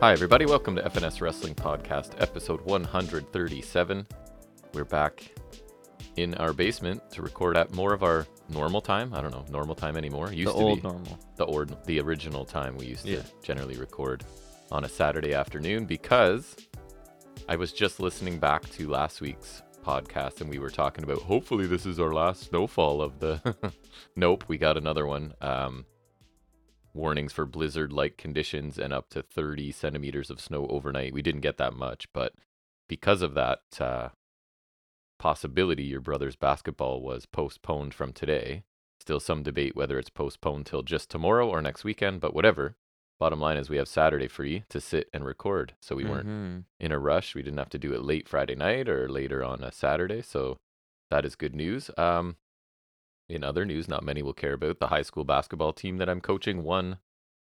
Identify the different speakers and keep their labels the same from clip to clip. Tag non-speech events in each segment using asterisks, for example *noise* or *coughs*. Speaker 1: Hi, everybody. Welcome to FNS Wrestling Podcast, episode 137. We're back in our basement to record at more of our normal time. I don't know, normal time anymore. It Used
Speaker 2: the
Speaker 1: to
Speaker 2: old
Speaker 1: be
Speaker 2: normal.
Speaker 1: the or- the original time we used
Speaker 2: Yeah.
Speaker 1: to generally record on a Saturday afternoon because I was just listening back to last week's podcast and we were talking about hopefully this is our last snowfall of the *laughs* nope we got another one um warnings for blizzard like conditions and up to 30 centimeters of snow overnight we didn't get that much but because of that uh possibility your brother's basketball was postponed from today Still some debate whether it's postponed till just tomorrow or next weekend, but whatever. Bottom line is we have Saturday free to sit and record. So we weren't
Speaker 2: Mhm.
Speaker 1: in a rush. We didn't have to do it late Friday night or later on a Saturday. So that is good news. Um, in other news, not many will care about the high school basketball team that I'm coaching won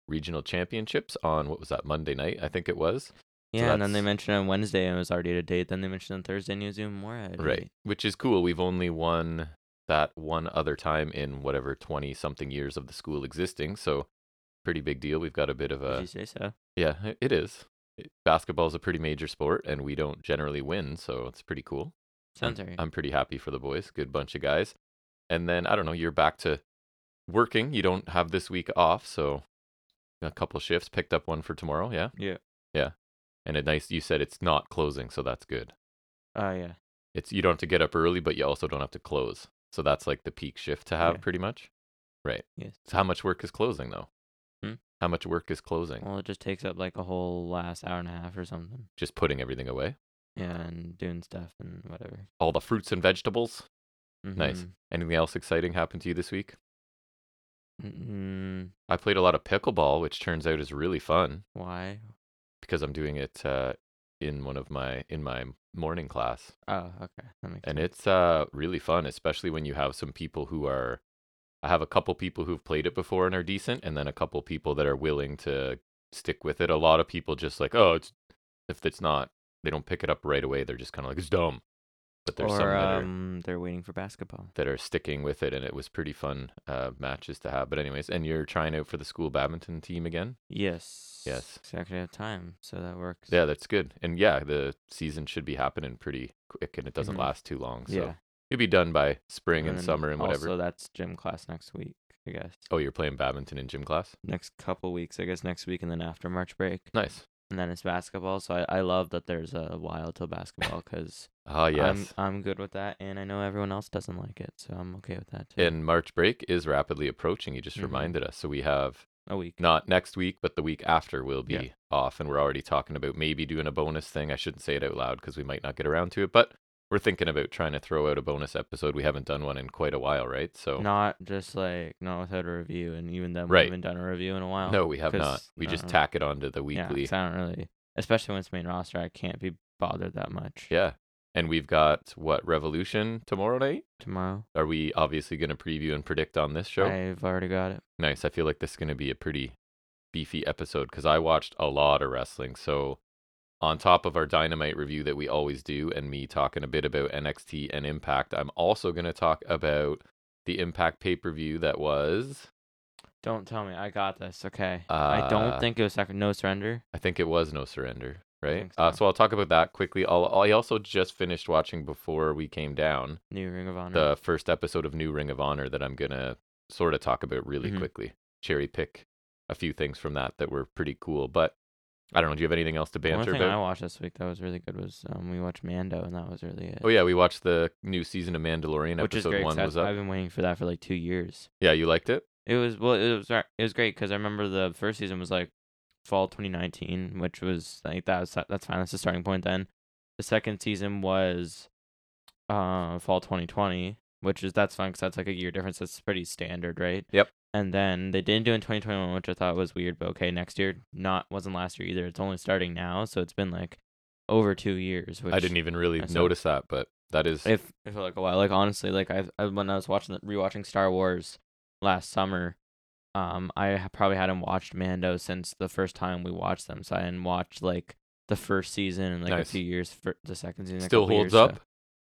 Speaker 1: regional championships on what was that Monday night? I think it was.
Speaker 2: Yeah, and then they
Speaker 1: that's-
Speaker 2: mentioned on Wednesday and it was already at a date. Then they mentioned on Thursday and he was even more at a
Speaker 1: Right.
Speaker 2: date.
Speaker 1: Which is cool. We've only won that one other time in whatever 20 something years of the school existing. So, pretty big deal. We've got a bit of
Speaker 2: If
Speaker 1: a.
Speaker 2: you say so.
Speaker 1: Yeah, i- it is. It- Basketball is a pretty major sport, and we don't generally win. So, it's pretty cool. I'm-
Speaker 2: Sounds right.
Speaker 1: I'm pretty happy for the boys. Good bunch of guys. And then, I don't know, you're back to working. You don't have this week off. So, a couple shifts. Picked up one for tomorrow. Yeah.
Speaker 2: Yeah.
Speaker 1: Yeah. And a nice, you said it's not closing. So, that's good
Speaker 2: Oh yeah.
Speaker 1: it's you don't have to get up early, but you also don't have to close. So that's like the peak shift to have,
Speaker 2: Yeah.
Speaker 1: pretty much. Right.
Speaker 2: Yes.
Speaker 1: So how much work is closing though?
Speaker 2: Hmm?
Speaker 1: How much work is closing?
Speaker 2: Well, it just takes up like a whole last hour and a half or something.
Speaker 1: Just putting everything away,
Speaker 2: Yeah, and doing stuff and whatever.
Speaker 1: all the fruits and vegetables. Nice.
Speaker 2: Mhm.
Speaker 1: Anything else exciting happened to you this week?
Speaker 2: Mm,
Speaker 1: I played a lot of pickleball, which turns out is really fun
Speaker 2: why?
Speaker 1: because I'm doing it uh, in one of my in my morning class.
Speaker 2: Oh, okay. That makes
Speaker 1: and
Speaker 2: sense.
Speaker 1: it's uh really fun especially when you have some people who are i have a couple people who've played it before and are decent and then a couple people that are willing to stick with it a lot of people just like oh it's if it's not they don't pick it up right away they're just kind of like it's dumb but there's
Speaker 2: or
Speaker 1: some that, are,
Speaker 2: um, they're waiting for basketball.
Speaker 1: that are sticking with it and it was pretty fun uh, matches to have but anyways and you're trying out for the school badminton team again
Speaker 2: Yes.
Speaker 1: Yes.
Speaker 2: So I actually have time, so that works.
Speaker 1: yeah that's good and yeah the season should be happening pretty quick and it doesn't
Speaker 2: Mhm.
Speaker 1: last too long so
Speaker 2: Yeah.
Speaker 1: you'll be done by spring and,
Speaker 2: then
Speaker 1: summer and whatever
Speaker 2: Also, that's gym class next week, I guess.
Speaker 1: Oh, you're playing badminton in gym class?
Speaker 2: Next couple weeks, I guess next week, and then after March break.
Speaker 1: Nice.
Speaker 2: and then it's basketball. So I, I love that there's a while till basketball
Speaker 1: *laughs*
Speaker 2: because
Speaker 1: Ah, yes.
Speaker 2: I'm I'm good with that, and I know everyone else doesn't like it, so I'm okay with that. Too.
Speaker 1: and March break is rapidly approaching. You just
Speaker 2: Mhm.
Speaker 1: reminded us. So we have
Speaker 2: a week.
Speaker 1: not next week, but the week after will be
Speaker 2: Yeah.
Speaker 1: off. And we're already talking about maybe doing a bonus thing. I shouldn't say it out loud because we might not get around to it, but we're thinking about trying to throw out a bonus episode. We haven't done one in quite a while, right? So,
Speaker 2: Not just like not without a review, and even then
Speaker 1: Oh. Right.
Speaker 2: we haven't done a review in a while.
Speaker 1: no, we have not.
Speaker 2: 'cause-
Speaker 1: We just
Speaker 2: no.
Speaker 1: tack it onto the
Speaker 2: uh-uh. yeah,
Speaker 1: weekly.
Speaker 2: 'cause I don't really, especially when it's main roster, I can't be bothered that much.
Speaker 1: Yeah. And we've got what, Revolution tomorrow night?
Speaker 2: Tomorrow,
Speaker 1: Are we obviously going to preview and predict on this show?
Speaker 2: I've already got it.
Speaker 1: Nice. I feel like this is going to be a pretty beefy episode because I watched a lot of wrestling. So, on top of our Dynamite review that we always do, and me talking a bit about NXT and Impact, I'm also going to talk about the Impact pay per view that was,
Speaker 2: Don't tell me I got this. Okay, I don't
Speaker 1: Uh,
Speaker 2: think it was second. No surrender.
Speaker 1: I think it was No Surrender, right?
Speaker 2: think
Speaker 1: Uh,
Speaker 2: so.
Speaker 1: so, I'll talk about that quickly. I'll, I also just finished watching before we came down
Speaker 2: New Ring of Honor.
Speaker 1: the first episode of New Ring of Honor that I'm going to sort of talk about really
Speaker 2: Mhm.
Speaker 1: quickly, cherry pick a few things from that that were pretty cool. But I don't know. Do you have anything else to
Speaker 2: One
Speaker 1: banter
Speaker 2: thing I
Speaker 1: about?
Speaker 2: watched this week that was really good was um, we watched Mando, and that was really it.
Speaker 1: Oh yeah, we watched the new season of Mandalorian.
Speaker 2: which is
Speaker 1: Episode
Speaker 2: great. 'cause
Speaker 1: one
Speaker 2: that's-
Speaker 1: was up.
Speaker 2: I've been waiting for that for like two years.
Speaker 1: Yeah, you liked it.
Speaker 2: It was well, it was it was great because I remember the first season was like fall 2019, which was like that was that's fine. That's the starting point. Then the second season was uh fall 2020, which is that's fine because that's like a year difference. That's pretty standard, right?
Speaker 1: Yep.
Speaker 2: And then they didn't do it in 2021, which I thought was weird. But okay, next year not wasn't last year either. It's only starting now, so it's been like over two years. Which
Speaker 1: I didn't even really
Speaker 2: I saw-
Speaker 1: notice that, but that is
Speaker 2: if it felt like a while. Like honestly, like I, I when I was watching the, rewatching Star Wars last summer, um, I ha- probably hadn't watched Mando since the first time we watched them. So I hadn't watched like the first season in like
Speaker 1: Nice.
Speaker 2: a few years. For the second season a
Speaker 1: still
Speaker 2: couple
Speaker 1: holds
Speaker 2: years, so-
Speaker 1: up.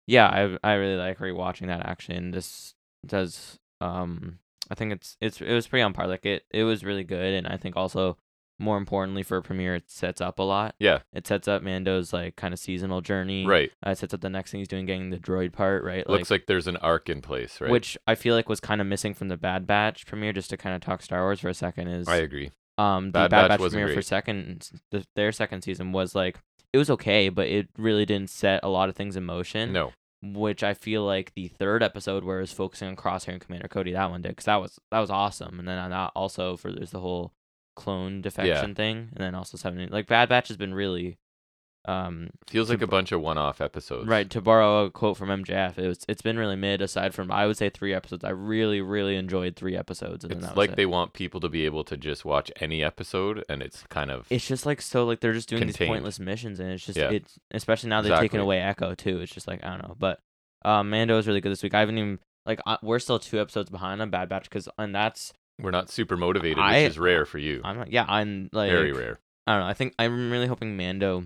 Speaker 2: Yeah, I I really like rewatching that actually, and this does um. I think it's it's it was pretty on par. Like it it was really good, and I think also more importantly for a premiere, it sets up a lot.
Speaker 1: Yeah.
Speaker 2: It sets up Mando's like kind of seasonal journey.
Speaker 1: Right.
Speaker 2: Uh, it sets up the next thing he's doing, getting the droid part right.
Speaker 1: Looks like there's an arc in place, right?
Speaker 2: which I feel like was kind of missing from the Bad Batch premiere. Just to kind of talk Star Wars for a second is
Speaker 1: I agree.
Speaker 2: um the
Speaker 1: Bad
Speaker 2: Bad,
Speaker 1: Batch
Speaker 2: Batch,
Speaker 1: wasn't
Speaker 2: premiere for
Speaker 1: great.
Speaker 2: second the, their second season was like it was okay, but it really didn't set a lot of things in motion.
Speaker 1: No.
Speaker 2: Which I feel like the third episode where it was focusing on Crosshair and Commander Cody that one did because that was that was awesome, and then on that also for there's the whole clone defection thing, and then also seven like Bad Batch has been really um
Speaker 1: Feels
Speaker 2: To
Speaker 1: like a
Speaker 2: b-
Speaker 1: bunch of one off episodes.
Speaker 2: Right, to borrow a quote from MJF, it was it's been really mid aside from I would say three episodes. I really, really enjoyed three episodes and then
Speaker 1: It's
Speaker 2: that was
Speaker 1: like
Speaker 2: it.
Speaker 1: they want people to be able to just watch any episode and it's kind of
Speaker 2: it's just like so like they're just doing these
Speaker 1: Contained.
Speaker 2: pointless missions and it's just
Speaker 1: Yeah.
Speaker 2: it's especially now they've taken
Speaker 1: Exactly.
Speaker 2: away Echo too. It's just like I don't know. But um Mando is really good this week. I haven't even like I, we're still two episodes behind on Bad Batch because and that's
Speaker 1: we're not super motivated,
Speaker 2: I-
Speaker 1: which is rare for you.
Speaker 2: I'm not yeah, I'm like
Speaker 1: Very rare.
Speaker 2: I don't know. I think I'm really hoping Mando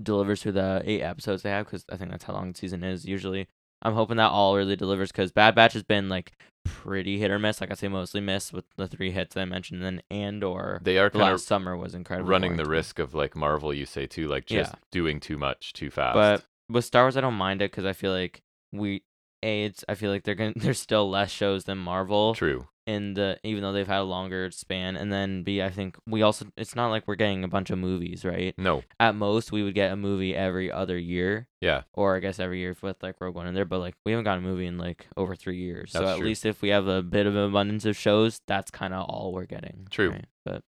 Speaker 2: delivers through the eight episodes they have because I think that's how long the season is usually. I'm hoping that all really delivers because Bad Batch has been like pretty hit or miss. Like I say, mostly miss with the three hits that I mentioned. And then Andor
Speaker 1: They are
Speaker 2: the
Speaker 1: kind
Speaker 2: last summer was
Speaker 1: of
Speaker 2: incredible.
Speaker 1: running the risk of like Marvel, you say too, like just
Speaker 2: Yeah.
Speaker 1: doing too much too fast.
Speaker 2: But with Star Wars, I don't mind it because I feel like we a it's I feel like they're gonna *laughs* there's still less shows than Marvel.
Speaker 1: True.
Speaker 2: in the even though they've had a longer span and then b i think we also it's not like we're getting a bunch of movies right
Speaker 1: No.
Speaker 2: at most we would get a movie every other year.
Speaker 1: Yeah.
Speaker 2: Or I guess every year with like Rogue One in there, but like we haven't got a movie in like over three years. so
Speaker 1: That's
Speaker 2: at
Speaker 1: true.
Speaker 2: least if we have a bit of an abundance of shows, that's kind of all we're getting.
Speaker 1: True.
Speaker 2: right? But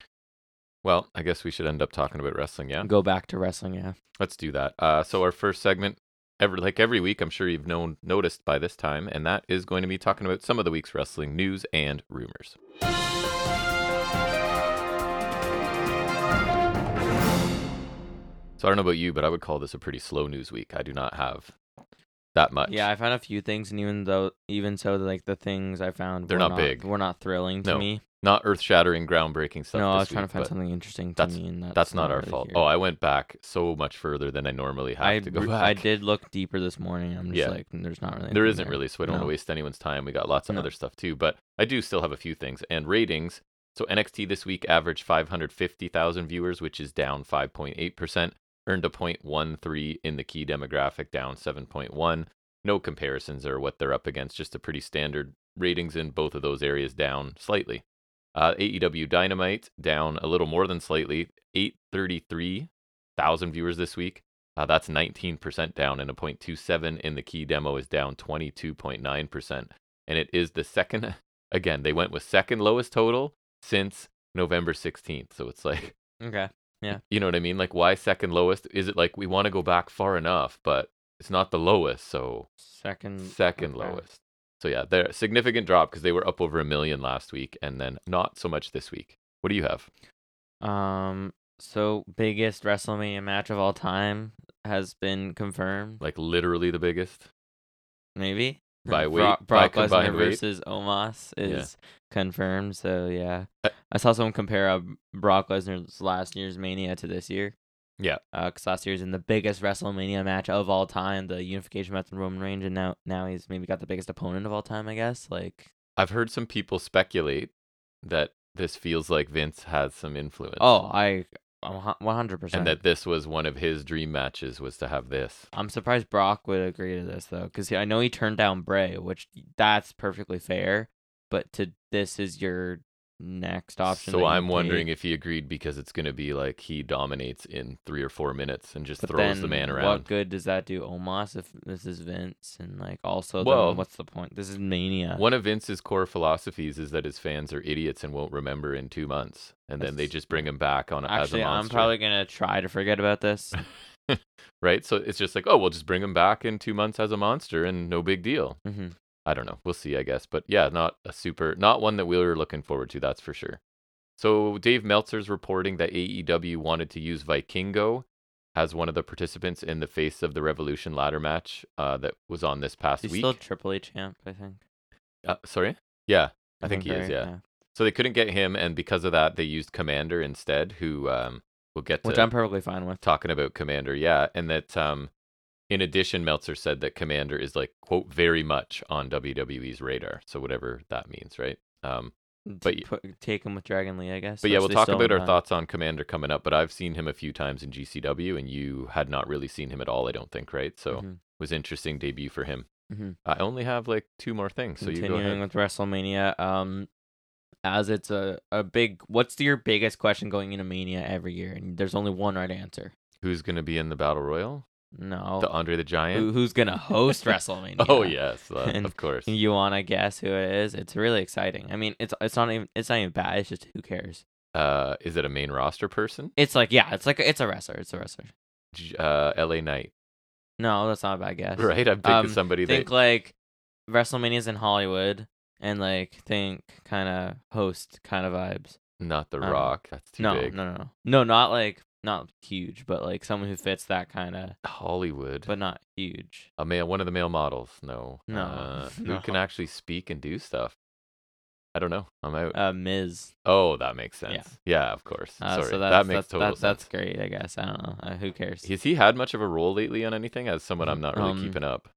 Speaker 1: Well, I guess we should end up talking about wrestling, yeah?
Speaker 2: go back to wrestling. Yeah.
Speaker 1: Let's do that. Uh, so our first segment, every like every week, I'm sure you've known noticed by this time, and that is going to be talking about some of the week's wrestling news and rumors. So I don't know about you, but I would call this a pretty slow news week. I do not have that much.
Speaker 2: Yeah, I found a few things, and even though, even so, like the things I found,
Speaker 1: They're
Speaker 2: were
Speaker 1: not big.
Speaker 2: Were not thrilling to
Speaker 1: No,
Speaker 2: me.
Speaker 1: not earth-shattering, groundbreaking stuff.
Speaker 2: no, I
Speaker 1: this
Speaker 2: was trying
Speaker 1: week,
Speaker 2: to find
Speaker 1: but
Speaker 2: something interesting to
Speaker 1: that's-
Speaker 2: me, and that's,
Speaker 1: That's not, our
Speaker 2: really
Speaker 1: fault.
Speaker 2: here.
Speaker 1: Oh, I went back so much further than I normally have
Speaker 2: I,
Speaker 1: to go
Speaker 2: re-
Speaker 1: back. *laughs*
Speaker 2: I did look deeper this morning. I'm just
Speaker 1: Yeah.
Speaker 2: like, there's not really.
Speaker 1: There
Speaker 2: anything
Speaker 1: isn't really, so I don't want
Speaker 2: No.
Speaker 1: to waste anyone's time. We got lots of
Speaker 2: No.
Speaker 1: other stuff too, but I do still have a few things and ratings. So NXT this week averaged 550,000 viewers, which is down 5.8%, earned a 0.13 in the key demographic, down 7.1. No comparisons or what they're up against, just a pretty standard ratings in both of those areas down slightly. Uh, AEW Dynamite down a little more than slightly, 833,000 viewers this week. Uh, that's 19% down, and a 0.27 in the key demo is down 22.9%. And it is the second, *laughs* again, they went with second lowest total since November 16th. So it's like, *laughs*
Speaker 2: Okay.
Speaker 1: you know what I mean? Like, why second lowest? Is it like we want to go back far enough, but it's not the lowest? So
Speaker 2: Second.
Speaker 1: second
Speaker 2: Mm, okay.
Speaker 1: lowest. So yeah, they're significant drop because they were up over a million last week and then not so much this week. What do you have?
Speaker 2: Um, so biggest WrestleMania match of all time has been confirmed.
Speaker 1: Like literally the biggest?
Speaker 2: Maybe *laughs*
Speaker 1: By weight,
Speaker 2: Brock,
Speaker 1: by
Speaker 2: Brock Lesnar
Speaker 1: combined weight?
Speaker 2: versus Omos
Speaker 1: Yeah.
Speaker 2: is confirmed. So yeah,
Speaker 1: Uh,
Speaker 2: I saw someone compare uh, Brock Lesnar's last year's Mania to this year.
Speaker 1: Yeah.
Speaker 2: because last year's in the biggest WrestleMania match of all time, the unification match in Roman Reigns, and now now he's maybe got the biggest opponent of all time. I guess like
Speaker 1: I've heard some people speculate that this feels like Vince has some influence.
Speaker 2: oh I one hundred percent.
Speaker 1: and that this was one of his dream matches was to have this.
Speaker 2: I'm surprised Brock would agree to this though, because I know he turned down Bray, which that's perfectly fair. But to this is your next option. that
Speaker 1: so
Speaker 2: you
Speaker 1: I'm wondering
Speaker 2: take,
Speaker 1: if he agreed because it's going to be like he dominates in three or four minutes and just
Speaker 2: but
Speaker 1: throws the man
Speaker 2: then What
Speaker 1: around.
Speaker 2: good does that do Omos if this is Vince and like also?
Speaker 1: Well-
Speaker 2: then what's the point? This is Mania.
Speaker 1: One of Vince's core philosophies is that his fans are idiots and won't remember in two months, and then they
Speaker 2: That's-
Speaker 1: just bring him back on
Speaker 2: Actually,
Speaker 1: as a
Speaker 2: I'm
Speaker 1: monster,
Speaker 2: probably gonna try to forget
Speaker 1: *laughs*
Speaker 2: about this.
Speaker 1: right? So it's just like, oh, we'll just bring him back in two months as a monster, and no big deal.
Speaker 2: hmm
Speaker 1: I don't know. We'll see, I guess. But yeah, not a super, not one that we were looking forward to, that's for sure. So Dave Meltzer's reporting that AEW wanted to use Vikingo as one of the participants in the Face of the Revolution ladder match uh, that was on this past
Speaker 2: He's
Speaker 1: week.
Speaker 2: still Triple H champ, I think.
Speaker 1: Uh, sorry? Yeah, I think he is, yeah. So they couldn't get him, and because of that, they used Commander instead, who um, we'll get to
Speaker 2: Which I'm perfectly fine with.
Speaker 1: talking about Commander, yeah, and that um, in addition, Meltzer said that Commander is like quote very much on WWE's radar, so whatever that means, right? Um,
Speaker 2: but
Speaker 1: y-
Speaker 2: put, take him with Dragon Lee, I guess.
Speaker 1: But yeah, we'll
Speaker 2: which they
Speaker 1: talk
Speaker 2: still
Speaker 1: about our
Speaker 2: haven't done.
Speaker 1: thoughts on Commander coming up. But I've seen him a few times in GCW, and you had not really seen him at all, I don't think, right? So
Speaker 2: Mhm.
Speaker 1: was interesting debut for him.
Speaker 2: Mhm.
Speaker 1: I only have like two more things, so you go
Speaker 2: continuing
Speaker 1: ahead.
Speaker 2: with WrestleMania, um, as it's a a big. What's your biggest question going into Mania every year? And there's only one right answer.
Speaker 1: Who's going to be in the battle royal?
Speaker 2: No.
Speaker 1: The Andre the
Speaker 2: Who,
Speaker 1: Giant.
Speaker 2: who's gonna host WrestleMania?
Speaker 1: *laughs* Oh yes, uh,
Speaker 2: *laughs* And
Speaker 1: of course.
Speaker 2: You wanna guess who it is? It's really exciting. I mean, it's it's not even it's not even bad. It's just who cares.
Speaker 1: Uh, is it a main roster person?
Speaker 2: It's like yeah, it's like it's a wrestler. It's a wrestler.
Speaker 1: J- Uh, L.A. Knight,
Speaker 2: No, that's not a bad
Speaker 1: *laughs*
Speaker 2: guess.
Speaker 1: right? I'm thinking
Speaker 2: Um,
Speaker 1: somebody
Speaker 2: Think
Speaker 1: that
Speaker 2: like WrestleMania's in Hollywood, and like think kind of host kind of vibes.
Speaker 1: not The
Speaker 2: I don't know.
Speaker 1: Rock. That's too
Speaker 2: Um, no,
Speaker 1: big.
Speaker 2: no, no, no, no, not like not huge, but like someone who fits that kind of,
Speaker 1: Hollywood.
Speaker 2: but not huge.
Speaker 1: a male, one of the male models. No.
Speaker 2: No, *laughs*
Speaker 1: Uh, Who
Speaker 2: no.
Speaker 1: can actually speak and do stuff? I don't know. I'm out.
Speaker 2: Uh, Miz.
Speaker 1: oh, that makes sense.
Speaker 2: yeah.
Speaker 1: Yeah, of course.
Speaker 2: Uh,
Speaker 1: Sorry,
Speaker 2: so that's,
Speaker 1: that makes
Speaker 2: that's,
Speaker 1: total
Speaker 2: that-
Speaker 1: sense.
Speaker 2: That's great, I guess. I don't know. Uh, who cares?
Speaker 1: Has he had much of a role lately on anything? As someone I'm not really
Speaker 2: Um,
Speaker 1: keeping up.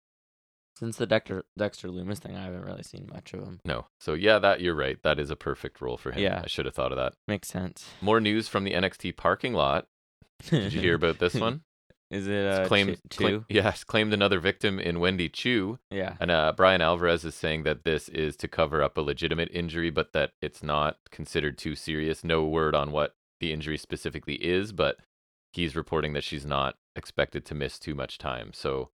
Speaker 2: Since the Dexter Dexter Loomis thing, I haven't really seen much of him.
Speaker 1: No. So yeah, that you're right. That is a perfect role for him.
Speaker 2: Yeah.
Speaker 1: I should have thought of that.
Speaker 2: Makes sense.
Speaker 1: More news from the NXT parking lot. Did
Speaker 2: *laughs*
Speaker 1: you hear about this one?
Speaker 2: Is it uh,
Speaker 1: It's
Speaker 2: claim
Speaker 1: claimed
Speaker 2: two?
Speaker 1: claim- *laughs* yes, claimed another victim in Wendy Chu.
Speaker 2: yeah.
Speaker 1: And uh, Brian Alvarez is saying that this is to cover up a legitimate injury, but that it's not considered too serious. No word on what the injury specifically is, but he's reporting that she's not expected to miss too much time. So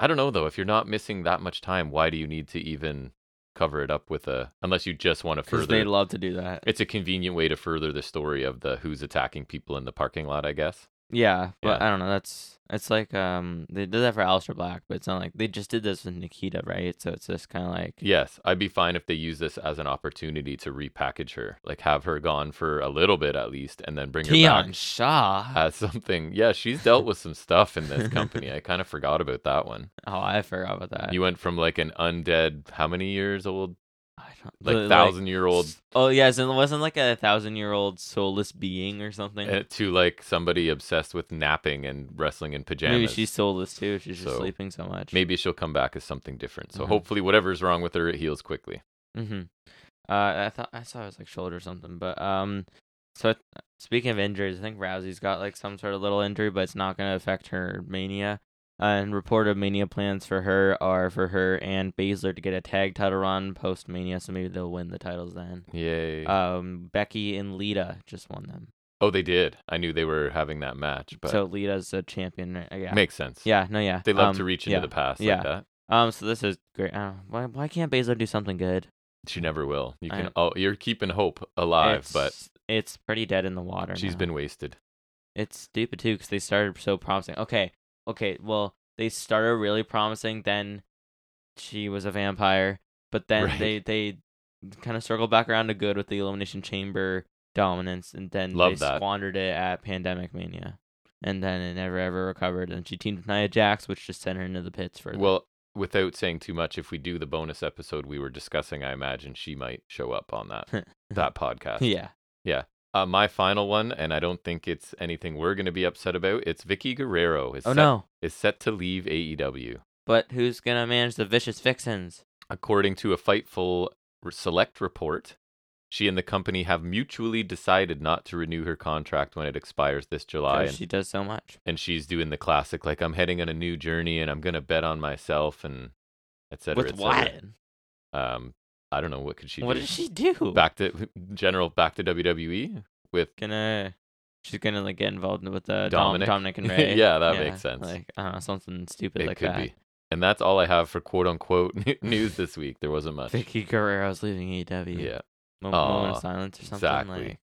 Speaker 1: I don't know, though. If you're not missing that much time, why do you need to even cover it up with a. Unless you just want to
Speaker 2: Because
Speaker 1: further.
Speaker 2: they love to do that.
Speaker 1: it's a convenient way to further the story of the who's attacking people in the parking lot, I guess.
Speaker 2: Yeah, but
Speaker 1: Yeah.
Speaker 2: I don't know. That's it's like um they did that for Aleister Black, but it's not like they just did this with Nikita, right? So it's just kind of like
Speaker 1: Yes, I'd be fine if they use this as an opportunity to repackage her, like have her gone for a little bit at least, and then bring her
Speaker 2: Keon
Speaker 1: back
Speaker 2: Shaw.
Speaker 1: as something. *laughs* Yeah, she's dealt with some stuff in this company. I kind of forgot about that
Speaker 2: *laughs*
Speaker 1: one.
Speaker 2: Oh, I forgot about that.
Speaker 1: You went from like an undead, how many years old,
Speaker 2: I don't,
Speaker 1: like
Speaker 2: the,
Speaker 1: thousand year old,
Speaker 2: s- Oh yeah, so it wasn't like a thousand year old soulless being or something.
Speaker 1: uh, to like somebody obsessed with napping and wrestling in pajamas.
Speaker 2: Maybe she's soulless too. She's just
Speaker 1: So,
Speaker 2: sleeping so much.
Speaker 1: Maybe she'll come back as something different. So
Speaker 2: Mhm.
Speaker 1: hopefully, whatever's wrong with her, it heals quickly.
Speaker 2: Mm-hmm. Uh, I thought I saw it was like shoulder or something, but um, so it- speaking of injuries, I think Rousey's got like some sort of little injury, but it's not gonna affect her mania. Uh, and reported mania plans for her are for her and Baszler to get a tag title run post mania, so maybe they'll win the titles then.
Speaker 1: Yay!
Speaker 2: Um, Becky and Lita just won them,
Speaker 1: Uh, oh, they did. I knew they were having that match, but
Speaker 2: so Lita's a champion. Right? Yeah,
Speaker 1: makes sense.
Speaker 2: Yeah, no, yeah.
Speaker 1: They love to
Speaker 2: Um,
Speaker 1: reach into
Speaker 2: yeah.
Speaker 1: the past
Speaker 2: yeah.
Speaker 1: like that.
Speaker 2: Um, so this is great. I don't know. Why, why can't Baszler do something good?
Speaker 1: She never will. You
Speaker 2: I
Speaker 1: can.
Speaker 2: know.
Speaker 1: Oh, you're keeping hope alive, but
Speaker 2: It's- it's pretty dead in the water.
Speaker 1: she's
Speaker 2: now.
Speaker 1: been wasted.
Speaker 2: It's stupid too because they started so promising. Okay, okay. Well, they started really promising. Then she was a vampire,
Speaker 1: *laughs*
Speaker 2: but then
Speaker 1: Right.
Speaker 2: they they kind of circled back around to good with the elimination chamber dominance, and then
Speaker 1: Love
Speaker 2: they
Speaker 1: that.
Speaker 2: squandered it at Pandemic Mania. And then it never ever recovered. And she teamed with Nia Jax, which just sent her into the pits for
Speaker 1: Well, without saying too much, if we do the bonus episode we were discussing, I imagine she might show up on
Speaker 2: *laughs*
Speaker 1: that that podcast.
Speaker 2: *laughs* yeah.
Speaker 1: Uh, my final one, and I don't think it's anything we're going to be upset about. It's Vicky Guerrero is
Speaker 2: Oh
Speaker 1: set,
Speaker 2: no.
Speaker 1: is set to leave E AEW,
Speaker 2: But who's gonna manage the vicious vixens?
Speaker 1: according to a Fightful r- Select report. She and the company have mutually decided not to renew her contract when it expires this July.
Speaker 2: Because
Speaker 1: and-
Speaker 2: she does so much.
Speaker 1: and she's doing the classic like I'm heading on a new journey and I'm gonna bet on myself and etc.
Speaker 2: With what?
Speaker 1: Um, I don't know what could she
Speaker 2: What
Speaker 1: do.
Speaker 2: does she do?
Speaker 1: Back to *laughs* general, back to E? WWE with
Speaker 2: Gonna she's gonna like get involved with uh,
Speaker 1: Dominic?
Speaker 2: Dominic.
Speaker 1: *laughs*
Speaker 2: Dominic and Ray.
Speaker 1: Yeah, that makes sense.
Speaker 2: Like I don't know, something stupid
Speaker 1: it
Speaker 2: like
Speaker 1: could
Speaker 2: that.
Speaker 1: be. And that's all I have for quote unquote *laughs* news this week. There
Speaker 2: *laughs*
Speaker 1: wasn't much.
Speaker 2: *laughs* Vicky Guerrero's leaving AEW.
Speaker 1: Yeah.
Speaker 2: Mo- moment
Speaker 1: Aw,
Speaker 2: of silence or something
Speaker 1: exactly.
Speaker 2: like.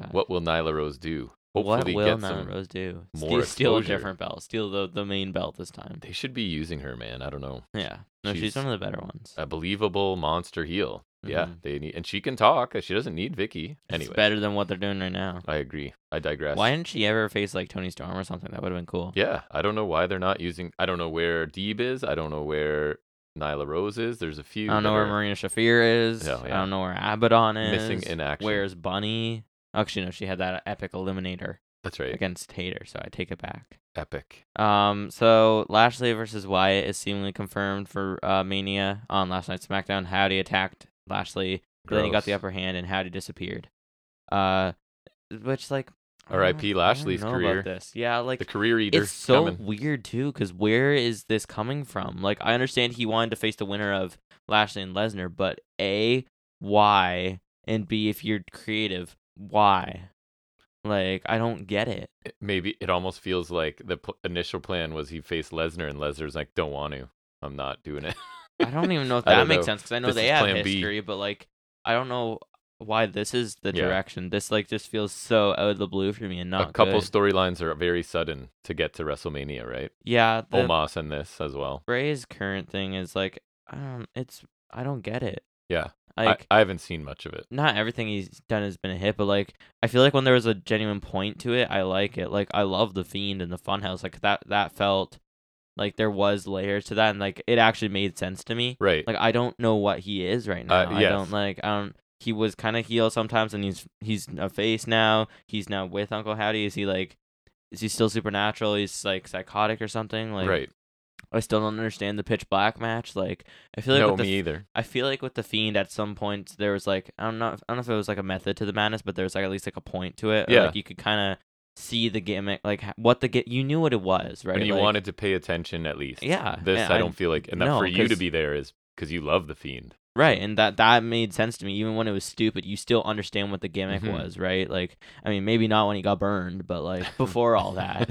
Speaker 2: God.
Speaker 1: What will Nyla Rose do?
Speaker 2: What
Speaker 1: Hopefully
Speaker 2: will
Speaker 1: get
Speaker 2: Nyla
Speaker 1: some.
Speaker 2: Rose do?
Speaker 1: more
Speaker 2: steal, steal a
Speaker 1: exposure.
Speaker 2: different belt. Steal the, the main belt this time.
Speaker 1: They should be using her, man. I don't know.
Speaker 2: Yeah. No, she's,
Speaker 1: She's- uh,
Speaker 2: one of the better ones.
Speaker 1: A believable monster heel. Yeah,
Speaker 2: Mhm.
Speaker 1: they need, and she can talk. She doesn't need Vicky.
Speaker 2: It's
Speaker 1: Anyway,
Speaker 2: better than what they're doing right now.
Speaker 1: I agree. I digress.
Speaker 2: Why didn't she ever face like Tony Storm or something? That would have been cool.
Speaker 1: Yeah, I don't know why they're not using. I don't know where Deeb is. I don't know where Nyla Rose is. There's a few.
Speaker 2: I don't know
Speaker 1: that
Speaker 2: where
Speaker 1: are
Speaker 2: Marina Shafir is.
Speaker 1: Yeah, yeah.
Speaker 2: I don't know where Abaddon is.
Speaker 1: missing in action.
Speaker 2: Where's Bunny? Actually, no, she had that epic eliminator
Speaker 1: That's right.
Speaker 2: against Tater, so I take it back.
Speaker 1: Epic.
Speaker 2: Um, so Lashley versus Wyatt is seemingly confirmed for uh, Mania on last night's SmackDown. Howdy attacked Lashley But then he got the
Speaker 1: Gross.
Speaker 2: upper hand, and Howdy disappeared. Uh, which like I
Speaker 1: R.I.P.
Speaker 2: don't- I don't
Speaker 1: Lashley's
Speaker 2: know
Speaker 1: career.
Speaker 2: About this, yeah, like
Speaker 1: the career eater.
Speaker 2: it's so
Speaker 1: coming.
Speaker 2: weird too, because where is this coming from? Like, I understand he wanted to face the winner of Lashley and Lesnar, but a why and b if you're creative, why? Like, I don't get it.
Speaker 1: It- maybe it almost feels like the pl- initial plan was he faced Lesnar and Lesnar's like, don't want to. I'm not doing it.
Speaker 2: I don't even know if
Speaker 1: I
Speaker 2: that
Speaker 1: don't
Speaker 2: makes
Speaker 1: know.
Speaker 2: sense because I know
Speaker 1: This
Speaker 2: they
Speaker 1: is
Speaker 2: have
Speaker 1: plan B.
Speaker 2: history, but like, I don't know why this is the
Speaker 1: Yeah.
Speaker 2: direction. This like just feels so out of the blue for me and
Speaker 1: *laughs*
Speaker 2: not
Speaker 1: a couple
Speaker 2: good.
Speaker 1: storylines are very sudden to get to WrestleMania, right?
Speaker 2: yeah, the
Speaker 1: Omos and this as well.
Speaker 2: Bray's current thing is like, I don't. It's I don't get it.
Speaker 1: Yeah.
Speaker 2: Like
Speaker 1: I, I haven't seen much of it.
Speaker 2: not everything he's done has been a hit, but like I feel like when there was a genuine point to it, I like it. Like I love the fiend and the funhouse. Like that that felt like there was layers to that, and like it actually made sense to me.
Speaker 1: Right.
Speaker 2: Like I don't know what he is right now.
Speaker 1: Uh,
Speaker 2: I
Speaker 1: yes.
Speaker 2: don't like I don't. He was kind of heel sometimes, and he's he's a face now. He's now with Uncle Howdy. Is he like? Is he still supernatural? He's like psychotic or something. Like
Speaker 1: right.
Speaker 2: I still don't understand the pitch black match. Like I feel like
Speaker 1: No,
Speaker 2: with the
Speaker 1: me either.
Speaker 2: I feel like with the fiend, at some point there was like I don't know, I don't know if it was like a method to the madness, but there was like at least like a point to it. or,
Speaker 1: Yeah.
Speaker 2: like you could kind of see the gimmick, like h- what the gi- you knew what it was, right?
Speaker 1: And you
Speaker 2: Like,
Speaker 1: wanted to pay attention at least.
Speaker 2: Yeah,
Speaker 1: This
Speaker 2: yeah,
Speaker 1: I
Speaker 2: I-
Speaker 1: don't feel like enough
Speaker 2: no,
Speaker 1: for you to
Speaker 2: 'cause-
Speaker 1: be there is because you love the fiend.
Speaker 2: right, and that that made sense to me, even when it was stupid. You still understand what the gimmick
Speaker 1: Mhm.
Speaker 2: was, right? Like I mean, maybe not when he got burned,
Speaker 1: *laughs*
Speaker 2: but like *laughs* before all that.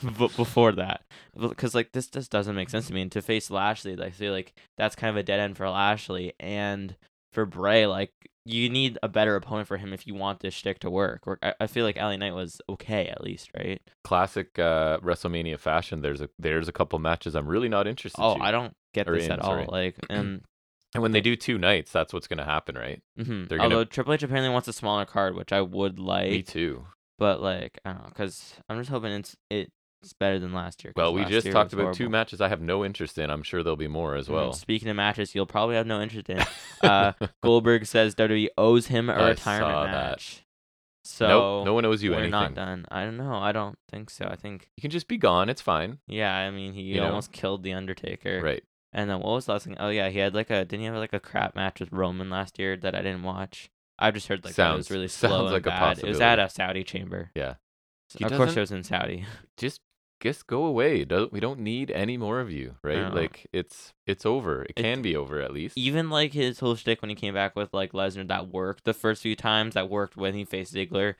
Speaker 2: b- before that because like this just doesn't make sense to me and to face lashley like, i feel like that's kind of a dead end for lashley and for bray like you need a better opponent for him if you want this shtick to work or i, I feel like LA knight was okay at least right
Speaker 1: Classic uh, WrestleMania fashion. There's a there's a couple matches I'm really not interested.
Speaker 2: oh
Speaker 1: to.
Speaker 2: i don't get
Speaker 1: Or
Speaker 2: this
Speaker 1: in,
Speaker 2: at
Speaker 1: sorry. *clears throat*
Speaker 2: all like and
Speaker 1: And when they do two nights, that's what's gonna happen, right?
Speaker 2: mhm.
Speaker 1: They're gonna-
Speaker 2: although triple h apparently wants a smaller card which i would like
Speaker 1: Me too.
Speaker 2: but like i don't know because i'm just hoping it's it's better than last year 'cause
Speaker 1: Well, we
Speaker 2: last
Speaker 1: just
Speaker 2: year
Speaker 1: talked
Speaker 2: was
Speaker 1: about two
Speaker 2: horrible.
Speaker 1: matches I have no interest in. I'm sure there'll be more as
Speaker 2: Mhm.
Speaker 1: well.
Speaker 2: speaking of matches you'll probably have no interest in uh, Goldberg says WWE owes him a
Speaker 1: I
Speaker 2: retirement
Speaker 1: saw that.
Speaker 2: match.
Speaker 1: *laughs*
Speaker 2: So
Speaker 1: nope, no one owes you
Speaker 2: we're
Speaker 1: anything.
Speaker 2: not done. I don't know. I don't think so. I think
Speaker 1: You can just be gone. It's fine.
Speaker 2: yeah. I mean, he
Speaker 1: You know?
Speaker 2: almost killed the Undertaker.
Speaker 1: Right.
Speaker 2: And then what was the last thing? Oh yeah, he had like a didn't he have like a crap match with Roman last year that I didn't watch. I just heard like that it
Speaker 1: Sounds-
Speaker 2: was really
Speaker 1: *laughs*
Speaker 2: slow
Speaker 1: sounds
Speaker 2: and
Speaker 1: like a
Speaker 2: bad. It was
Speaker 1: possibility.
Speaker 2: at a Saudi chamber.
Speaker 1: Yeah.
Speaker 2: So-
Speaker 1: He
Speaker 2: of course,
Speaker 1: doesn't-
Speaker 2: it was in Saudi.
Speaker 1: Just just go away. Do- We don't need any more of you, right?
Speaker 2: No.
Speaker 1: Like it's it's over. It
Speaker 2: It-
Speaker 1: can be over at least.
Speaker 2: Even like his whole shtick when he came back with like Lesnar that worked the first few times that worked when he faced Ziggler.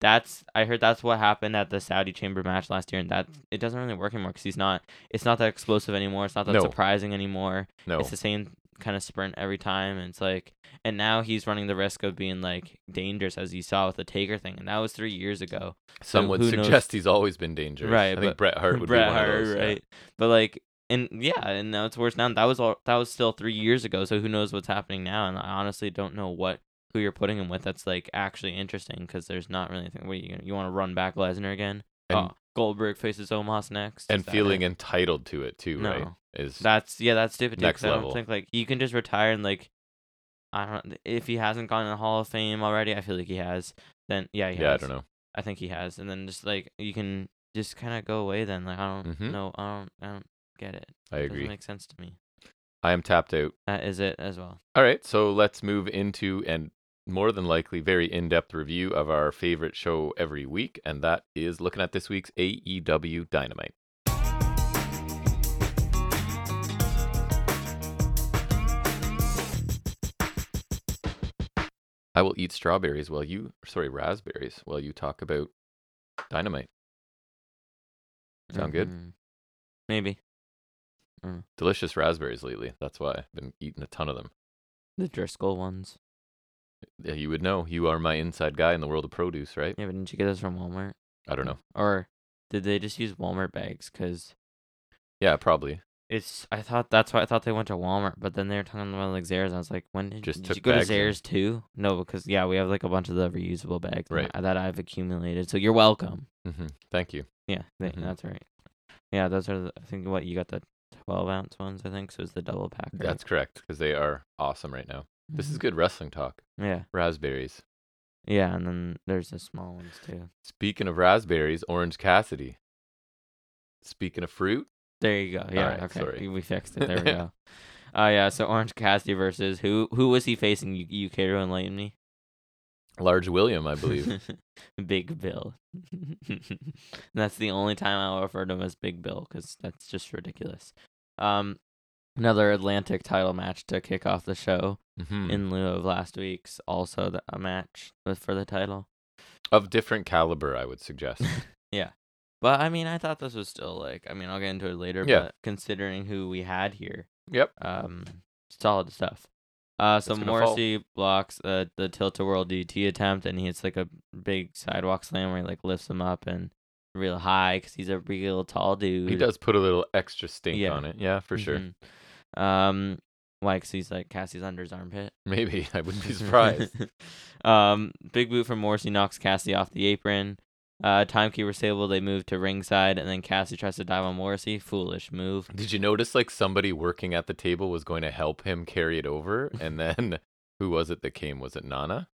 Speaker 2: That's I heard that's what happened at the Saudi Chamber match last year, and that it doesn't really work anymore because he's not. It's not that explosive anymore. It's not that
Speaker 1: No.
Speaker 2: surprising anymore.
Speaker 1: no.
Speaker 2: It's the same kind of sprint every time, and it's like, and now he's running the risk of being like dangerous, as you saw with the Taker thing, and that was three years ago.
Speaker 1: Some would
Speaker 2: who knows?
Speaker 1: suggest he's always been dangerous. I
Speaker 2: Right,
Speaker 1: think
Speaker 2: but-
Speaker 1: Bret Hart would
Speaker 2: Bret
Speaker 1: be one
Speaker 2: Hart,
Speaker 1: of those. yeah.
Speaker 2: right? But like, and yeah, and now it's worse now. That was all. That was still three years ago. So who knows what's happening now? And I honestly don't know what who you're putting him with. That's like actually interesting because there's not really anything. What you you want to run back Lesnar again?
Speaker 1: And-
Speaker 2: oh, Goldberg faces Omos next.
Speaker 1: And feeling
Speaker 2: it.
Speaker 1: entitled to it too, right?
Speaker 2: No.
Speaker 1: Is
Speaker 2: That's yeah, that's stupid. Too,
Speaker 1: Next
Speaker 2: 'cause I
Speaker 1: level.
Speaker 2: don't think like you can just retire and like. I don't. If he hasn't gone in the Hall of Fame already, I feel like he has. Then yeah, he
Speaker 1: yeah, I
Speaker 2: has.
Speaker 1: don't know.
Speaker 2: I think he has, and then just like you can just kind of go away. Then like I don't
Speaker 1: Mhm.
Speaker 2: know, I don't, I don't get it.
Speaker 1: I agree.
Speaker 2: Doesn't make sense to me.
Speaker 1: I am tapped out.
Speaker 2: That is it as well.
Speaker 1: All right, so let's move into and more than likely very in-depth review of our favorite show every week, and that is looking at this week's AEW Dynamite. I will eat strawberries while you, sorry, raspberries while you talk about Dynamite. Sound good?
Speaker 2: Mhm. Maybe
Speaker 1: Delicious raspberries lately. That's why I've been eating a ton of them.
Speaker 2: the Driscoll ones.
Speaker 1: Yeah, You would know. You are my inside guy in the world of produce, right?
Speaker 2: Yeah, but didn't you get those from Walmart?
Speaker 1: I don't know.
Speaker 2: Or did they just use Walmart bags? Cause
Speaker 1: Yeah, probably.
Speaker 2: it's I thought that's why I thought they went to Walmart, but then they were talking about like Zares. I was like, when did,
Speaker 1: Just
Speaker 2: did
Speaker 1: took
Speaker 2: you go to
Speaker 1: bags in.
Speaker 2: Zares too? No, because yeah, we have like a bunch of the reusable bags
Speaker 1: Right.
Speaker 2: that, that I've accumulated. So you're welcome.
Speaker 1: hmm Thank you.
Speaker 2: Yeah, they,
Speaker 1: Mhm.
Speaker 2: that's right. Yeah, those are the, I think what you got the 12 ounce ones, I think. So it's the double pack. right?
Speaker 1: That's correct because they are awesome right now. This is
Speaker 2: Mhm.
Speaker 1: good wrestling talk.
Speaker 2: Yeah.
Speaker 1: Raspberries.
Speaker 2: Yeah. And then there's the small ones too.
Speaker 1: Speaking of raspberries, Orange Cassidy. Speaking of fruit,
Speaker 2: There you go. Yeah.
Speaker 1: right,
Speaker 2: okay.
Speaker 1: sorry. *laughs*
Speaker 2: We fixed it. There we go. Oh yeah, so Orange Cassidy versus who? Who was he facing? You, you care to enlighten me?
Speaker 1: Large William, I
Speaker 2: *laughs*
Speaker 1: believe.
Speaker 2: Big Bill. *laughs* And that's the only time I'll refer to him as Big Bill because that's just ridiculous. Um, another Atlantic title match to kick off the show
Speaker 1: Mhm.
Speaker 2: in lieu of last week's. Also, the, a match with, for the title.
Speaker 1: of different caliber, I would suggest.
Speaker 2: But I mean, I thought this was still like. I mean, I'll get into it later.
Speaker 1: Yeah.
Speaker 2: But considering who we had here,
Speaker 1: yep.
Speaker 2: um, solid stuff. Uh, so
Speaker 1: It's gonna fall.
Speaker 2: Morrissey blocks uh, the tilt a whirl DT attempt, and he hits like a big sidewalk slam where he like lifts him up and real high because he's a real tall dude.
Speaker 1: He does put a little extra stink
Speaker 2: Yeah.
Speaker 1: on it. Yeah, for sure.
Speaker 2: Mhm. Um, why? 'Cause he's like Cassie's under his armpit.
Speaker 1: Maybe. *laughs* I
Speaker 2: *laughs*
Speaker 1: wouldn't be surprised.
Speaker 2: um, big boot from Morrissey knocks Cassie off the apron. Uh, timekeeper stable. They move to ringside, and then Cassie tries to dive on Morrissey. Foolish move.
Speaker 1: Did you notice like somebody working at the table was going to help him carry it over? And then *laughs* who was it that came? Was it Nana?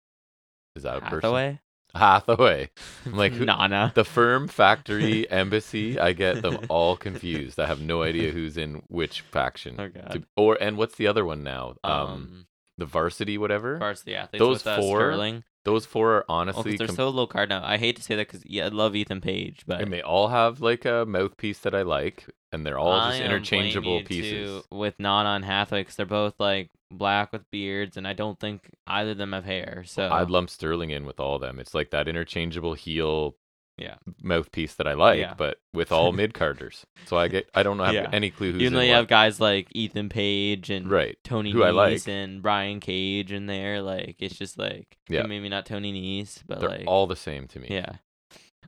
Speaker 1: Is that a person?
Speaker 2: Hathaway.
Speaker 1: Hathaway. I'm *laughs* like, who-
Speaker 2: Nana.
Speaker 1: The firm, factory, embassy. I get them all confused. I have no idea who's in which faction.
Speaker 2: *laughs* Oh
Speaker 1: To-
Speaker 2: god.
Speaker 1: or and what's the other one now? Um,
Speaker 2: Um,
Speaker 1: the varsity, whatever.
Speaker 2: varsity athletes.
Speaker 1: those
Speaker 2: with, uh,
Speaker 1: four,
Speaker 2: Sterling.
Speaker 1: Those four are
Speaker 2: Oh, 'cause
Speaker 1: honestly,
Speaker 2: they're
Speaker 1: com-
Speaker 2: so low card now. I hate to say that because yeah, I love Ethan Page, but
Speaker 1: and they all have like a mouthpiece that I like, and they're all
Speaker 2: I
Speaker 1: just
Speaker 2: am
Speaker 1: interchangeable
Speaker 2: blaming you
Speaker 1: pieces.
Speaker 2: two with Nana and Hathaway because they're both like black with beards, and I don't think either of them have hair. So
Speaker 1: I'd lump Sterling in with all of them. It's like that interchangeable heel,
Speaker 2: Yeah.
Speaker 1: mouthpiece that I like,
Speaker 2: Yeah.
Speaker 1: but with all mid carders. So I get,
Speaker 2: *laughs*
Speaker 1: I don't have
Speaker 2: Yeah.
Speaker 1: any clue who's
Speaker 2: even though
Speaker 1: in
Speaker 2: you
Speaker 1: what.
Speaker 2: have guys like Ethan Page and
Speaker 1: right.
Speaker 2: Tony
Speaker 1: who I like.
Speaker 2: Nese and Brian Cage in there, like it's just like
Speaker 1: Yeah.
Speaker 2: maybe not Tony Nese, but
Speaker 1: They're
Speaker 2: like
Speaker 1: all the same to me.
Speaker 2: Yeah.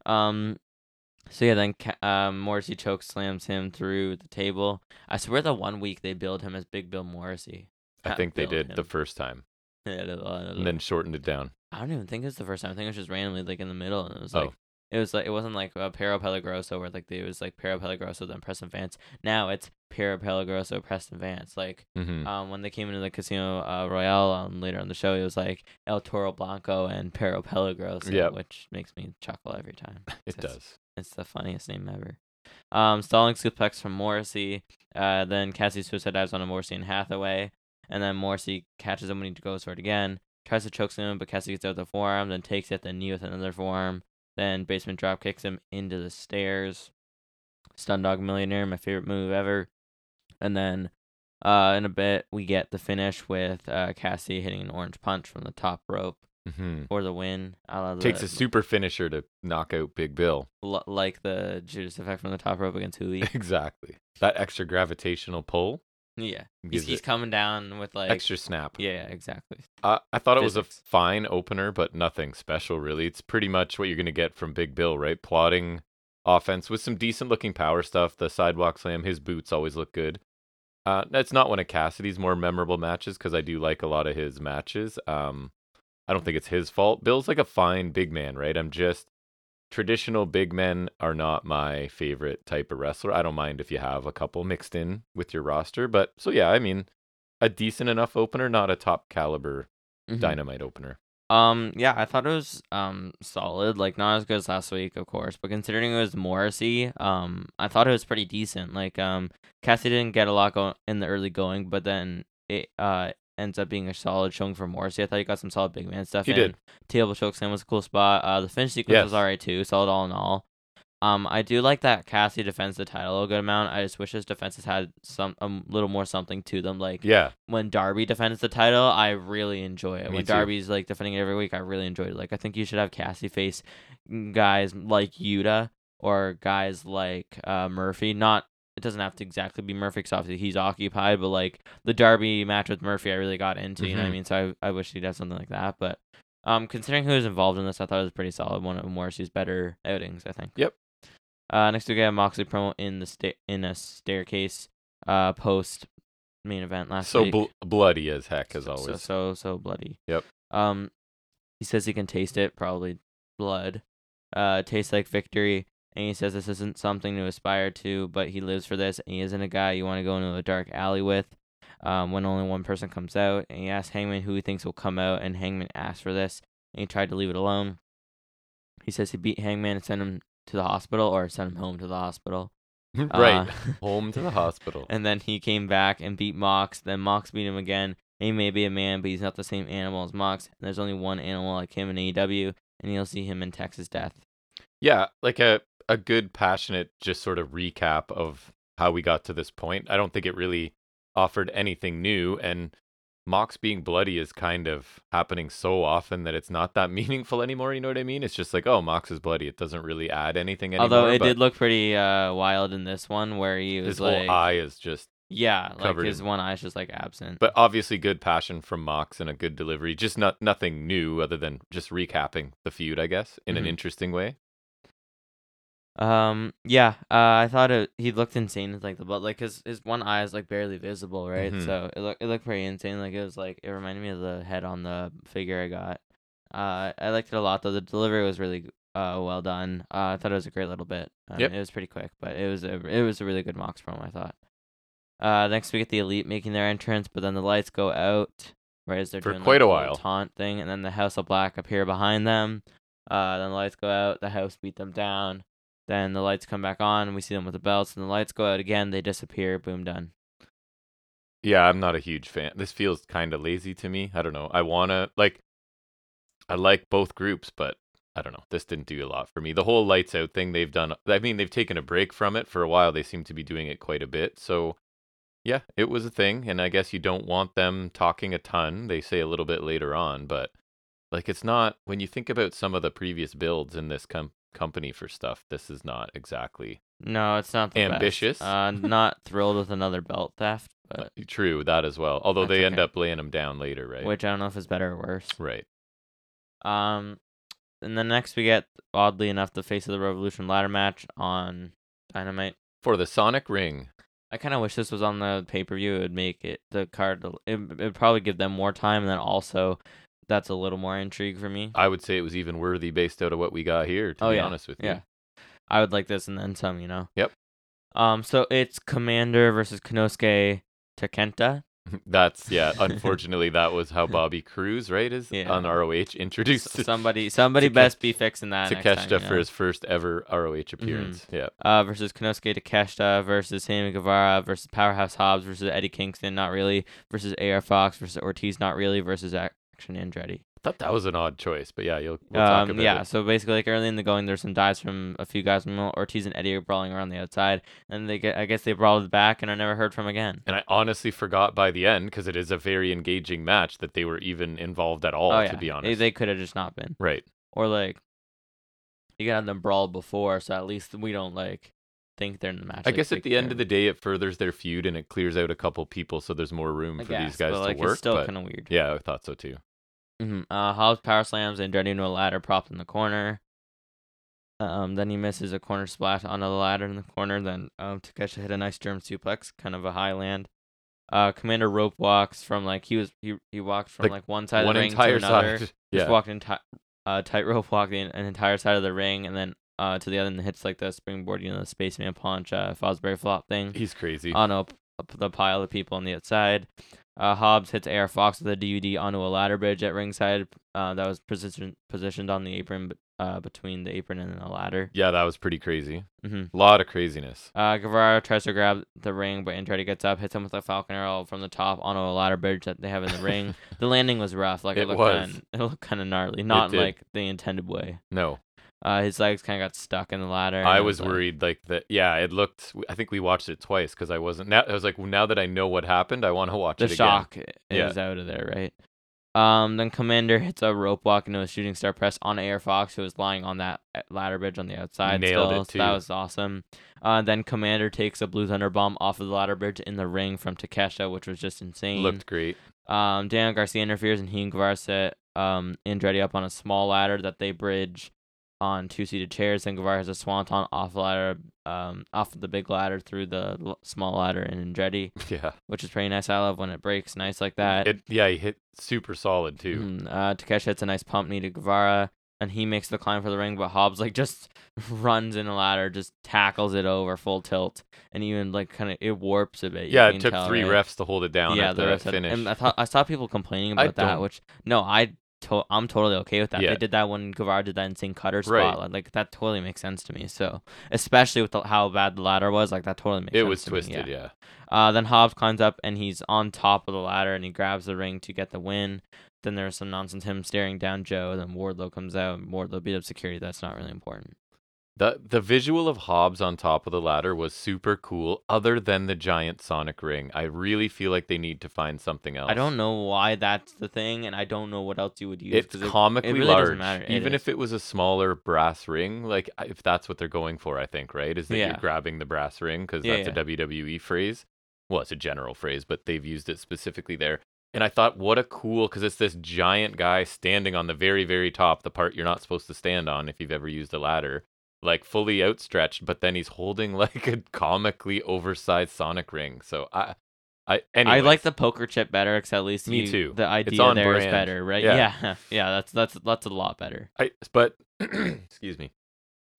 Speaker 2: Um. So yeah, then Ca- um, Morrissey choke slams him through the table. I swear, the one week they billed him as Big Bill Morrissey.
Speaker 1: I
Speaker 2: Pat
Speaker 1: think they
Speaker 2: Bill
Speaker 1: did
Speaker 2: him. *laughs*
Speaker 1: the first time and
Speaker 2: I
Speaker 1: then shortened it down.
Speaker 2: don't even think it was the first time. I think it was just randomly, like in the middle, and it was
Speaker 1: Oh.
Speaker 2: like it was like it wasn't like uh, Pero Pelagroso where like they- it was like Pero Pelagroso then Preston Vance. Now it's Pero Pelagroso Preston Vance. Like
Speaker 1: hmm
Speaker 2: um, when they came into the Casino uh, Royale um, later on the show, it was like El Toro Blanco and Pero Pelagroso,
Speaker 1: Yep.
Speaker 2: which makes me chuckle every time.
Speaker 1: *laughs* It
Speaker 2: that's-
Speaker 1: does.
Speaker 2: It's the funniest name ever. Um, stalling suplex from Morrissey. Uh, then Cassie suicide dives onto Morrissey and Hathaway. And then Morrissey catches him when he goes for it again. Tries to choke him, but Cassie gets out the forearm. Then takes it at the knee with another forearm. Then basement drop kicks him into the stairs. Stun dog millionaire, my favorite move ever. And then uh, in a bit, we get the finish with uh, Cassie hitting an orange punch from the top rope
Speaker 1: hmm
Speaker 2: for the win. I love
Speaker 1: Takes
Speaker 2: the-
Speaker 1: a super finisher to knock out Big Bill.
Speaker 2: l- like the Judas effect from the top rope against Hui.
Speaker 1: *laughs* exactly. That extra gravitational pull
Speaker 2: yeah, he's,
Speaker 1: gives
Speaker 2: he's
Speaker 1: it
Speaker 2: coming down with like
Speaker 1: extra snap.
Speaker 2: Yeah, yeah, exactly.
Speaker 1: I, Uh, I thought it was
Speaker 2: Physics.
Speaker 1: a fine opener, but nothing special really. It's pretty much what you're going to get from Big Bill, right? Plotting offense with some decent looking power stuff. The sidewalk slam, his boots always look good. Uh, that's not one of Cassidy's more memorable matches because I do like a lot of his matches. Um, I don't think it's his fault. Bill's like a fine big man, right? I'm just traditional big men are not my favorite type of wrestler. I don't mind if you have a couple mixed in with your roster, but so yeah, I mean, a decent enough opener, not a top caliber
Speaker 2: Mhm.
Speaker 1: dynamite opener.
Speaker 2: Um, yeah, I thought it was um solid. Like not as good as last week, of course, but considering it was Morrissey, um, I thought it was pretty decent. Like um, Cassie didn't get a lot go- in the early going, but then it uh ends up being a solid showing for Morrissey. I thought he got some solid big man stuff.
Speaker 1: He
Speaker 2: in.
Speaker 1: did.
Speaker 2: Table choke slam was a cool spot. Uh, the finish sequence was
Speaker 1: Yes.
Speaker 2: alright too, solid all in all. Um, I do like that Cassie defends the title a good amount. I just wish his defenses had some a little more something to them. Like
Speaker 1: Yeah,
Speaker 2: when Darby defends the title, I really enjoy it.
Speaker 1: Me
Speaker 2: when
Speaker 1: too.
Speaker 2: Darby's like defending it every week, I really enjoy it. Like I think you should have Cassie face guys like Yuta or guys like uh, Murphy. Not it doesn't have to exactly be Murphy because obviously he's occupied, but like the Darby match with Murphy, I really got into. You know what I
Speaker 1: Mhm.
Speaker 2: mean? So I I wish he'd have something like that. But um, considering who was involved in this, I thought it was pretty solid. One of Morrissey's better outings, I think.
Speaker 1: Yep.
Speaker 2: Uh, next we get a Moxley promo in the sta- in a staircase, uh, post main event last
Speaker 1: so
Speaker 2: week.
Speaker 1: bl- bloody as heck as
Speaker 2: So-
Speaker 1: always.
Speaker 2: So so so bloody.
Speaker 1: Yep.
Speaker 2: Um, he says he can taste it, probably blood. Uh, tastes like victory, and he says this isn't something to aspire to, but he lives for this, and he isn't a guy you want to go into a dark alley with. Um, when only one person comes out, and he asks Hangman who he thinks will come out, and Hangman asked for this, and he tried to leave it alone. He says he beat Hangman and sent him to the hospital, or sent him home to the hospital.
Speaker 1: *laughs* right.
Speaker 2: Uh, *laughs*
Speaker 1: Home to the hospital.
Speaker 2: and then he came back and beat Mox. Then Mox beat him again. He may be a man, but he's not the same animal as Mox. And there's only one animal like him in AEW, and you'll see him in Texas Death.
Speaker 1: yeah, like a a good passionate just sort of recap of how we got to this point. I don't think it really offered anything new and Mox being bloody is kind of happening so often that it's not that *laughs* meaningful anymore, you know what I mean? It's just like, oh, Mox is bloody. It doesn't really add anything anymore.
Speaker 2: Although it
Speaker 1: but
Speaker 2: did look pretty uh, wild in this one, where he was
Speaker 1: his
Speaker 2: like,
Speaker 1: whole eye is just
Speaker 2: yeah, like
Speaker 1: covered
Speaker 2: his
Speaker 1: in-
Speaker 2: one eye's just like absent.
Speaker 1: but obviously good passion from Mox and a good delivery. Just not nothing new other than just recapping the feud, I guess, in an
Speaker 2: Mhm.
Speaker 1: interesting way.
Speaker 2: Um. Yeah. Uh. I thought it, he looked insane with like the blood, like his his one eye is like barely visible, right?
Speaker 1: Mhm.
Speaker 2: So it looked it looked pretty insane. Like it was like it reminded me of the head on the figure I got. Uh. I liked it a lot though. The delivery was really uh well done. Uh. I thought it was a great little bit. Um,
Speaker 1: Yep.
Speaker 2: It was pretty quick, but it was a it was a really good Mox promo. I thought. Uh. Next we get the elite making their entrance, but then the lights go out right as they're
Speaker 1: For
Speaker 2: doing like,
Speaker 1: quite a
Speaker 2: the whole
Speaker 1: while.
Speaker 2: taunt thing, and then the House of Black appear behind them. Uh. Then the lights go out. The house beat them down. Then the lights come back on, and we see them with the belts, and the lights go out again. They disappear. Boom, done.
Speaker 1: Yeah, I'm not a huge fan. This feels kind of lazy to me. I don't know. I want to like I like both groups, but I don't know. This didn't do a lot for me. The whole lights out thing they've done I mean, they've taken a break from it for a while. They seem to be doing it quite a bit. So yeah, it was a thing and I guess you don't want them talking a ton. They say a little bit later on, but like it's not when you think about some of the previous builds in this com- company for stuff, this is not exactly
Speaker 2: No, it's not the best.
Speaker 1: Ambitious?
Speaker 2: Uh, not thrilled with another belt
Speaker 1: *laughs*
Speaker 2: theft,
Speaker 1: uh,
Speaker 2: but
Speaker 1: true that as well. Although
Speaker 2: That's
Speaker 1: they end
Speaker 2: okay.
Speaker 1: up laying them down later, right?
Speaker 2: which I don't know if it's better or worse.
Speaker 1: right.
Speaker 2: Um, and then next we get oddly enough the face of the revolution ladder match on Dynamite.
Speaker 1: For the Sonic Ring.
Speaker 2: I kind of wish this was on the pay per view. It would make it the card. It would probably give them more time, and then also that's a little more intrigue for me.
Speaker 1: I would say it was even worthy based out of what we got here, to
Speaker 2: Oh,
Speaker 1: be
Speaker 2: yeah.
Speaker 1: honest with you.
Speaker 2: Yeah. I would like this and then some, you know?
Speaker 1: Yep.
Speaker 2: Um, so it's Commander versus Konosuke Takenta.
Speaker 1: *laughs* That's yeah, unfortunately that was how Bobby Cruz, right, is
Speaker 2: Yeah.
Speaker 1: on ROH
Speaker 2: S-
Speaker 1: introduced *laughs*
Speaker 2: somebody somebody
Speaker 1: Take-
Speaker 2: best be fixing that. next time, Mm-hmm.
Speaker 1: Takeshita
Speaker 2: you
Speaker 1: for
Speaker 2: know?
Speaker 1: his first ever ROH appearance. Yeah.
Speaker 2: Uh, versus Konosuke Takeshita versus Sammy Guevara versus Powerhouse Hobbs versus Eddie Kingston, not really, versus AR Fox versus Ortiz, not really, versus Action Andretti.
Speaker 1: I thought that was an odd choice, but yeah, you'll we'll talk
Speaker 2: um,
Speaker 1: about
Speaker 2: yeah,
Speaker 1: it.
Speaker 2: so basically, like early in the going, there's some dives from a few guys from Ortiz and Eddie are brawling around the outside, and they get, I guess they brawled back, and are never heard from again.
Speaker 1: And I honestly forgot by the end because it is a very engaging match that they were even involved at all,
Speaker 2: oh, yeah.
Speaker 1: to be honest.
Speaker 2: They, they could have just not been.
Speaker 1: Right.
Speaker 2: or like you gotta have them brawl before, so at least we don't like think they're in the match.
Speaker 1: I guess at the end of the day, it furthers their feud and it clears out a couple people, so there's more room for these guys
Speaker 2: but, like,
Speaker 1: to work.
Speaker 2: it's still
Speaker 1: but
Speaker 2: kind of weird.
Speaker 1: yeah, I thought so too. Mm-hmm.
Speaker 2: Mhm. Uh, Hobbs power slams and Andretti into a ladder propped in the corner. Um, then he misses a corner splash onto the ladder in the corner. Then um, Takesha hit a nice German suplex, kind of a high land. Uh, Commander rope walks from like he was he he walked from
Speaker 1: Like,
Speaker 2: like, one side of
Speaker 1: One
Speaker 2: the ring
Speaker 1: entire
Speaker 2: to another.
Speaker 1: side. *laughs*
Speaker 2: just
Speaker 1: Yeah.
Speaker 2: walked entire uh, tightrope *laughs* walked the an entire side of the ring and then uh to the other and hits like the springboard, you know, the spaceman punch, uh, Fosbury flop thing
Speaker 1: He's crazy.
Speaker 2: on a, p- the pile of people on the outside. Uh, Hobbs hits Air Fox with a DUD onto a ladder bridge at ringside uh, that was positioned positioned on the apron b- uh, between the apron and the ladder.
Speaker 1: Yeah, that was pretty crazy.
Speaker 2: Mhm.
Speaker 1: lot of craziness.
Speaker 2: Uh, Guevara tries to grab the ring, but Andretti gets up, hits him with a Falcon Arrow from the top onto a ladder bridge that they have in
Speaker 1: *laughs*
Speaker 2: the ring. The landing was rough. Like
Speaker 1: It
Speaker 2: it looked
Speaker 1: was.
Speaker 2: Kinda, it looked kind of gnarly, not in,
Speaker 1: did.
Speaker 2: like the intended way.
Speaker 1: No,
Speaker 2: Uh, his legs kind of got stuck in the ladder. and
Speaker 1: I
Speaker 2: it
Speaker 1: was
Speaker 2: like-
Speaker 1: worried like that. Yeah, it looked. I think we watched it twice because I wasn't. Now I was like, now that I know what happened, I want to *laughs* watch
Speaker 2: the
Speaker 1: it again.
Speaker 2: shock
Speaker 1: Yeah.
Speaker 2: is out of there, right? Um, then Commander hits a rope walk into a shooting star press on Air Fox, who was lying on that uh, ladder bridge on the outside.
Speaker 1: Nailed
Speaker 2: still,
Speaker 1: it,
Speaker 2: so that
Speaker 1: too.
Speaker 2: was awesome. Uh, then Commander takes a Blue Thunder bomb off of the ladder bridge in the ring from Takesha, which was just insane.
Speaker 1: Looked great. *laughs*
Speaker 2: Um, Daniel Garcia interferes, and he and Guevara set um, Andretti up on a small ladder that they bridge on two-seated chairs. Then Guevara has a swanton off the ladder, um, off of the big ladder through the l- small ladder, and Andretti,
Speaker 1: Yeah.
Speaker 2: which is pretty nice. I love when it breaks nice like that.
Speaker 1: It. Yeah, he hit super solid too.
Speaker 2: Mhm. Uh, Takeshi hits a nice pump knee to Guevara, and he makes the climb for the ring, but Hobbs like *laughs* just runs in a ladder, just tackles it over full tilt, and even like kind of it warps a bit. you
Speaker 1: yeah,
Speaker 2: can
Speaker 1: it took
Speaker 2: tell,
Speaker 1: three
Speaker 2: right?
Speaker 1: refs to hold it down
Speaker 2: Yeah,
Speaker 1: at
Speaker 2: the
Speaker 1: the
Speaker 2: refs had-
Speaker 1: finish.
Speaker 2: And I thought I saw people complaining
Speaker 1: I
Speaker 2: about that,
Speaker 1: don't-
Speaker 2: which no, I to- I'm totally okay with that.
Speaker 1: Yeah.
Speaker 2: They did that when Guevara did that insane cutter spot.
Speaker 1: Right.
Speaker 2: Like that totally makes sense to me. So especially with the, how bad the ladder was, like that totally makes
Speaker 1: It
Speaker 2: sense.
Speaker 1: was
Speaker 2: to me,
Speaker 1: twisted, yeah.
Speaker 2: Uh, then Hobbs climbs up and he's on top of the ladder and he grabs the ring to get the win. Then there's some nonsense him staring down Joe. Then Wardlow comes out. and Wardlow beat up security. That's not really important.
Speaker 1: The the visual of Hobbs on top of the ladder was super cool, other than the giant Sonic ring. I really feel like they need to find something else.
Speaker 2: I don't know why that's the thing, and I don't know what else you would use.
Speaker 1: It's
Speaker 2: 'cause it-
Speaker 1: comically
Speaker 2: really doesn't
Speaker 1: large.
Speaker 2: matter. It
Speaker 1: Even
Speaker 2: is.
Speaker 1: if it was a smaller brass ring, like I- if that's what they're going for, I think, right? Is that
Speaker 2: Yeah.
Speaker 1: you're grabbing the brass ring because
Speaker 2: Yeah,
Speaker 1: that's a WWE phrase. Well, it's a general phrase, but they've used it specifically there. And I thought, what a cool, because it's this giant guy standing on the very, very top, the part you're not supposed to stand on if you've ever used a ladder, like fully outstretched, but then he's holding *laughs* like a comically oversized Sonic ring. So I, I, anyway,
Speaker 2: I like the poker chip better, because at least
Speaker 1: Me
Speaker 2: you-
Speaker 1: too.
Speaker 2: The idea there is
Speaker 1: on brand.
Speaker 2: better, right?
Speaker 1: Yeah.
Speaker 2: yeah, *laughs* yeah. That's that's that's a lot better.
Speaker 1: I
Speaker 2: *clears throat*
Speaker 1: but excuse me.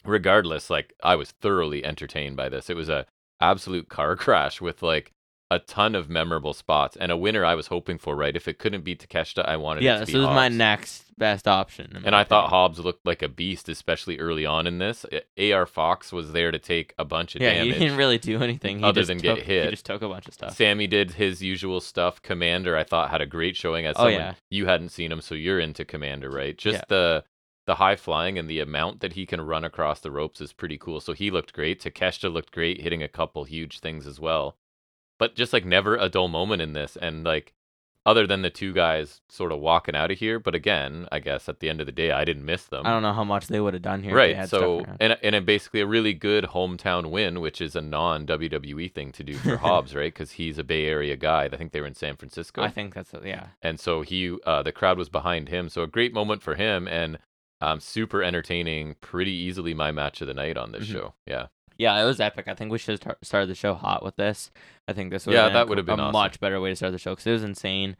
Speaker 1: Regardless, like I was thoroughly entertained by this. It was a absolute car *laughs* crash with like a ton of memorable spots and a winner I was hoping for. Right, if it couldn't be Takeshita, I wanted.
Speaker 2: yeah,
Speaker 1: it to
Speaker 2: this
Speaker 1: be
Speaker 2: was my
Speaker 1: Hobbs.
Speaker 2: next best option. in
Speaker 1: And
Speaker 2: my
Speaker 1: I thought
Speaker 2: opinion.
Speaker 1: Hobbs looked like a beast, especially early on in this. A- Ar Fox was there to take a bunch of
Speaker 2: yeah,
Speaker 1: damage.
Speaker 2: he didn't really do anything. He
Speaker 1: other
Speaker 2: just
Speaker 1: than get
Speaker 2: took- He
Speaker 1: hit.
Speaker 2: just took a bunch of stuff.
Speaker 1: Sammy did his usual stuff. Commander, I thought, had a great showing as
Speaker 2: Oh,
Speaker 1: someone
Speaker 2: yeah.
Speaker 1: you hadn't seen him, so you're into Commander, right? Just
Speaker 2: Yeah.
Speaker 1: the the high flying and the amount that he can run across the ropes is pretty cool. So he looked great. Takeshita looked great, hitting a couple huge things as well. But just like never a dull moment in this, and like other than the two guys sort of walking out of here. But again, I guess at the end of the day, I didn't miss them
Speaker 2: I don't know how much they would have done here. if they
Speaker 1: right
Speaker 2: had
Speaker 1: so
Speaker 2: stuff around.
Speaker 1: and, and a- basically a really good hometown win which is a non wwe thing to do
Speaker 2: *laughs*
Speaker 1: for hobbs right because he's a bay area guy i think they were in san francisco
Speaker 2: I think that's yeah.
Speaker 1: and so he uh, the crowd was behind him so a great moment for him and um, super entertaining pretty easily my match of the night on this
Speaker 2: Mhm.
Speaker 1: show yeah
Speaker 2: Yeah, it was epic. I think we should have tar- started the show hot with this. I think this would
Speaker 1: Yeah,
Speaker 2: have been
Speaker 1: that
Speaker 2: a,
Speaker 1: would have
Speaker 2: co-
Speaker 1: been
Speaker 2: a
Speaker 1: awesome.
Speaker 2: much better way to start the show because it was insane.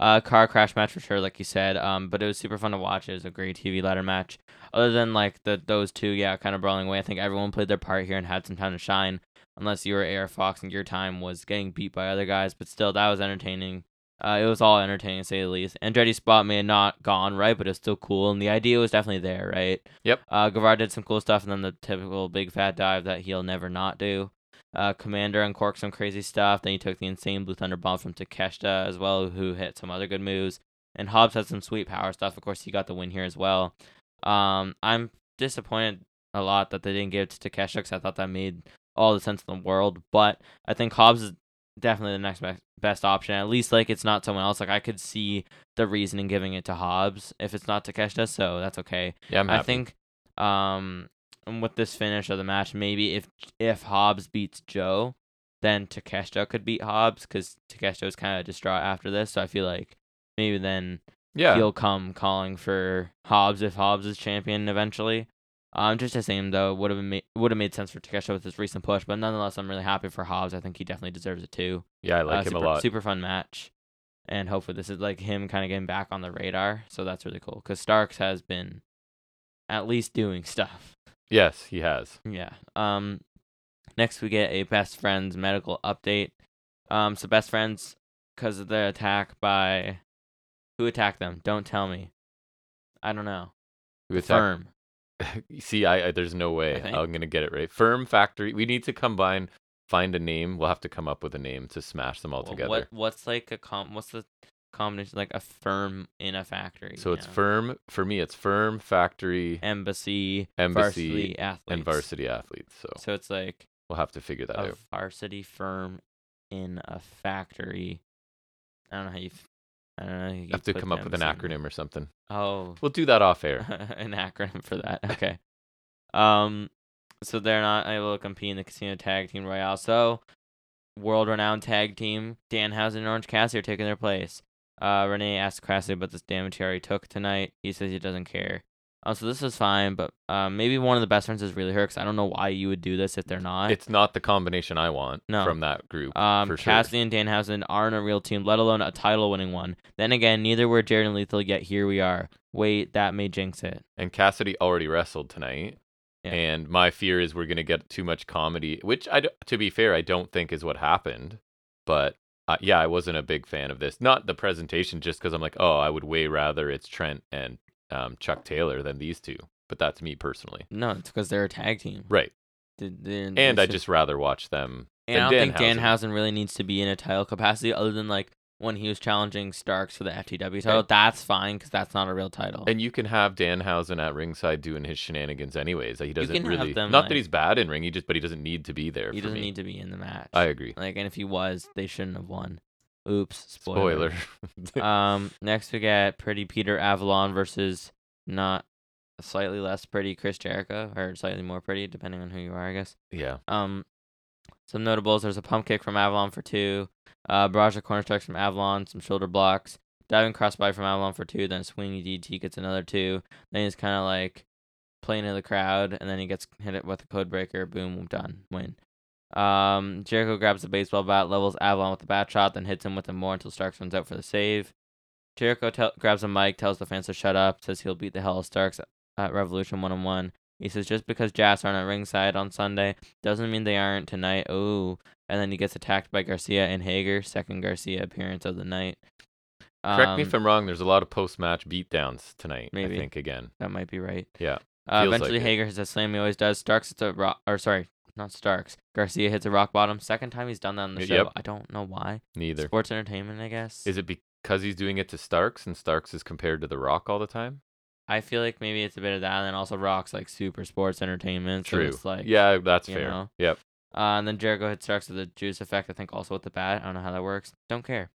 Speaker 2: Uh, car crash match for sure, like you said. Um, but it was super fun to watch. It was a great TV ladder match. Other than like the those two, yeah, kind of brawling away. I think everyone played their part here and had some time to shine. Unless you were Air Fox and your time was getting beat by other guys, but still that was entertaining. Uh, it was all entertaining to say the least. Andretti's spot may have not gone right, but it's still cool, and the idea was definitely there, right?
Speaker 1: Yep.
Speaker 2: Uh, Guevara did some cool stuff, and then the typical big fat dive that he'll never not do. Uh, Commander uncorked some crazy stuff. Then he took the insane Blue Thunder Bomb from Takeshita as well, who hit some other good moves. And Hobbs had some sweet power stuff. Of course, he got the win here as well. Um, I'm disappointed a lot that they didn't give it to Takeshita because I thought that made all the sense in the world. But I think Hobbs is definitely the next best, best option. At least, like, it's not someone else. Like, I could see the reason in giving it to Hobbs if it's not Takeshita, so that's okay.
Speaker 1: yeah I'm
Speaker 2: I
Speaker 1: happy.
Speaker 2: think um and with this finish of the match, maybe if if Hobbs beats Joe, then Takeshita could beat Hobbs because Takeshita was kind of distraught after this. So I feel like maybe then
Speaker 1: yeah
Speaker 2: he'll come calling for Hobbs if Hobbs is champion eventually. Um, just the same though, would have made would have made sense for Takeshita with his recent push, but nonetheless, I'm really happy for Hobbs. I think he definitely deserves it too.
Speaker 1: yeah i like
Speaker 2: Uh,
Speaker 1: him
Speaker 2: super,
Speaker 1: a lot
Speaker 2: Super fun match, and hopefully this is like him kind of getting back on the radar. So that's really cool because Starks has been at least doing *laughs* stuff.
Speaker 1: yes he has
Speaker 2: Yeah. Um, next we get a best friends medical update. Um, so best friends because of the attack by who attacked them? Don't tell me. I don't know.
Speaker 1: Who attacked-
Speaker 2: Firm.
Speaker 1: see I, I there's no way
Speaker 2: think.
Speaker 1: i'm gonna get it right firm factory we need to combine find a name we'll have to come up with a name to smash them all
Speaker 2: Wh-
Speaker 1: together
Speaker 2: What what's like a com? What's the combination like a firm in a factory?
Speaker 1: So
Speaker 2: you
Speaker 1: it's
Speaker 2: know?
Speaker 1: firm for me. It's firm factory
Speaker 2: embassy,
Speaker 1: embassy
Speaker 2: varsity athletes,
Speaker 1: and varsity athletes. So
Speaker 2: So it's like
Speaker 1: we'll have to figure that
Speaker 2: a
Speaker 1: out.
Speaker 2: varsity firm in a factory. I don't know how you. f- I don't know. how you
Speaker 1: have to
Speaker 2: put
Speaker 1: come up with an
Speaker 2: embassy in
Speaker 1: acronym or something.
Speaker 2: there. Oh, *laughs*
Speaker 1: We'll do that off air.
Speaker 2: an acronym for that. Okay. Um, so they're not able to compete in the casino tag team royale. So, world-renowned tag team Danhausen and Orange Cassidy are taking their place. Uh, Renee asked Cassidy about this damage he already took tonight. He says he doesn't care. Um, so this is fine, but um, maybe one of the best friends is really her because I don't know why you would do this if they're not.
Speaker 1: It's not the combination I want
Speaker 2: No.
Speaker 1: from that group.
Speaker 2: Um,
Speaker 1: for sure.
Speaker 2: Cassidy and Danhausen aren't a real team, let alone a title-winning one. Then again, neither were Jared and Lethal. Yet here we are. Wait, that may jinx it.
Speaker 1: and Cassidy already wrestled tonight.
Speaker 2: Yeah.
Speaker 1: And my fear is we're going to get too much comedy, which I, d- to be fair, I don't think is what happened. But uh, yeah, I wasn't a big fan of this. Not the presentation, just because I'm like, oh, I would way rather it's Trent and um, Chuck Taylor than these two. But that's me personally.
Speaker 2: No, it's because they're a tag team.
Speaker 1: Right.
Speaker 2: Did- they're-
Speaker 1: And I
Speaker 2: it's
Speaker 1: just rather watch them.
Speaker 2: and I
Speaker 1: than
Speaker 2: don't think
Speaker 1: Danhausen.
Speaker 2: Danhausen really needs to be in a title capacity other than like when he was challenging Starks for the FTW title.
Speaker 1: And-
Speaker 2: that's fine because that's not a real title.
Speaker 1: And you can have Danhausen at ringside doing his shenanigans anyways. Like, He doesn't
Speaker 2: can have
Speaker 1: really.
Speaker 2: them,
Speaker 1: not
Speaker 2: like-
Speaker 1: that he's bad in ring, he just, but he doesn't need to be there.
Speaker 2: he
Speaker 1: for
Speaker 2: doesn't
Speaker 1: me.
Speaker 2: need to be in the match.
Speaker 1: I agree.
Speaker 2: like, and if he was, they shouldn't have won. Oops, spoiler.
Speaker 1: Spoiler. *laughs*
Speaker 2: um, next we get Pretty Peter Avalon versus not slightly less pretty Chris Jericho or slightly more pretty, depending on who you are, I guess.
Speaker 1: yeah.
Speaker 2: Um, some notables. There's a pump kick from Avalon for two, uh, barrage of corner strikes from Avalon, some shoulder blocks, diving crossbody from Avalon for two, then a swinging DT gets another two. Then he's kind of like playing to the crowd, and then he gets hit it with a code breaker. Boom, done, win. Um, Jericho grabs the baseball bat, levels Avalon with the bat shot, then hits him with a more until Starks runs out for the save. Jericho tel- grabs a mic, tells the fans to shut up, says he'll beat the hell out of Starks at Revolution one on one. He says just because Jazz aren't at ringside on Sunday doesn't mean they aren't tonight. Oh, and then he gets attacked by Garcia and Hager, second Garcia appearance of the night.
Speaker 1: Correct me
Speaker 2: Um,
Speaker 1: if I'm wrong. There's a lot of post match beatdowns tonight,
Speaker 2: Maybe.
Speaker 1: I think, again.
Speaker 2: That might be right.
Speaker 1: Yeah,
Speaker 2: Uh,
Speaker 1: feels
Speaker 2: eventually,
Speaker 1: like it.
Speaker 2: Hager hits a slam he always does. Starks hits a rock, or sorry, not Starks. Garcia hits a rock bottom. Second time he's done that on the
Speaker 1: Y-
Speaker 2: show.
Speaker 1: yep.
Speaker 2: I don't know why.
Speaker 1: Neither.
Speaker 2: Sports entertainment, I guess.
Speaker 1: Is it because he's doing it to Starks and Starks is compared to The Rock all the time?
Speaker 2: I feel like maybe it's a bit of that, and then also Rock's like super sports entertainment. So
Speaker 1: True.
Speaker 2: it's like
Speaker 1: yeah, that's
Speaker 2: you
Speaker 1: fair.
Speaker 2: know?
Speaker 1: Yep.
Speaker 2: Uh, and then Jericho hits Starks with the juice effect. I think also with the bat. I don't know how that works. Don't care.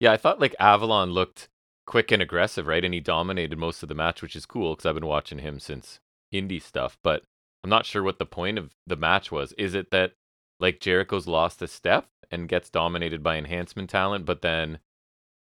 Speaker 1: Yeah, I thought like Avalon looked quick and aggressive, right? And he dominated most of the match, which is cool because I've been watching him since indie stuff. But I'm not sure what the point of the match was. Is it that like Jericho's lost a step and gets dominated by enhancement talent, but then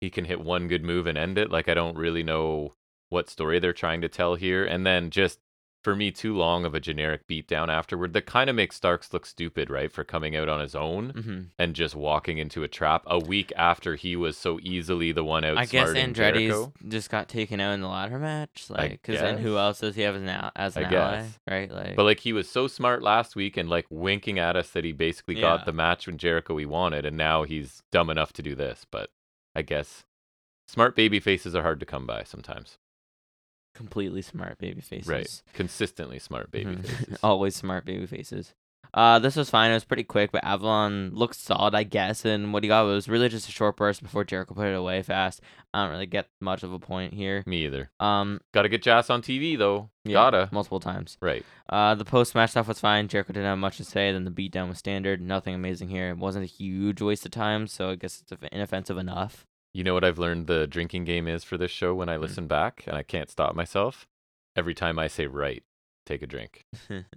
Speaker 1: he can hit one good move and end it? Like, I don't really know what story they're trying to tell here. And then just for me, too long of a generic beatdown afterward that kind of makes Starks look stupid, right? For coming out on his own
Speaker 2: hmm
Speaker 1: and just walking into a trap a week after he was so easily the one outsmarting
Speaker 2: I guess Andretti's
Speaker 1: Jericho.
Speaker 2: just got taken out in the ladder match. Like, because then who
Speaker 1: guess.
Speaker 2: else does he have as an, al- as an
Speaker 1: I
Speaker 2: ally?
Speaker 1: guess.
Speaker 2: Right? Like,
Speaker 1: But like he was so smart last week and like winking at us that he basically
Speaker 2: Yeah.
Speaker 1: got the match when Jericho he wanted, and now he's dumb enough to do this. But I guess smart baby faces are hard to come by sometimes.
Speaker 2: completely smart baby faces.
Speaker 1: Right. Consistently smart baby
Speaker 2: Mhm. *laughs*
Speaker 1: faces.
Speaker 2: Always smart baby faces. Uh, this was fine. It was pretty quick, but Avalon looked solid, I guess. And what he got was really just a short burst before Jericho put it away fast. I don't really get much of a point here.
Speaker 1: Me either. *laughs*
Speaker 2: Um,
Speaker 1: Gotta get Jazz on TV though.
Speaker 2: yeah,
Speaker 1: Gotta.
Speaker 2: multiple times.
Speaker 1: Right.
Speaker 2: Uh, the post match stuff was fine. Jericho didn't have much to say. Then the beatdown was standard. Nothing amazing here. It wasn't a huge waste of time, so I guess it's
Speaker 1: *laughs*
Speaker 2: inoffensive enough.
Speaker 1: You know what I've learned the drinking game is for this show
Speaker 2: Mm.
Speaker 1: when I listen back and I can't stop myself? Every time I say right, take a drink.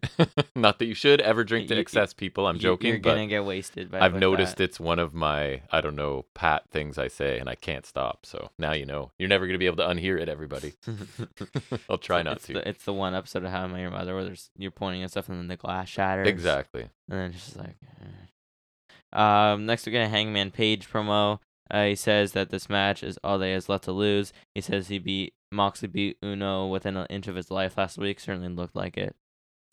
Speaker 1: *laughs* Not that you should ever drink to
Speaker 2: You- you-
Speaker 1: excess people. I'm
Speaker 2: You-
Speaker 1: joking,
Speaker 2: You're
Speaker 1: but
Speaker 2: gonna get wasted. By
Speaker 1: I've
Speaker 2: like
Speaker 1: noticed
Speaker 2: that.
Speaker 1: it's one of my I don't know pat things I say, and I can't stop. So now you know you're never gonna be able to unhear it,
Speaker 2: *laughs*
Speaker 1: everybody. I'll try
Speaker 2: It's-
Speaker 1: not
Speaker 2: it's
Speaker 1: to.
Speaker 2: The, it's the one episode of How I Met Your Mother where there's you're pointing at stuff and then the glass shatters.
Speaker 1: Exactly. *laughs*
Speaker 2: And then it's just like. eh. Um, next we get a Hangman Page promo. Uh, he says that this match is all they has left to lose. He says he beat Moxley beat Uno within an inch of his life last week. Certainly looked like it.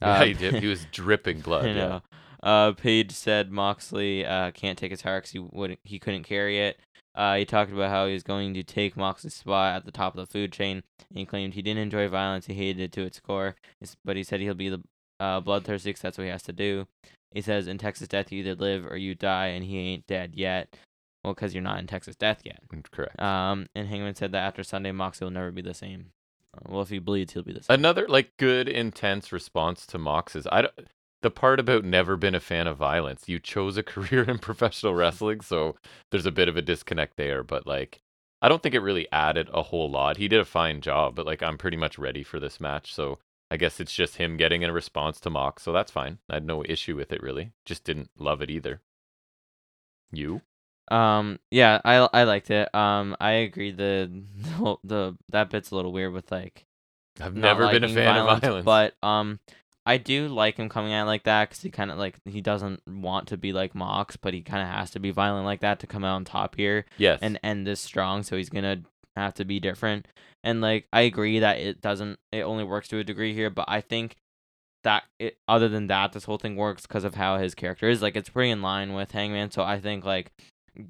Speaker 1: Yeah,
Speaker 2: Um,
Speaker 1: he, did. he was dripping blood.
Speaker 2: *laughs* I
Speaker 1: yeah.
Speaker 2: know. Uh, Page said Moxley uh, can't take his heart because he wouldn't, he couldn't carry it. Uh, he talked about how he was going to take Moxley's spot at the top of the food chain, and he claimed he didn't enjoy violence. He hated it to its core, It's- but he said he'll be the uh, bloodthirsty 'cause that's what he has to do. He says in Texas Death you either live or you die, and he ain't dead yet. Well, 'cause you're not in Texas Death yet.
Speaker 1: Mm, Correct.
Speaker 2: Um, and Hangman said that after Sunday, Moxley will never be the same. Uh, Well, if he bleeds, he'll be the same.
Speaker 1: Another like good intense response to Mox's. I don't, the part about never been a fan of violence. You chose a *laughs* career in professional wrestling, so there's a bit of a disconnect there. But like, I don't think it really added a whole lot. He did a fine job, but like, I'm pretty much ready for this match. So I guess it's just him getting a response to Mox. So that's fine. I had no issue with it really. Just didn't love it either. You?
Speaker 2: Um. Yeah. I I liked it. Um. I agree. The *laughs* the, whole- the that bit's a little weird with like
Speaker 1: I've
Speaker 2: not
Speaker 1: never been a
Speaker 2: liking
Speaker 1: fan of *laughs* violence.
Speaker 2: But um, I do like him coming out like that because he kind of like he doesn't want to be like Mox, but he kind of has to be violent like that to come out on top here
Speaker 1: yes.
Speaker 2: and end this strong. So he's gonna have to be different. And like I agree that it doesn't. It only works to a degree here, but I think that it, other than that this whole thing works because of how his character is like it's pretty in line with hangman so i think like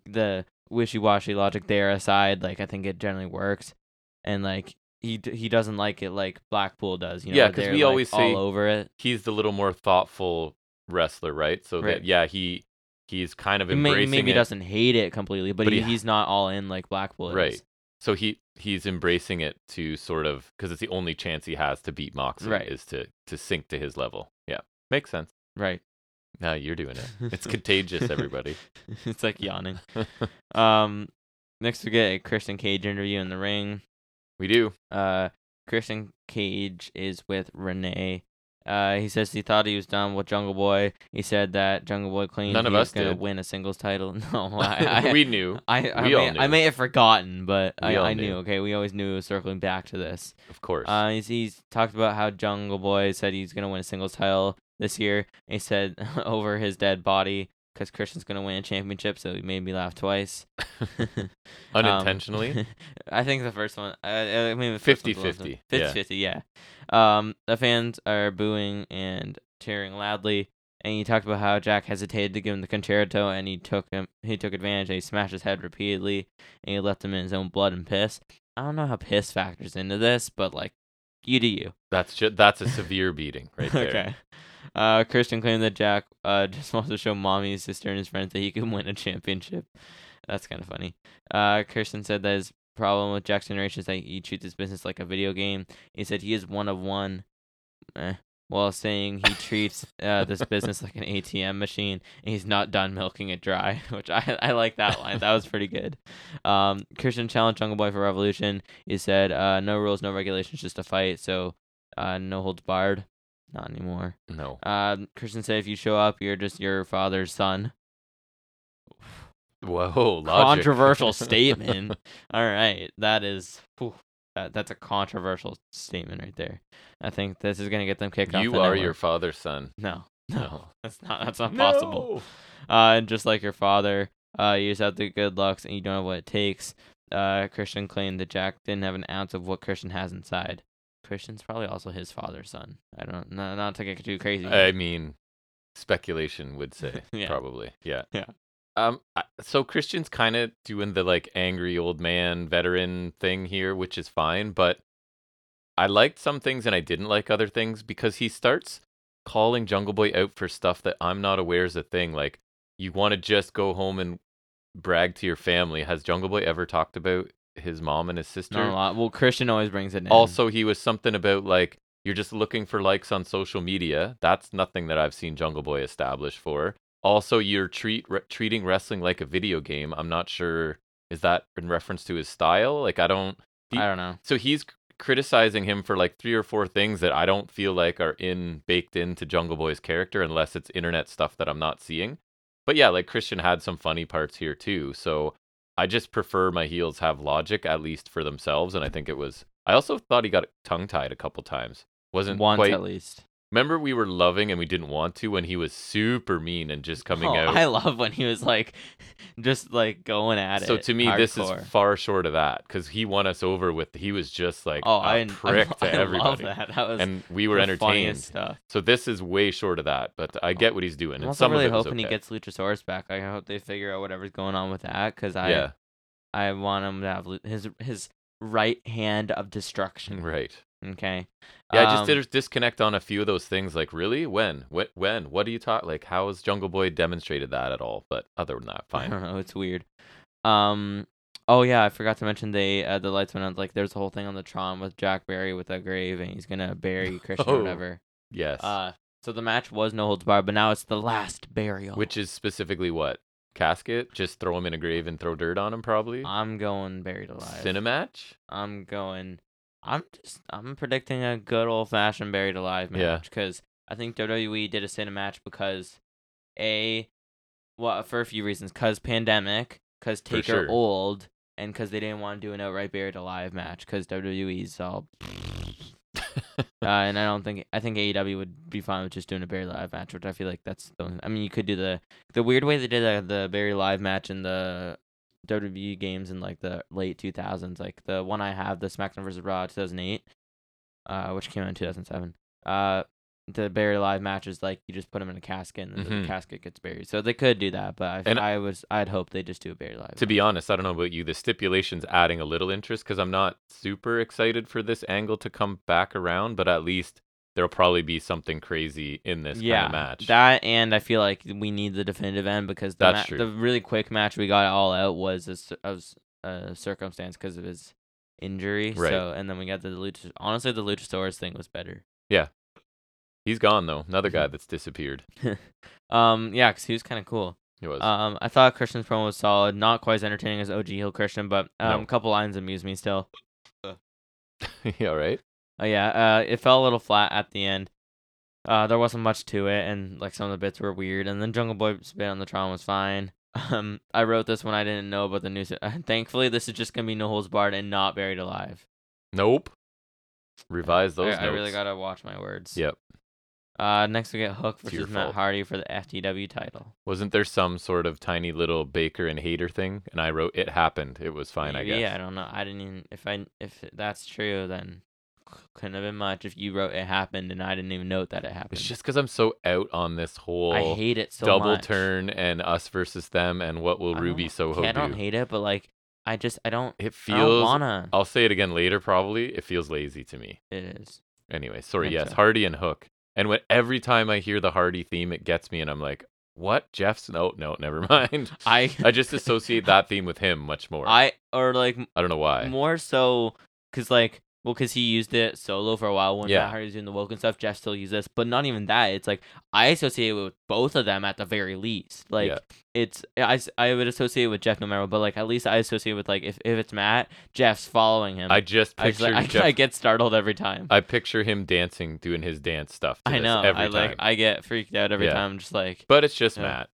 Speaker 2: the wishy-washy logic there aside like i think it generally works and like he d- he doesn't like it like blackpool does you know
Speaker 1: Yeah,
Speaker 2: where
Speaker 1: 'cause
Speaker 2: they're,
Speaker 1: we
Speaker 2: like,
Speaker 1: always say-
Speaker 2: all over it
Speaker 1: he's the little more thoughtful wrestler, right? So
Speaker 2: Right.
Speaker 1: that yeah, he he's kind of
Speaker 2: He may-
Speaker 1: embracing
Speaker 2: maybe
Speaker 1: it.
Speaker 2: doesn't hate it completely but,
Speaker 1: But
Speaker 2: he,
Speaker 1: he-
Speaker 2: he's not all in like blackpool is.
Speaker 1: Right. So he he's embracing it to sort of because it's the only chance he has to beat Moxley
Speaker 2: Right.
Speaker 1: is to to sink to his level. Yeah, makes sense.
Speaker 2: right
Speaker 1: Now you're doing it.
Speaker 2: *laughs*
Speaker 1: It's contagious, everybody.
Speaker 2: it's like yawning um next we get a christian cage interview in the ring
Speaker 1: We do.
Speaker 2: uh, Christian Cage is with Renee. Uh, he says he thought he was done with Jungle Boy. He said that Jungle Boy claimed
Speaker 1: None
Speaker 2: he
Speaker 1: of
Speaker 2: was
Speaker 1: us
Speaker 2: gonna
Speaker 1: did.
Speaker 2: win a singles title. *laughs*
Speaker 1: *laughs*
Speaker 2: No, I, I,
Speaker 1: we knew,
Speaker 2: I, I,
Speaker 1: we all
Speaker 2: may, I
Speaker 1: knew.
Speaker 2: may have forgotten, but I,
Speaker 1: We all
Speaker 2: I
Speaker 1: knew.
Speaker 2: knew. Okay, we always knew it was circling back to this.
Speaker 1: of course.
Speaker 2: Uh, he's, he's talked about how Jungle Boy said he's gonna win a singles title this year. He said *laughs* over his dead body because Christian's gonna win a championship, so he made me laugh twice. Um, *laughs*
Speaker 1: Unintentionally.
Speaker 2: I think the first one. I, I mean, the
Speaker 1: 50-50, yeah.
Speaker 2: 50 50, yeah. Um, the fans are booing and cheering loudly. And he talked about how Jack hesitated to give him the concerto, and he took him. He took advantage. And he smashed his head repeatedly, and he left him in his own blood and piss. I don't know how piss factors into this, but like, you do you.
Speaker 1: that's ju- that's a severe beating right
Speaker 2: *laughs*
Speaker 1: there.
Speaker 2: okay. Uh, Christian claimed that Jack uh, *laughs* just wants to show mommy, his sister, and his friends that he can win a championship. That's kind of funny. Uh, Christian said that his problem with Jack's generation is that he treats his business like a video game. He said he is one of one, eh, while saying he
Speaker 1: *laughs*
Speaker 2: treats uh, this business like an ATM machine and he's not done milking it dry, *laughs* which I, I like that line. That was pretty good. Um, Christian challenged Jungle Boy for Revolution. He said, uh, no rules, no regulations, just a fight. So uh, no holds barred. Not anymore.
Speaker 1: No.
Speaker 2: Um, Christian said, if you show up, you're just your father's son.
Speaker 1: Whoa. Logic. *laughs*
Speaker 2: Controversial statement. All right, that is. whew, that, that's a controversial statement right there. I think this is gonna get them kicked off.
Speaker 1: you
Speaker 2: the
Speaker 1: are
Speaker 2: network.
Speaker 1: your father's son.
Speaker 2: No, no,
Speaker 1: No.
Speaker 2: *laughs* that's not. That's not possible. Uh, and just like your father, uh, you just have the good looks and you don't have what it takes. Uh, Christian claimed that Jack didn't have an ounce of what Christian has inside. Christian's probably also his father's son. I don't. Not, not to get too crazy.
Speaker 1: I mean, speculation would say
Speaker 2: *laughs* Yeah.
Speaker 1: probably. Yeah.
Speaker 2: Yeah.
Speaker 1: Um. I- So Christian's kind of doing the like angry old man veteran thing here, which is fine. But I liked some things and I didn't like other things because he starts calling Jungle Boy out for stuff that I'm not aware is a thing. Like you want to just go home and brag to your family. Has Jungle Boy ever talked about his mom and his sister?
Speaker 2: Not a lot. Well, Christian always brings it in.
Speaker 1: Also, he was something about like you're just looking for likes on social media. That's nothing that I've seen Jungle Boy established for. Also, you're treat re- treating wrestling like a video game. I'm not sure is that in reference to his style. Like I don't.
Speaker 2: I don't know.
Speaker 1: So he's c- criticizing him for like three or four things that I don't feel like are in baked into Jungle Boy's character unless it's internet stuff that I'm not seeing. But yeah, like Christian had some funny parts here too. So I just prefer my heels have logic at least for themselves and I think it was I also thought he got tongue tied a couple times. Wasn't
Speaker 2: Once
Speaker 1: quite
Speaker 2: at least.
Speaker 1: Remember we were loving and we didn't want to when he was super mean and just coming
Speaker 2: Oh,
Speaker 1: out.
Speaker 2: I love when he was like, *laughs* just like going at
Speaker 1: so
Speaker 2: it.
Speaker 1: to me this is
Speaker 2: hardcore.
Speaker 1: far short of that cuz he won us over with he was just like
Speaker 2: oh,
Speaker 1: a
Speaker 2: *laughs* I
Speaker 1: prick
Speaker 2: I,
Speaker 1: to
Speaker 2: I
Speaker 1: everybody.
Speaker 2: love that. That was
Speaker 1: and we
Speaker 2: the
Speaker 1: were
Speaker 2: funniest
Speaker 1: entertained.
Speaker 2: stuff.
Speaker 1: So this is way short of that, but I get what he's doing.
Speaker 2: I'm
Speaker 1: And
Speaker 2: also
Speaker 1: some
Speaker 2: really
Speaker 1: of it was
Speaker 2: hoping he
Speaker 1: okay.
Speaker 2: gets Luchasaurus back. Like, I hope they figure out whatever's going on with that because I
Speaker 1: yeah,
Speaker 2: I want him to have Lu- his his right hand of
Speaker 1: *laughs*
Speaker 2: destruction.
Speaker 1: right.
Speaker 2: Okay.
Speaker 1: Yeah, I just
Speaker 2: Um,
Speaker 1: did a disconnect on a few of those things. Like, really, when, Wh- when, what do you talk? Like, how has Jungle Boy demonstrated that at all? But other than
Speaker 2: *laughs*
Speaker 1: that,
Speaker 2: I
Speaker 1: fine.
Speaker 2: don't know. Oh, It's weird. Um. Oh yeah, I forgot to mention they uh, the lights went on. Like there's a whole thing on the Tron with Jack Barry with a grave, and he's
Speaker 1: *laughs*
Speaker 2: gonna bury Christian
Speaker 1: Oh.
Speaker 2: or whatever.
Speaker 1: yes,
Speaker 2: Uh. So the match was no holds barred, but now it's the last burial.
Speaker 1: which is specifically what casket? Just throw him in a grave and throw dirt on him, probably.
Speaker 2: I'm going buried alive.
Speaker 1: Cinematch.
Speaker 2: I'm going. I'm just. I'm predicting a good old fashioned buried alive
Speaker 1: Yeah.
Speaker 2: match because I think WWE did a cinema match because a, well, for a few reasons, cause pandemic, cause
Speaker 1: For
Speaker 2: Taker
Speaker 1: sure.
Speaker 2: old, and cause they didn't want to do an outright buried alive match because WWE's all.
Speaker 1: *laughs*
Speaker 2: uh, and I don't think I think AEW would be fine with just doing a buried alive match, which I feel like that's the. only- I mean, you could do the the weird way they did the, the buried alive match in the WWE E games in like the late 2000s, like the one I have, the SmackDown vs. Raw 2008, uh, which came out in 2007. Uh, the buried alive matches like you just put them in a casket and
Speaker 1: Mhm.
Speaker 2: the casket gets buried. So they could do that, but I,
Speaker 1: And-
Speaker 2: I was I'd hope they just do a buried alive.
Speaker 1: To be
Speaker 2: match.
Speaker 1: honest, I don't know about you. The stipulation's adding a little interest because I'm not super excited for this angle to come back around, but at least there'll probably be something crazy in this
Speaker 2: yeah,
Speaker 1: kind of match.
Speaker 2: that and I feel like we need the definitive end because the
Speaker 1: That's
Speaker 2: ma-
Speaker 1: true.
Speaker 2: the really quick match we got all out was a, cir- of a circumstance because of his injury.
Speaker 1: Right.
Speaker 2: So and then we got the lucha. Honestly, the luchasaurus thing was better.
Speaker 1: He's gone though. Another
Speaker 2: Mm-hmm.
Speaker 1: guy that's disappeared.
Speaker 2: Um, yeah, because he was kind of cool.
Speaker 1: He was.
Speaker 2: Um, I thought Christian's promo was solid, not quite as entertaining as OG Hill Christian, but um,
Speaker 1: No.
Speaker 2: a couple lines amused me still.
Speaker 1: *laughs* yeah, right.
Speaker 2: Oh yeah, uh, it fell a little flat at the end. Uh, there wasn't much to it, and like some of the bits were weird. And then Jungle Boy spit on the Tron was fine. *laughs* Um, I wrote this when I didn't know about the news. *laughs* Thankfully, this is just gonna be no holds barred and not buried alive.
Speaker 1: Nope. Revise those
Speaker 2: I, I really
Speaker 1: notes.
Speaker 2: gotta watch my words.
Speaker 1: Yep.
Speaker 2: Uh, next we get Hook
Speaker 1: It's your
Speaker 2: versus Matt
Speaker 1: fault.
Speaker 2: Hardy for the FTW title.
Speaker 1: Wasn't there some sort of tiny little Baker and Hater thing? And I wrote it happened. It was fine, I
Speaker 2: Maybe,
Speaker 1: guess.
Speaker 2: I don't know. I didn't even if I if that's true then c- couldn't have been much if you wrote it happened and I didn't even note that it happened.
Speaker 1: It's just because I'm so out on this whole
Speaker 2: I hate it so
Speaker 1: double
Speaker 2: much.
Speaker 1: turn and us versus them and what will
Speaker 2: I
Speaker 1: Ruby
Speaker 2: don't-
Speaker 1: Soho
Speaker 2: okay, I don't
Speaker 1: do.
Speaker 2: hate it, but like I just I don't
Speaker 1: it
Speaker 2: I don't
Speaker 1: feels.
Speaker 2: wanna.
Speaker 1: I'll say it again later, probably. It feels lazy to me.
Speaker 2: It is.
Speaker 1: Anyway, sorry.
Speaker 2: Think
Speaker 1: Yes,
Speaker 2: so.
Speaker 1: Hardy and Hook. And when every time I hear the Hardy theme, it gets me, and I'm like, "What? Jeff's? No, no, never *laughs* mind."
Speaker 2: *laughs* I
Speaker 1: I just associate that theme with him much more. I,
Speaker 2: *laughs* I or like m-
Speaker 1: don't know why.
Speaker 2: more so because like well because he used it solo for a while when
Speaker 1: Yeah.
Speaker 2: Matt Hardy was doing the woke and stuff. Jeff still used this, but not even that. It's like I associate it with both of them at the very least. Like
Speaker 1: Yeah.
Speaker 2: it's I, s- I would associate it with Jeff no matter what, but like at least I associate it with like if if it's Matt, Jeff's following him.
Speaker 1: I just
Speaker 2: I just,
Speaker 1: picture
Speaker 2: like, I, *laughs*
Speaker 1: Jeff.
Speaker 2: I get startled every time.
Speaker 1: *laughs* I picture him dancing, doing his dance stuff. to
Speaker 2: *laughs* I
Speaker 1: this
Speaker 2: know.
Speaker 1: Every
Speaker 2: I
Speaker 1: time.
Speaker 2: like I get freaked out every
Speaker 1: Yeah.
Speaker 2: time. I'm just like
Speaker 1: but it's just
Speaker 2: Yeah.
Speaker 1: Matt.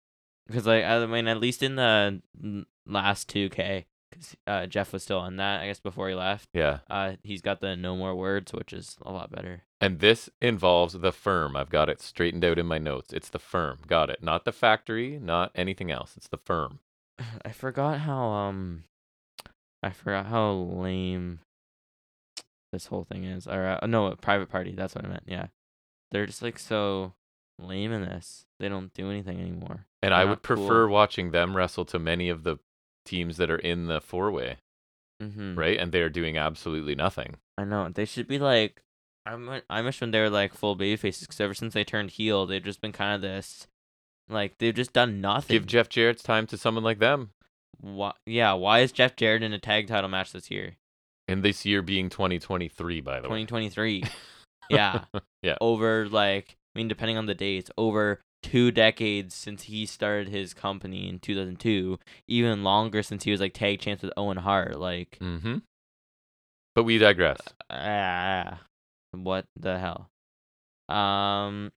Speaker 2: because like I mean at least in the n- last two K because uh, Jeff was still on that I guess before he left.
Speaker 1: Yeah.
Speaker 2: Uh, he's got the no more words, which is a lot better. *sighs*
Speaker 1: And this involves the firm. I've got it straightened out in my notes. It's the firm. Got it. Not the factory, not anything else. It's the firm.
Speaker 2: I forgot how um, I forgot how lame this whole thing is. Or uh, no, a private party. That's what I meant. Yeah, they're just like so lame in this. They don't do anything anymore.
Speaker 1: And I
Speaker 2: Not
Speaker 1: would prefer
Speaker 2: Ah, cool.
Speaker 1: watching them wrestle to many of the teams that are in the four way,
Speaker 2: Mm-hmm.
Speaker 1: right? And they're doing absolutely nothing.
Speaker 2: I know they should be like. I mi- I wish when they were like full baby faces because ever since they turned heel, they've just been kind of this, like they've just done nothing.
Speaker 1: Give Jeff Jarrett's time to someone like them.
Speaker 2: Why, yeah, why is Jeff Jarrett in a tag title match this year?
Speaker 1: And this year being 2023, by the way. *laughs*
Speaker 2: 2023. yeah.
Speaker 1: Yeah.
Speaker 2: Over like I mean depending on the dates, over 2 decades since he started his company in 2002, even longer since he was like tag champs with Owen Hart, like
Speaker 1: Mm-hmm. But we digress.
Speaker 2: ah, what the hell. Um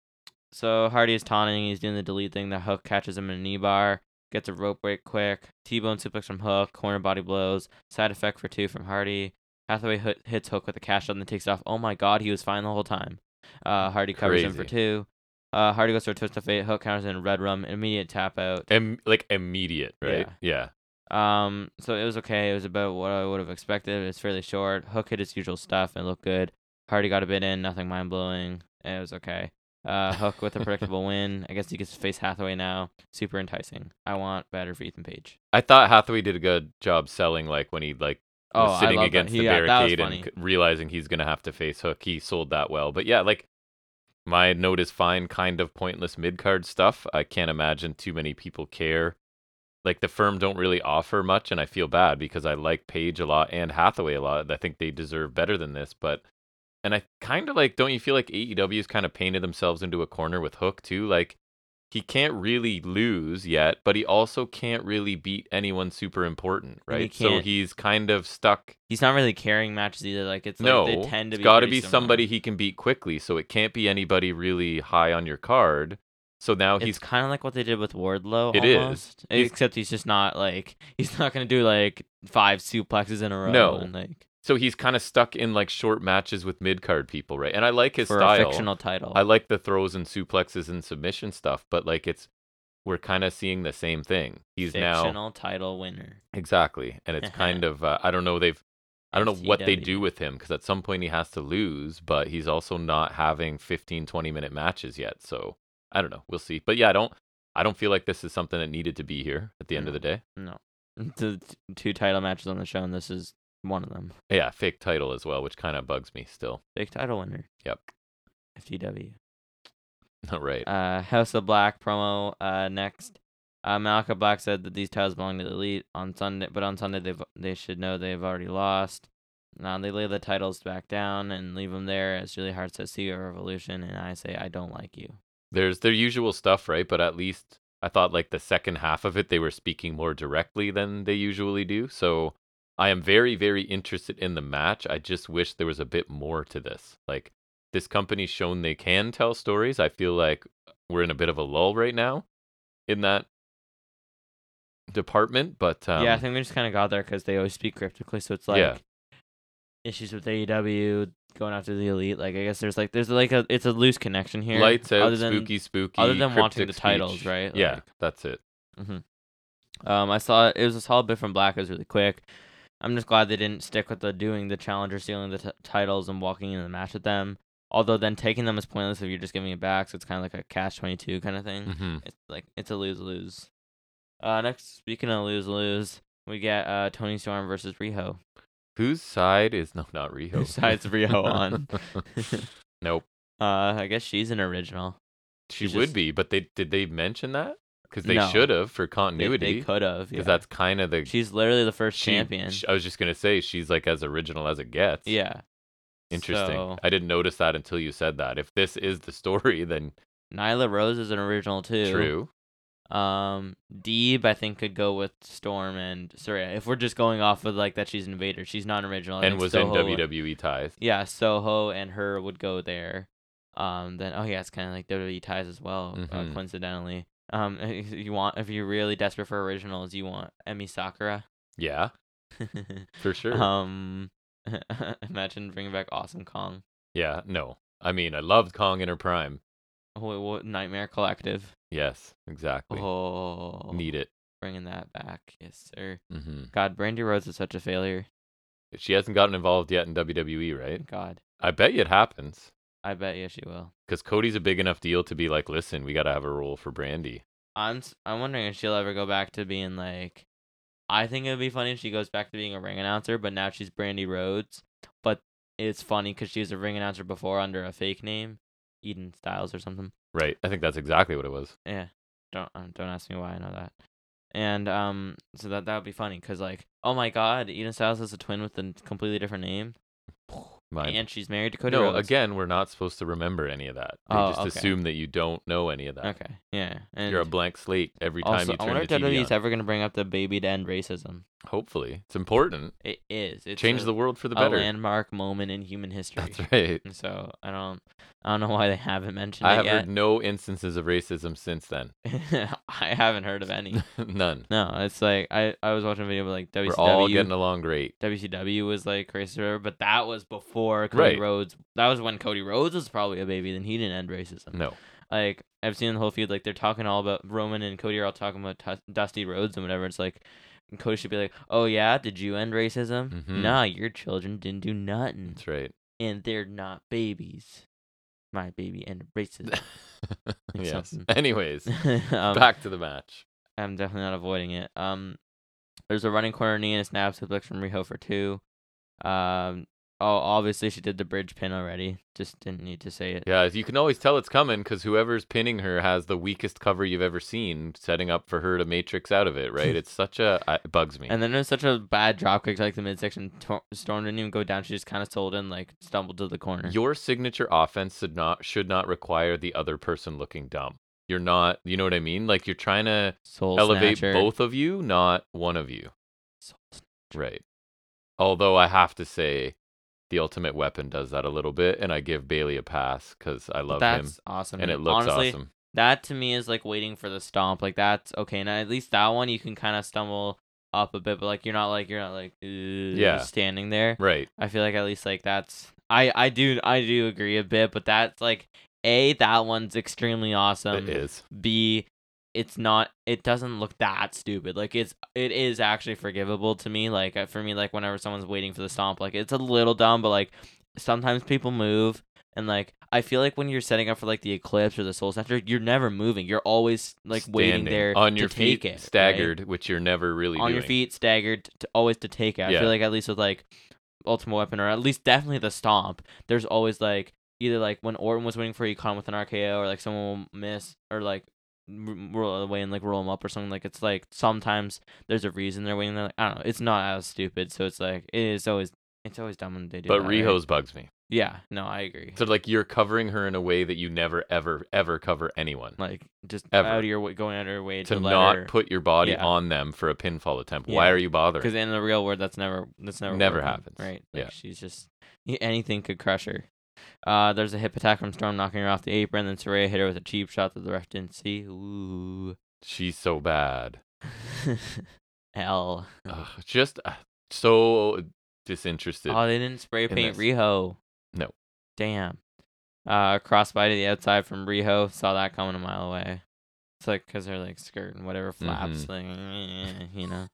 Speaker 2: so Hardy is taunting, he's doing the delete thing, the hook catches him in a knee bar, gets a rope break quick, T-bone suplex from Hook, corner body blows, side effect for 2 from Hardy. Hathaway hit, hits Hook with a cash out and then takes off. Oh my god, he was fine the whole time. Uh, Hardy covers him for
Speaker 1: Crazy.
Speaker 2: 2. Uh, Hardy goes for a twist of fate, Hook counters in a red rum, immediate tap out.
Speaker 1: Im- like immediate, right?
Speaker 2: Uh, Yeah.
Speaker 1: Yeah.
Speaker 2: Um, so it was okay. It was about what I would have expected. It's fairly short. Hook hit his usual stuff and looked good. Hardy got a bit in, nothing mind blowing. It was okay. Uh, Hook with a
Speaker 1: *laughs*
Speaker 2: predictable win. I guess he gets to face Hathaway now. Super enticing. I want better for Ethan Page.
Speaker 1: I thought Hathaway did a good job selling, like when he like
Speaker 2: Oh,
Speaker 1: was
Speaker 2: I
Speaker 1: sitting
Speaker 2: love
Speaker 1: against
Speaker 2: that.
Speaker 1: the
Speaker 2: yeah, that was
Speaker 1: barricade and
Speaker 2: funny.
Speaker 1: c- realizing he's going to have to face Hook. He sold that well. But yeah, like my note is fine, kind of pointless mid card stuff. I can't imagine too many people care. Like the firm don't really offer much, and I feel bad because I like Page a lot and Hathaway a lot. I think they deserve better than this, but and I kind of like, don't you feel like E AEW's kind of painted themselves into a corner with Hook too? Like he can't really lose yet, but he also can't really beat anyone super important,
Speaker 2: And he
Speaker 1: right? So
Speaker 2: can't-
Speaker 1: he's kind of stuck
Speaker 2: He's not really carrying matches either. Like it's like
Speaker 1: no,
Speaker 2: they tend to
Speaker 1: it's
Speaker 2: be
Speaker 1: got to
Speaker 2: pretty
Speaker 1: be
Speaker 2: similar.
Speaker 1: somebody he can beat quickly, so it can't be anybody really high on your card. So now
Speaker 2: It's
Speaker 1: he's
Speaker 2: kind of like what they did with Wardlow.
Speaker 1: It is.
Speaker 2: almost,
Speaker 1: He's-
Speaker 2: Except he's just not like *laughs* he's not gonna do like five suplexes in a row.
Speaker 1: No.
Speaker 2: and, like
Speaker 1: so he's kind of stuck in like short matches with mid card people, right? And I like his
Speaker 2: for a
Speaker 1: style.
Speaker 2: fictional title.
Speaker 1: I like the throws and suplexes and submission stuff, but like it's we're kind of seeing the same thing. He's now
Speaker 2: fictional title winner.
Speaker 1: Exactly. And it's kind of, uh, I don't know, they've I don't know what they
Speaker 2: FTW.
Speaker 1: do with him because at some point he has to lose, but he's also not having 15, 20 minute matches yet. So I don't know. We'll see. But yeah, I don't I don't feel like this is something that needed to be here at the end of the day.
Speaker 2: No.
Speaker 1: Mm.
Speaker 2: The t- two title matches on the show, and this is one of them.
Speaker 1: Yeah, fake title as well, which kind of bugs me still. *laughs*
Speaker 2: Big title winner.
Speaker 1: Yep.
Speaker 2: FTW.
Speaker 1: right.
Speaker 2: Uh, House of Black promo uh, next. Uh, Malcolm Black said that these titles belong to the Elite on Sunday, but on Sunday they they should know they've already lost. Now they lay the titles back down and leave them there. It's really hard to see a revolution, and I say I don't like you.
Speaker 1: There's their usual stuff, right? But at least I thought like the second half of it they were speaking more directly than they usually do. So I am very, very interested in the match. I just wish there was a bit more to this. Like this company's shown they can tell stories. I feel like we're in a bit of a lull right now in that department. But um,
Speaker 2: yeah, I think we just kind of got there because they always speak cryptically, so it's like
Speaker 1: Yeah.
Speaker 2: issues with AEW going after the Elite. Like I guess there's like there's like a it's a loose connection here.
Speaker 1: lights out,
Speaker 2: other than-
Speaker 1: spooky, spooky.
Speaker 2: other than watching
Speaker 1: cryptic
Speaker 2: the titles,
Speaker 1: speech.
Speaker 2: right?
Speaker 1: yeah,
Speaker 2: Like-
Speaker 1: that's it.
Speaker 2: Um, I saw it was a solid bit from Black. It was really quick. I'm just glad they didn't stick with the doing the challenger stealing the t- titles and walking into the match with them. Although then taking them is pointless if you're just giving it back. So it's kind of like a cash twenty two kind of thing.
Speaker 1: hmm
Speaker 2: It's like it's a lose lose. Uh, next speaking of lose lose, we get uh Tony Storm versus Riho.
Speaker 1: Whose side is no, not Riho.
Speaker 2: *laughs* Whose side's
Speaker 1: *laughs*
Speaker 2: Riho on? *laughs*
Speaker 1: nope.
Speaker 2: Uh, I guess she's an original.
Speaker 1: She
Speaker 2: She's
Speaker 1: would
Speaker 2: just-
Speaker 1: be, but they did they mention that? Because they
Speaker 2: No.
Speaker 1: should have for
Speaker 2: They- They,
Speaker 1: continuity. Because
Speaker 2: could have. Yeah.
Speaker 1: that's kind of the
Speaker 2: she's literally the first
Speaker 1: she-
Speaker 2: champion.
Speaker 1: sh- I was just gonna say she's like as original as it gets.
Speaker 2: yeah.
Speaker 1: interesting.
Speaker 2: So,
Speaker 1: I didn't notice that until you said that. If this is the story, then
Speaker 2: Nyla Rose is an original too.
Speaker 1: true.
Speaker 2: Um, Deeb, I think, could go with Storm and Surya. If we're just going off of like that, she's an invader. She's not original. I
Speaker 1: and
Speaker 2: think
Speaker 1: was in E.
Speaker 2: Soho,
Speaker 1: WWE ties.
Speaker 2: Yeah, Soho and her would go there. Um, then oh yeah, it's kind of like WWE ties as well, uh,
Speaker 1: Mhm.
Speaker 2: coincidentally. Um, *laughs* if you want if you're really desperate for originals, you want Emmy Sakura. *laughs*
Speaker 1: Yeah, for sure.
Speaker 2: um, *laughs* imagine bringing back Awesome Kong.
Speaker 1: yeah, no. I mean, I loved Kong in her prime.
Speaker 2: Oh, what Nightmare Collective.
Speaker 1: Yes, exactly.
Speaker 2: Oh,
Speaker 1: Need it.
Speaker 2: bringing that back, yes sir.
Speaker 1: hmm
Speaker 2: God, Brandy Rhodes is such a failure.
Speaker 1: She hasn't gotten involved yet in WWE, right?
Speaker 2: God.
Speaker 1: I bet you it happens.
Speaker 2: I bet you she will.
Speaker 1: Because Cody's a big enough deal to be like, listen, we got to have a role for Brandy.
Speaker 2: I'm s- I'm wondering if she'll ever go back to being like. I think it'd be funny if she goes back to being a ring announcer, but now she's Brandy Rhodes. But it's funny because she was a ring announcer before under a fake name, Eden Styles or something.
Speaker 1: Right. I think that's exactly what it was.
Speaker 2: Yeah. Don't um, don't ask me why I know that. And um, so that that would be funny because like, oh my God, Eden Styles is a twin with a n- completely different name,
Speaker 1: Mine.
Speaker 2: and she's married to Cody
Speaker 1: no,
Speaker 2: Rhodes.
Speaker 1: again, we're not supposed to remember any of that. They
Speaker 2: Oh,
Speaker 1: just
Speaker 2: okay.
Speaker 1: assume that you don't know any of that.
Speaker 2: Okay. Yeah. And
Speaker 1: uh, You're a blank slate every time you
Speaker 2: also, I
Speaker 1: turn
Speaker 2: wonder
Speaker 1: the
Speaker 2: if
Speaker 1: TV
Speaker 2: WWE's
Speaker 1: on.
Speaker 2: ever gonna bring up the baby to end racism.
Speaker 1: Hopefully, it's important.
Speaker 2: It is. It's
Speaker 1: Change
Speaker 2: a- Oh,
Speaker 1: the world for the
Speaker 2: a
Speaker 1: better.
Speaker 2: landmark moment in human history.
Speaker 1: *laughs* That's right.
Speaker 2: And So I don't, I don't know why they haven't mentioned
Speaker 1: I
Speaker 2: it
Speaker 1: have
Speaker 2: yet.
Speaker 1: heard no instances of racism since then.
Speaker 2: *laughs*
Speaker 1: *laughs*
Speaker 2: I haven't heard of any.
Speaker 1: None.
Speaker 2: No, it's like I, I was watching a video of like E
Speaker 1: We're all
Speaker 2: WCW.
Speaker 1: getting along great.
Speaker 2: WCW was like racist, or whatever, but that was before Cody
Speaker 1: Right.
Speaker 2: Rhodes. That was when Cody Rhodes was probably a baby. Then he didn't end racism.
Speaker 1: No.
Speaker 2: Like I've seen the whole feud. Like they're talking all about Roman and Cody are all talking about Tus Dusty Rhodes and whatever. It's like Cody should be like, "Oh yeah, did you end racism?
Speaker 1: Mhm.
Speaker 2: Nah, your children didn't do nothing."
Speaker 1: That's right. *laughs*
Speaker 2: and they're not babies. My baby and
Speaker 1: *laughs*
Speaker 2: racism. Like
Speaker 1: yes.
Speaker 2: something.
Speaker 1: Anyways,
Speaker 2: *laughs* um,
Speaker 1: back to the match.
Speaker 2: I'm definitely not avoiding it. Um, there's a running corner knee and a snap suplex from Riho for two. Um, oh, obviously she did the bridge pin already. Just didn't need to say it.
Speaker 1: Yeah, you can always tell it's coming because whoever's pinning her has the weakest cover you've ever seen, setting up for her to matrix out of it. Right? It's such a I- it bugs me.
Speaker 2: And then it was such a bad dropkick to like the midsection. Tor- Storm didn't even go down. She just kind of sold in, like stumbled to the corner.
Speaker 1: Your signature offense should not should not require the other person looking dumb. You're not, you know what I mean? Like you're trying to
Speaker 2: Soul
Speaker 1: elevate
Speaker 2: snatcher.
Speaker 1: both of you, not one of you.
Speaker 2: Soul sn-
Speaker 1: Right. Although I have to say, the Ultimate Weapon does that a little bit, and I give Bailey a pass because I love
Speaker 2: That's
Speaker 1: him,
Speaker 2: awesome.
Speaker 1: and it
Speaker 2: dude.
Speaker 1: looks
Speaker 2: Honestly,
Speaker 1: awesome.
Speaker 2: That to me is like waiting for the stomp. Like that's okay. Now at least that one you can kind of stumble up a bit, but like you're not like you're not like yeah standing there.
Speaker 1: Right.
Speaker 2: I feel like at least like that's I I do I do agree a bit, but that's like a that one's extremely awesome.
Speaker 1: it is.
Speaker 2: B it's not it doesn't look that stupid like it's it is actually forgivable to me like uh, for me like whenever someone's waiting for the stomp like it's a little dumb but like sometimes people move and like i feel like when you're setting up for like the eclipse or the soul center you're never moving you're always like waiting
Speaker 1: Standing
Speaker 2: there
Speaker 1: on
Speaker 2: to
Speaker 1: your feet,
Speaker 2: take it right?
Speaker 1: staggered, which you're never really
Speaker 2: on
Speaker 1: doing.
Speaker 2: your feet staggered to always to take it i
Speaker 1: Yeah.
Speaker 2: feel like at least with like ultimate weapon or at least definitely the stomp there's always like either like when orton was waiting for econ with an rko or like someone will miss or like r- roll away and like roll them up or something like it's like sometimes there's a reason they're waiting there. like, i don't know it's not as stupid so it's like it is always it's always dumb when they do
Speaker 1: But
Speaker 2: that, right?
Speaker 1: Riho's bugs me.
Speaker 2: yeah no i agree
Speaker 1: So like you're covering her in a way that you never ever ever cover anyone.
Speaker 2: like just
Speaker 1: Ever.
Speaker 2: out of your way going out of your way to,
Speaker 1: to not put your body
Speaker 2: Yeah.
Speaker 1: on them for a pinfall attempt. Why
Speaker 2: Yeah.
Speaker 1: are you bothering?
Speaker 2: because in the real world that's never that's never
Speaker 1: Never
Speaker 2: working,
Speaker 1: happens.
Speaker 2: right like
Speaker 1: Yeah.
Speaker 2: she's just y- anything could crush her uh there's a hip attack from storm knocking her off the apron then Soraya hit her with a cheap shot that the ref didn't see ooh *laughs*
Speaker 1: She's so bad.
Speaker 2: hell
Speaker 1: Ugh, just uh, so disinterested.
Speaker 2: oh they didn't spray
Speaker 1: in
Speaker 2: paint
Speaker 1: this.
Speaker 2: Riho
Speaker 1: No.
Speaker 2: damn uh crossbody to the outside from Riho saw that coming a mile away it's like because her like skirt and whatever
Speaker 1: Mm-hmm.
Speaker 2: flaps like you
Speaker 1: *laughs*
Speaker 2: know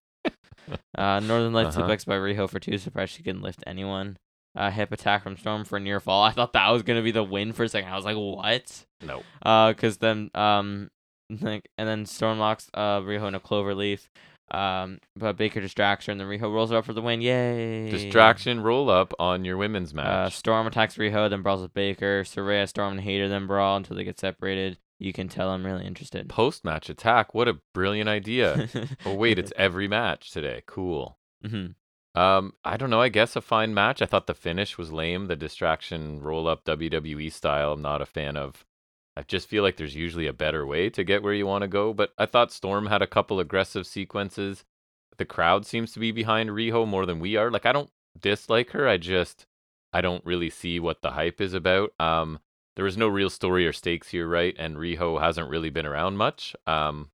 Speaker 2: Uh, Northern Lights
Speaker 1: Uh-huh.
Speaker 2: suplex by Riho for two. Surprised she couldn't lift anyone. Uh, hip attack from Storm for near fall. I thought that was gonna be the win for a second. I was like, what?
Speaker 1: no.
Speaker 2: Uh, cause then um, *laughs* like, and then Storm locks uh Riho in a clover leaf. Um, but Baker distracts her, and then Riho rolls her up for the win. Yay!
Speaker 1: Distraction roll up on your women's
Speaker 2: Uh,
Speaker 1: match.
Speaker 2: Storm attacks Riho, then brawls with Baker. Soraya, Storm, and Hater then brawl until they get separated. You can tell I'm really interested.
Speaker 1: Post match attack. What a brilliant
Speaker 2: *laughs*
Speaker 1: idea. oh wait, it's every match today. Cool.
Speaker 2: hmm
Speaker 1: Um, I don't know. I guess a fine match. I thought the finish was lame. The distraction roll up WWE E style. I'm not a fan of. I just feel like there's usually a better way to get where you want to go. But I thought Storm had a couple aggressive sequences. The crowd seems to be behind Riho more than we are. Like I don't dislike her. I just I don't really see what the hype is about. Um, there was no real story or stakes here, right? And Riho hasn't really been around much. Um,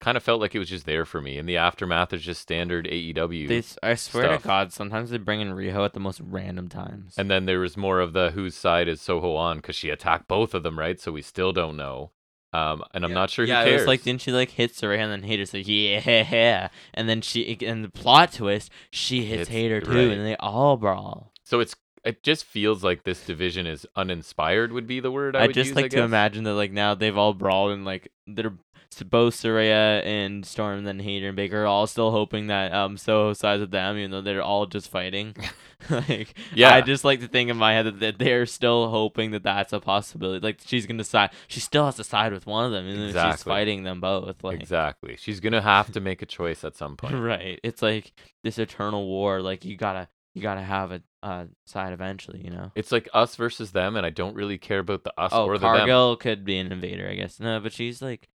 Speaker 1: kind of felt like it was just there for me. And the aftermath is just standard E AEW.
Speaker 2: They, s- I swear
Speaker 1: stuff.
Speaker 2: to God, sometimes they bring in Riho at the most random times.
Speaker 1: And then there was more of the whose side is Soho on because she attacked both of them, right? So we still don't know. Um, and I'm not sure
Speaker 2: yeah,
Speaker 1: who cares.
Speaker 2: it was like didn't she like hits her and then Hater's like yeah, and then she and the plot twist she hits,
Speaker 1: Hits-
Speaker 2: Hater too,
Speaker 1: right.
Speaker 2: and they all brawl.
Speaker 1: so it's it just feels like this division is uninspired would be the word I,
Speaker 2: I
Speaker 1: would
Speaker 2: just
Speaker 1: use,
Speaker 2: like
Speaker 1: I
Speaker 2: to
Speaker 1: guess.
Speaker 2: imagine that like now they've all brawled and like they're s- both Soraya and Storm and then Hater and Baker are all still hoping that um Soho sides with them, even though they're all
Speaker 1: *laughs*
Speaker 2: just fighting. *laughs* like
Speaker 1: Yeah,
Speaker 2: I just like to think in my head that- that they're still hoping that that's a possibility. Like she's gonna side, she still has to side with one of them, and then she's
Speaker 1: Exactly.
Speaker 2: fighting them both. Like
Speaker 1: exactly. She's gonna have to make a choice at some point.
Speaker 2: *laughs* right, it's like this eternal war. Like you gotta, you gotta have a uh, side eventually. You know.
Speaker 1: It's like us versus them, and I don't really care about the us
Speaker 2: oh,
Speaker 1: or the them.
Speaker 2: Cargill could be an invader, I guess. No, but she's like,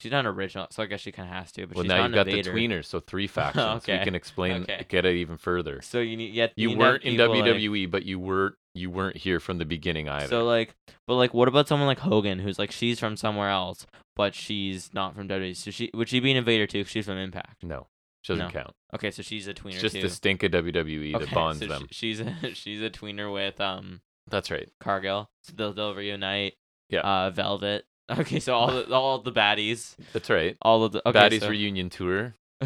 Speaker 2: she's not original, so I guess she kind of has to. But
Speaker 1: Well,
Speaker 2: she's
Speaker 1: now
Speaker 2: not
Speaker 1: you've
Speaker 2: an
Speaker 1: got
Speaker 2: invader.
Speaker 1: the tweeners, so
Speaker 2: *laughs*
Speaker 1: three factions.
Speaker 2: Okay.
Speaker 1: We can explain,
Speaker 2: Okay.
Speaker 1: get it even further.
Speaker 2: So you need yet
Speaker 1: You,
Speaker 2: need to have
Speaker 1: weren't in
Speaker 2: people, like-
Speaker 1: WWE, but you were you weren't here from the beginning E either.
Speaker 2: So like, but like, what about someone like Hogan, who's like she's from somewhere else, but she's not from WWE? So she would she be an invader too? 'cause she's from Impact.
Speaker 1: no, she doesn't
Speaker 2: No.
Speaker 1: count.
Speaker 2: Okay, so she's a tweener
Speaker 1: It's just
Speaker 2: too.
Speaker 1: the stink of WWE
Speaker 2: okay,
Speaker 1: that bonds
Speaker 2: so she-
Speaker 1: them.
Speaker 2: she's a *laughs* she's a tweener with um
Speaker 1: That's right.
Speaker 2: Cargill. So they'll they'll reunite.
Speaker 1: Yeah.
Speaker 2: Uh, Velvet. *laughs* Okay, so all the all the baddies,
Speaker 1: That's right.
Speaker 2: all of the okay,
Speaker 1: Baddies
Speaker 2: so-
Speaker 1: reunion tour.
Speaker 2: *laughs*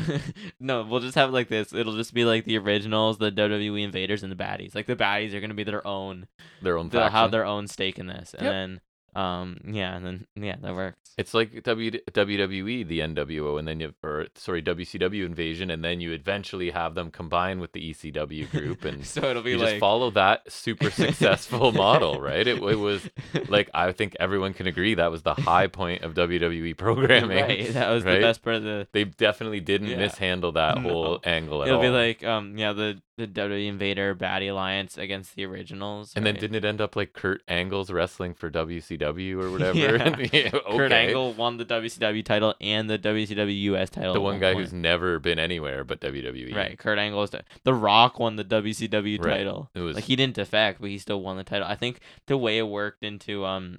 Speaker 2: no, we'll just have it like this. It'll just be like the originals, the WWE Invaders, and the baddies. Like the baddies are gonna be their own.
Speaker 1: Their own
Speaker 2: They'll
Speaker 1: faction.
Speaker 2: have their own stake in this, and
Speaker 1: Yep.
Speaker 2: then um yeah, and then yeah, that works.
Speaker 1: it's like w- WWE, the NWO, and then you or sorry WCW invasion, and then you eventually have them combine with the ECW group, and
Speaker 2: *laughs* so it'll be
Speaker 1: you
Speaker 2: like
Speaker 1: just follow that
Speaker 2: *laughs*
Speaker 1: super successful model, right? It, it was like I think everyone can agree that was the high point of
Speaker 2: *laughs*
Speaker 1: WWE programming.
Speaker 2: right, that was
Speaker 1: right?
Speaker 2: the best part of the.
Speaker 1: They definitely didn't
Speaker 2: Yeah.
Speaker 1: mishandle that
Speaker 2: No.
Speaker 1: whole angle at
Speaker 2: It'll
Speaker 1: all.
Speaker 2: be like um yeah the the WWE Invader Baddie Alliance against the originals.
Speaker 1: and then
Speaker 2: right?
Speaker 1: didn't it end up like Kurt Angle's wrestling for WCW
Speaker 2: *laughs*
Speaker 1: or whatever?
Speaker 2: Yeah.
Speaker 1: *laughs* Yeah,
Speaker 2: Kurt
Speaker 1: okay.
Speaker 2: Angle won the WCW title and the WCW US title.
Speaker 1: the
Speaker 2: at
Speaker 1: one guy
Speaker 2: point.
Speaker 1: who's never been anywhere but E. WWE.
Speaker 2: right. Kurt Angle is the, the Rock won the WCW
Speaker 1: Right.
Speaker 2: title.
Speaker 1: It was
Speaker 2: Like he didn't defect, but he still won the title. I think the way it worked into um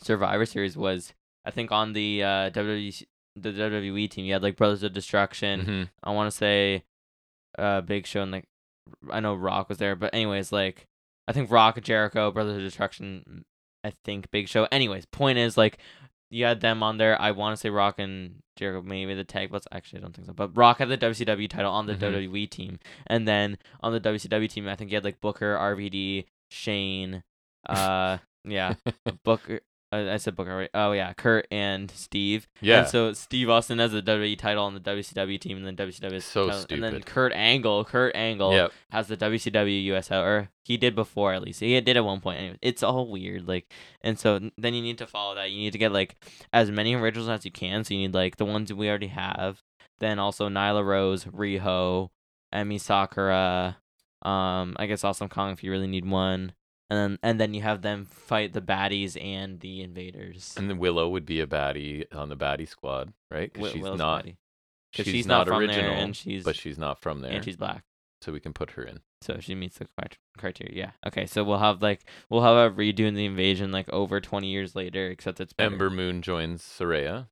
Speaker 2: Survivor Series was I think on the uh WWE the WWE team you had like Brothers of Destruction,
Speaker 1: Mhm.
Speaker 2: I want to say, uh, Big Show and like, I know Rock was there, but anyways, like, mm, I think Rock, Jericho, Brothers of Destruction, I think Big Show. Anyways, point is like, you had them on there. I want to say Rock and Jericho, maybe the tag belts. Actually, I don't think so. But Rock had the WCW title on the
Speaker 1: Mhm.
Speaker 2: WWE team, and then on the WCW team, I think you had like Booker, RVD, Shane. Uh, yeah, Booker. Uh, I said Booker. Right? Oh yeah, Kurt and Steve.
Speaker 1: yeah.
Speaker 2: And so Steve Austin has the WWE title on the WCW team, and then WCW. 's
Speaker 1: So
Speaker 2: title- And then
Speaker 1: stupid.
Speaker 2: Kurt Angle, Kurt Angle
Speaker 1: Yep.
Speaker 2: has the WCW US or he did before at least. He did at one point. Anyway, it's all weird. Like, and so n- then you need to follow that. You need to get like as many originals as you can. So you need like the ones we already have. Then also Nyla Rose, Riho, Emi Sakura. Um, I guess Awesome Kong if you really need one. And then and then you have them fight the baddies and
Speaker 1: *clears throat*
Speaker 2: the invaders.
Speaker 1: And then Willow would be a baddie on the baddie squad, right? 'Cause
Speaker 2: Wi-
Speaker 1: she's
Speaker 2: Will's
Speaker 1: not.
Speaker 2: baddie. 'Cause
Speaker 1: She's, not,
Speaker 2: from there,
Speaker 1: original,
Speaker 2: and she's
Speaker 1: but she's not from there,
Speaker 2: and she's black.
Speaker 1: so we can put her in.
Speaker 2: So she meets the cri- criteria. Yeah. Okay. So we'll have like we'll have a redo in the invasion like over twenty years later, except it's better.
Speaker 1: Ember Moon joins Soraya.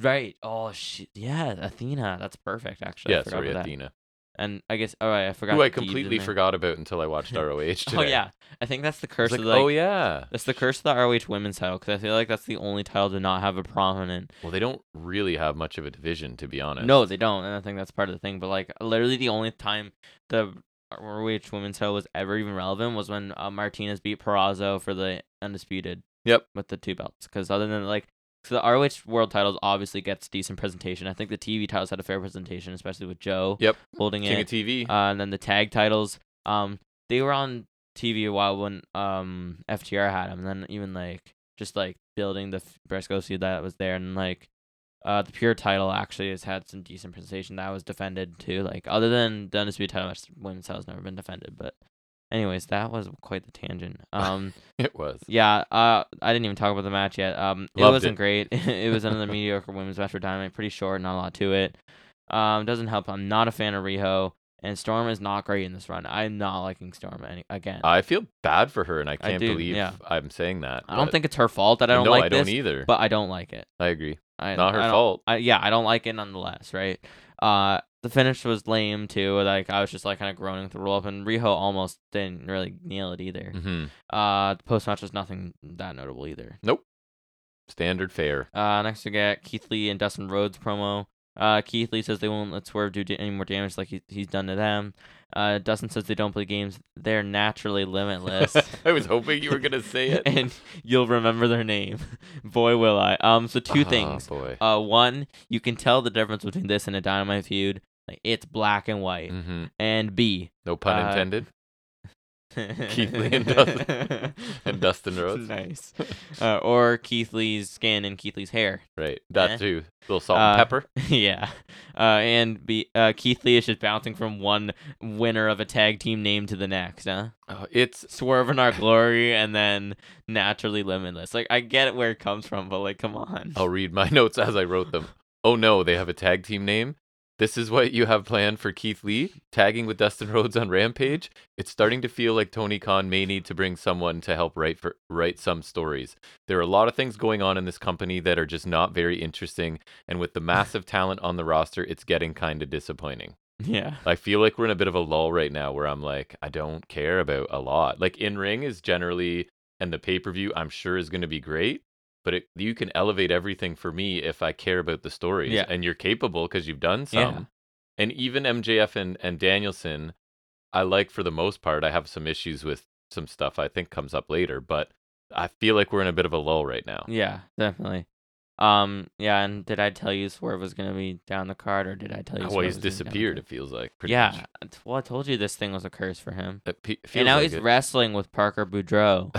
Speaker 2: Right. Oh shit. Yeah, Athena. That's perfect. Actually. I
Speaker 1: Yeah,
Speaker 2: forgot about
Speaker 1: Soraya
Speaker 2: that.
Speaker 1: Athena,
Speaker 2: And I guess. All right. I forgot.
Speaker 1: who I
Speaker 2: Deeb's in
Speaker 1: completely
Speaker 2: there.
Speaker 1: forgot about until I watched ROH today.
Speaker 2: *laughs* Oh yeah. I think that's the
Speaker 1: I
Speaker 2: curse
Speaker 1: was like,
Speaker 2: of like.
Speaker 1: oh yeah.
Speaker 2: That's the curse of the ROH women's title because I feel like that's the only title to not have a prominent.
Speaker 1: Well, they don't really have much of a division, to be honest.
Speaker 2: No, they don't, and I think that's part of the thing. But like, literally, the only time the ROH women's title was ever even relevant was when uh, Martinez beat Perazzo for the undisputed.
Speaker 1: Yep.
Speaker 2: With the two belts, because other than like, so the ROH world titles obviously gets decent presentation. I think the TV titles had a fair presentation, especially with Joe.
Speaker 1: Yep.
Speaker 2: Holding
Speaker 1: King
Speaker 2: it.
Speaker 1: of TV.
Speaker 2: Uh, and then the tag titles, um, they were on TV a while when um FTR had them. And then even like just like building the f- Briscoe seed that was there, and like uh the pure title actually has had some decent presentation that was defended too. Like other than the undisputed title match, women's title's never been defended. But anyways, that was quite the tangent. Um.
Speaker 1: *laughs* it was.
Speaker 2: Yeah, uh, I didn't even talk about the match yet. Um, it
Speaker 1: Loved
Speaker 2: wasn't
Speaker 1: it.
Speaker 2: great.
Speaker 1: *laughs*
Speaker 2: *laughs* it was another mediocre women's match for Dynamite. Pretty short, not a lot to it. Um, doesn't help. I'm not a fan of Riho, and Storm is not great in this run. I'm not liking Storm any- again. I,
Speaker 1: I feel bad for her, and I
Speaker 2: I
Speaker 1: can't
Speaker 2: do,
Speaker 1: believe
Speaker 2: yeah.
Speaker 1: I'm saying that.
Speaker 2: don't
Speaker 1: but-
Speaker 2: think it's her fault that I don't
Speaker 1: no,
Speaker 2: like
Speaker 1: I
Speaker 2: this,
Speaker 1: don't either.
Speaker 2: but I don't like it.
Speaker 1: I agree.
Speaker 2: I,
Speaker 1: Not her
Speaker 2: I don't-
Speaker 1: fault.
Speaker 2: I, yeah, I don't like it nonetheless, right? Uh, the finish was lame too. Like I was just like kind of groaning through the roll up, and Riho almost didn't really nail it either.
Speaker 1: hmm
Speaker 2: Uh, the post match was nothing that notable either.
Speaker 1: Standard
Speaker 2: *laughs*
Speaker 1: fare. *laughs*
Speaker 2: Uh, next we got Keith Lee and Dustin Rhodes promo. Uh, Keith Lee says they won't let Swerve do da- any more damage like he, he's done to them. Uh, Dustin says they don't play games; they're naturally limitless.
Speaker 1: *laughs* I was hoping you were gonna say it.
Speaker 2: *laughs* and you'll remember their name. *laughs* Boy, will I. Um, so
Speaker 1: two
Speaker 2: two things.
Speaker 1: Oh, boy.
Speaker 2: Uh, one, you can tell the difference between this and a Dynamite feud. Like it's black and white.
Speaker 1: hmm
Speaker 2: And B,
Speaker 1: No pun
Speaker 2: uh,
Speaker 1: intended. Keith Lee
Speaker 2: *laughs*
Speaker 1: and Dustin- and Dustin Rhodes.
Speaker 2: nice. Uh, or Keith Lee's skin and Keith Lee's hair.
Speaker 1: Right. That
Speaker 2: eh.
Speaker 1: too. little salt and
Speaker 2: Uh,
Speaker 1: pepper.
Speaker 2: *laughs* yeah. Uh, and be, uh, Keith Lee is just bouncing from one winner of a tag team name to the next, huh?
Speaker 1: Oh, it's
Speaker 2: Swerve in our glory and then naturally limitless. Like, I get where it comes from, but like, come on.
Speaker 1: I'll read my *laughs* notes as I wrote them. Oh no, they have a tag team name. This is what you have planned for Keith Lee tagging with Dustin *laughs* Rhodes on Rampage. It's starting to feel like Tony Khan may need to bring someone to help write for write some stories. There are a lot of things going on in this company that are just not very interesting, and with the massive talent on the roster, it's getting kind of disappointing.
Speaker 2: *laughs* Yeah.
Speaker 1: I feel like we're in a bit of a lull right now where I'm like, I don't care about a lot. Like in ring is generally, and the pay per view I'm sure is going to be great, but it, you can elevate everything for me if I care about the stories.
Speaker 2: Yeah.
Speaker 1: And you're capable because you've done
Speaker 2: Yeah.
Speaker 1: some. And even MJF and, and Danielson, I like for the most part. I have some issues with some stuff I think comes up later, but I feel like we're in a bit of a lull right now.
Speaker 2: Yeah, definitely. Um, yeah, and did I tell you Swerve was going to be down the card or did I tell you
Speaker 1: Well,
Speaker 2: Swerve
Speaker 1: he's
Speaker 2: was gonna be down the
Speaker 1: disappeared,
Speaker 2: card?
Speaker 1: it feels like.
Speaker 2: yeah.
Speaker 1: Much.
Speaker 2: it's- Well, I told you this thing was a curse for him.
Speaker 1: It pe- feels
Speaker 2: and now
Speaker 1: like
Speaker 2: he's
Speaker 1: it.
Speaker 2: wrestling with
Speaker 1: *laughs*
Speaker 2: Parker Boudreaux.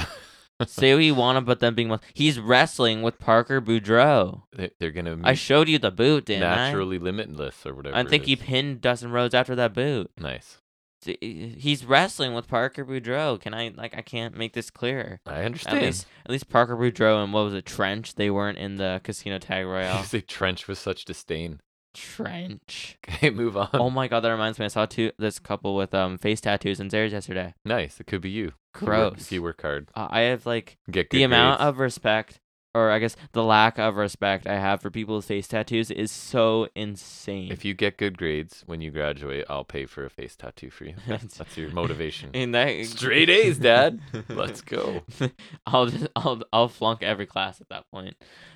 Speaker 2: Say what you want about them being. He's wrestling with Parker Boudreaux.
Speaker 1: They- They're going to
Speaker 2: I showed you the boot, didn't
Speaker 1: Mm-hmm. naturally limitless or whatever.
Speaker 2: I? I
Speaker 1: it
Speaker 2: think he
Speaker 1: is.
Speaker 2: pinned Dustin Rhodes after that boot.
Speaker 1: nice.
Speaker 2: D- He's wrestling with Parker Boudreaux. Can I like I can't make this clearer.
Speaker 1: I understand.
Speaker 2: At
Speaker 1: *laughs*
Speaker 2: least at least Parker Boudreaux and what was it, Trench? They weren't in the Casino Tag
Speaker 1: you *laughs*
Speaker 2: Royale.
Speaker 1: say trench with such disdain. *laughs*
Speaker 2: Trench.
Speaker 1: Okay, move on.
Speaker 2: Oh my god, that reminds me. I saw two this couple with um face tattoos and theirs yesterday.
Speaker 1: nice. It could be you. If you work-
Speaker 2: Gross.
Speaker 1: If you work hard,
Speaker 2: Uh, I have like
Speaker 1: get good
Speaker 2: the amount
Speaker 1: grades.
Speaker 2: of respect or I guess the lack of respect I have for people with face tattoos is so insane. *laughs*
Speaker 1: If you get good grades when you graduate, I'll pay for a face tattoo
Speaker 2: *laughs*
Speaker 1: for you. That's your motivation.
Speaker 2: in
Speaker 1: *laughs*
Speaker 2: that
Speaker 1: Straight A's, Dad. Let's go.
Speaker 2: *laughs* I'll just I'll I'll flunk every class at that point.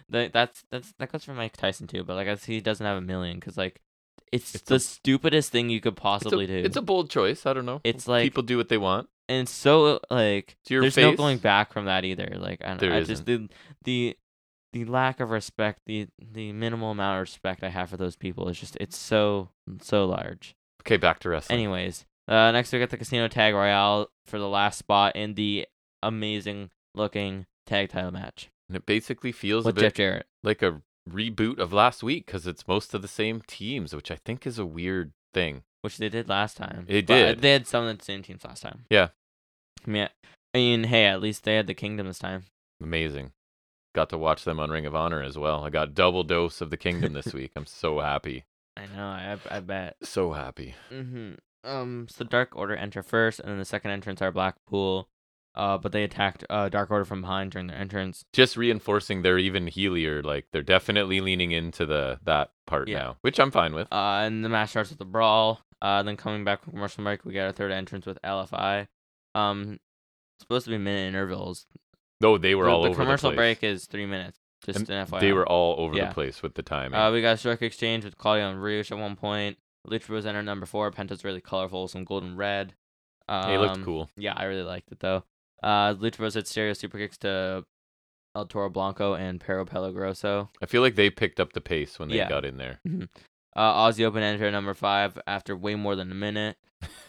Speaker 2: That that's that's that goes for Mike Tyson too, but like I see he doesn't have a million because like it's,
Speaker 1: It's
Speaker 2: the
Speaker 1: a-
Speaker 2: stupidest thing you could
Speaker 1: It's a,
Speaker 2: possibly do.
Speaker 1: it's a bold choice. I don't know.
Speaker 2: It's like-
Speaker 1: people do what they want.
Speaker 2: and so like
Speaker 1: To your
Speaker 2: there's
Speaker 1: face.
Speaker 2: no going back from that either. Like I, don't-
Speaker 1: There
Speaker 2: I just the the the lack of respect, the the minimal amount of respect I have for those people is just it's so so large.
Speaker 1: Okay, back to wrestling.
Speaker 2: Anyways, uh, next we got the Casino Tag Royale for the last spot in the amazing looking tag title match
Speaker 1: And it basically feels a
Speaker 2: with
Speaker 1: bit
Speaker 2: Jeff Jarrett.
Speaker 1: like a reboot of last week because it's most of the same teams, which I think is a weird thing.
Speaker 2: which they did last time.
Speaker 1: They
Speaker 2: But, uh,
Speaker 1: did.
Speaker 2: They had some of the same teams last time.
Speaker 1: Yeah.
Speaker 2: I mean, I mean, hey, at least they had the Kingdom this time.
Speaker 1: Amazing. Got to watch them on Ring of Honor as well. I got double dose of the Kingdom this week. I'm so happy.
Speaker 2: I know. I I I bet.
Speaker 1: So happy.
Speaker 2: hmm Um. So Dark Order enter first, and then the second entrance are Blackpool. Uh, but they attacked uh Dark Order from behind during their entrance.
Speaker 1: Just reinforcing they're even heelier. Like they're definitely leaning into the that part
Speaker 2: Yeah.
Speaker 1: now, which I'm fine with.
Speaker 2: Uh, and the match starts with the brawl. Uh, then coming back from commercial break, we get our third entrance with LFI. Um, supposed to be minute intervals.
Speaker 1: No, they were
Speaker 2: the,
Speaker 1: all
Speaker 2: the
Speaker 1: over
Speaker 2: commercial
Speaker 1: the place.
Speaker 2: break is three minutes. Just an FYI.
Speaker 1: They were all over
Speaker 2: Yeah.
Speaker 1: the place with the timing.
Speaker 2: Uh, we got a stroke exchange with Claudio and Rouge at one point. Lucha was in our number four. Penta's really colorful, some golden red. Um,
Speaker 1: they looked cool.
Speaker 2: Yeah, I really liked it though. Uh, Lucha Bros hit stereo super kicks to El Toro Blanco and Pero Pelo Grosso.
Speaker 1: I feel like they picked up the pace when they
Speaker 2: Yeah.
Speaker 1: got in there. *laughs*
Speaker 2: Uh, Aussie Open entered at number five after way more than
Speaker 1: *laughs*
Speaker 2: a minute.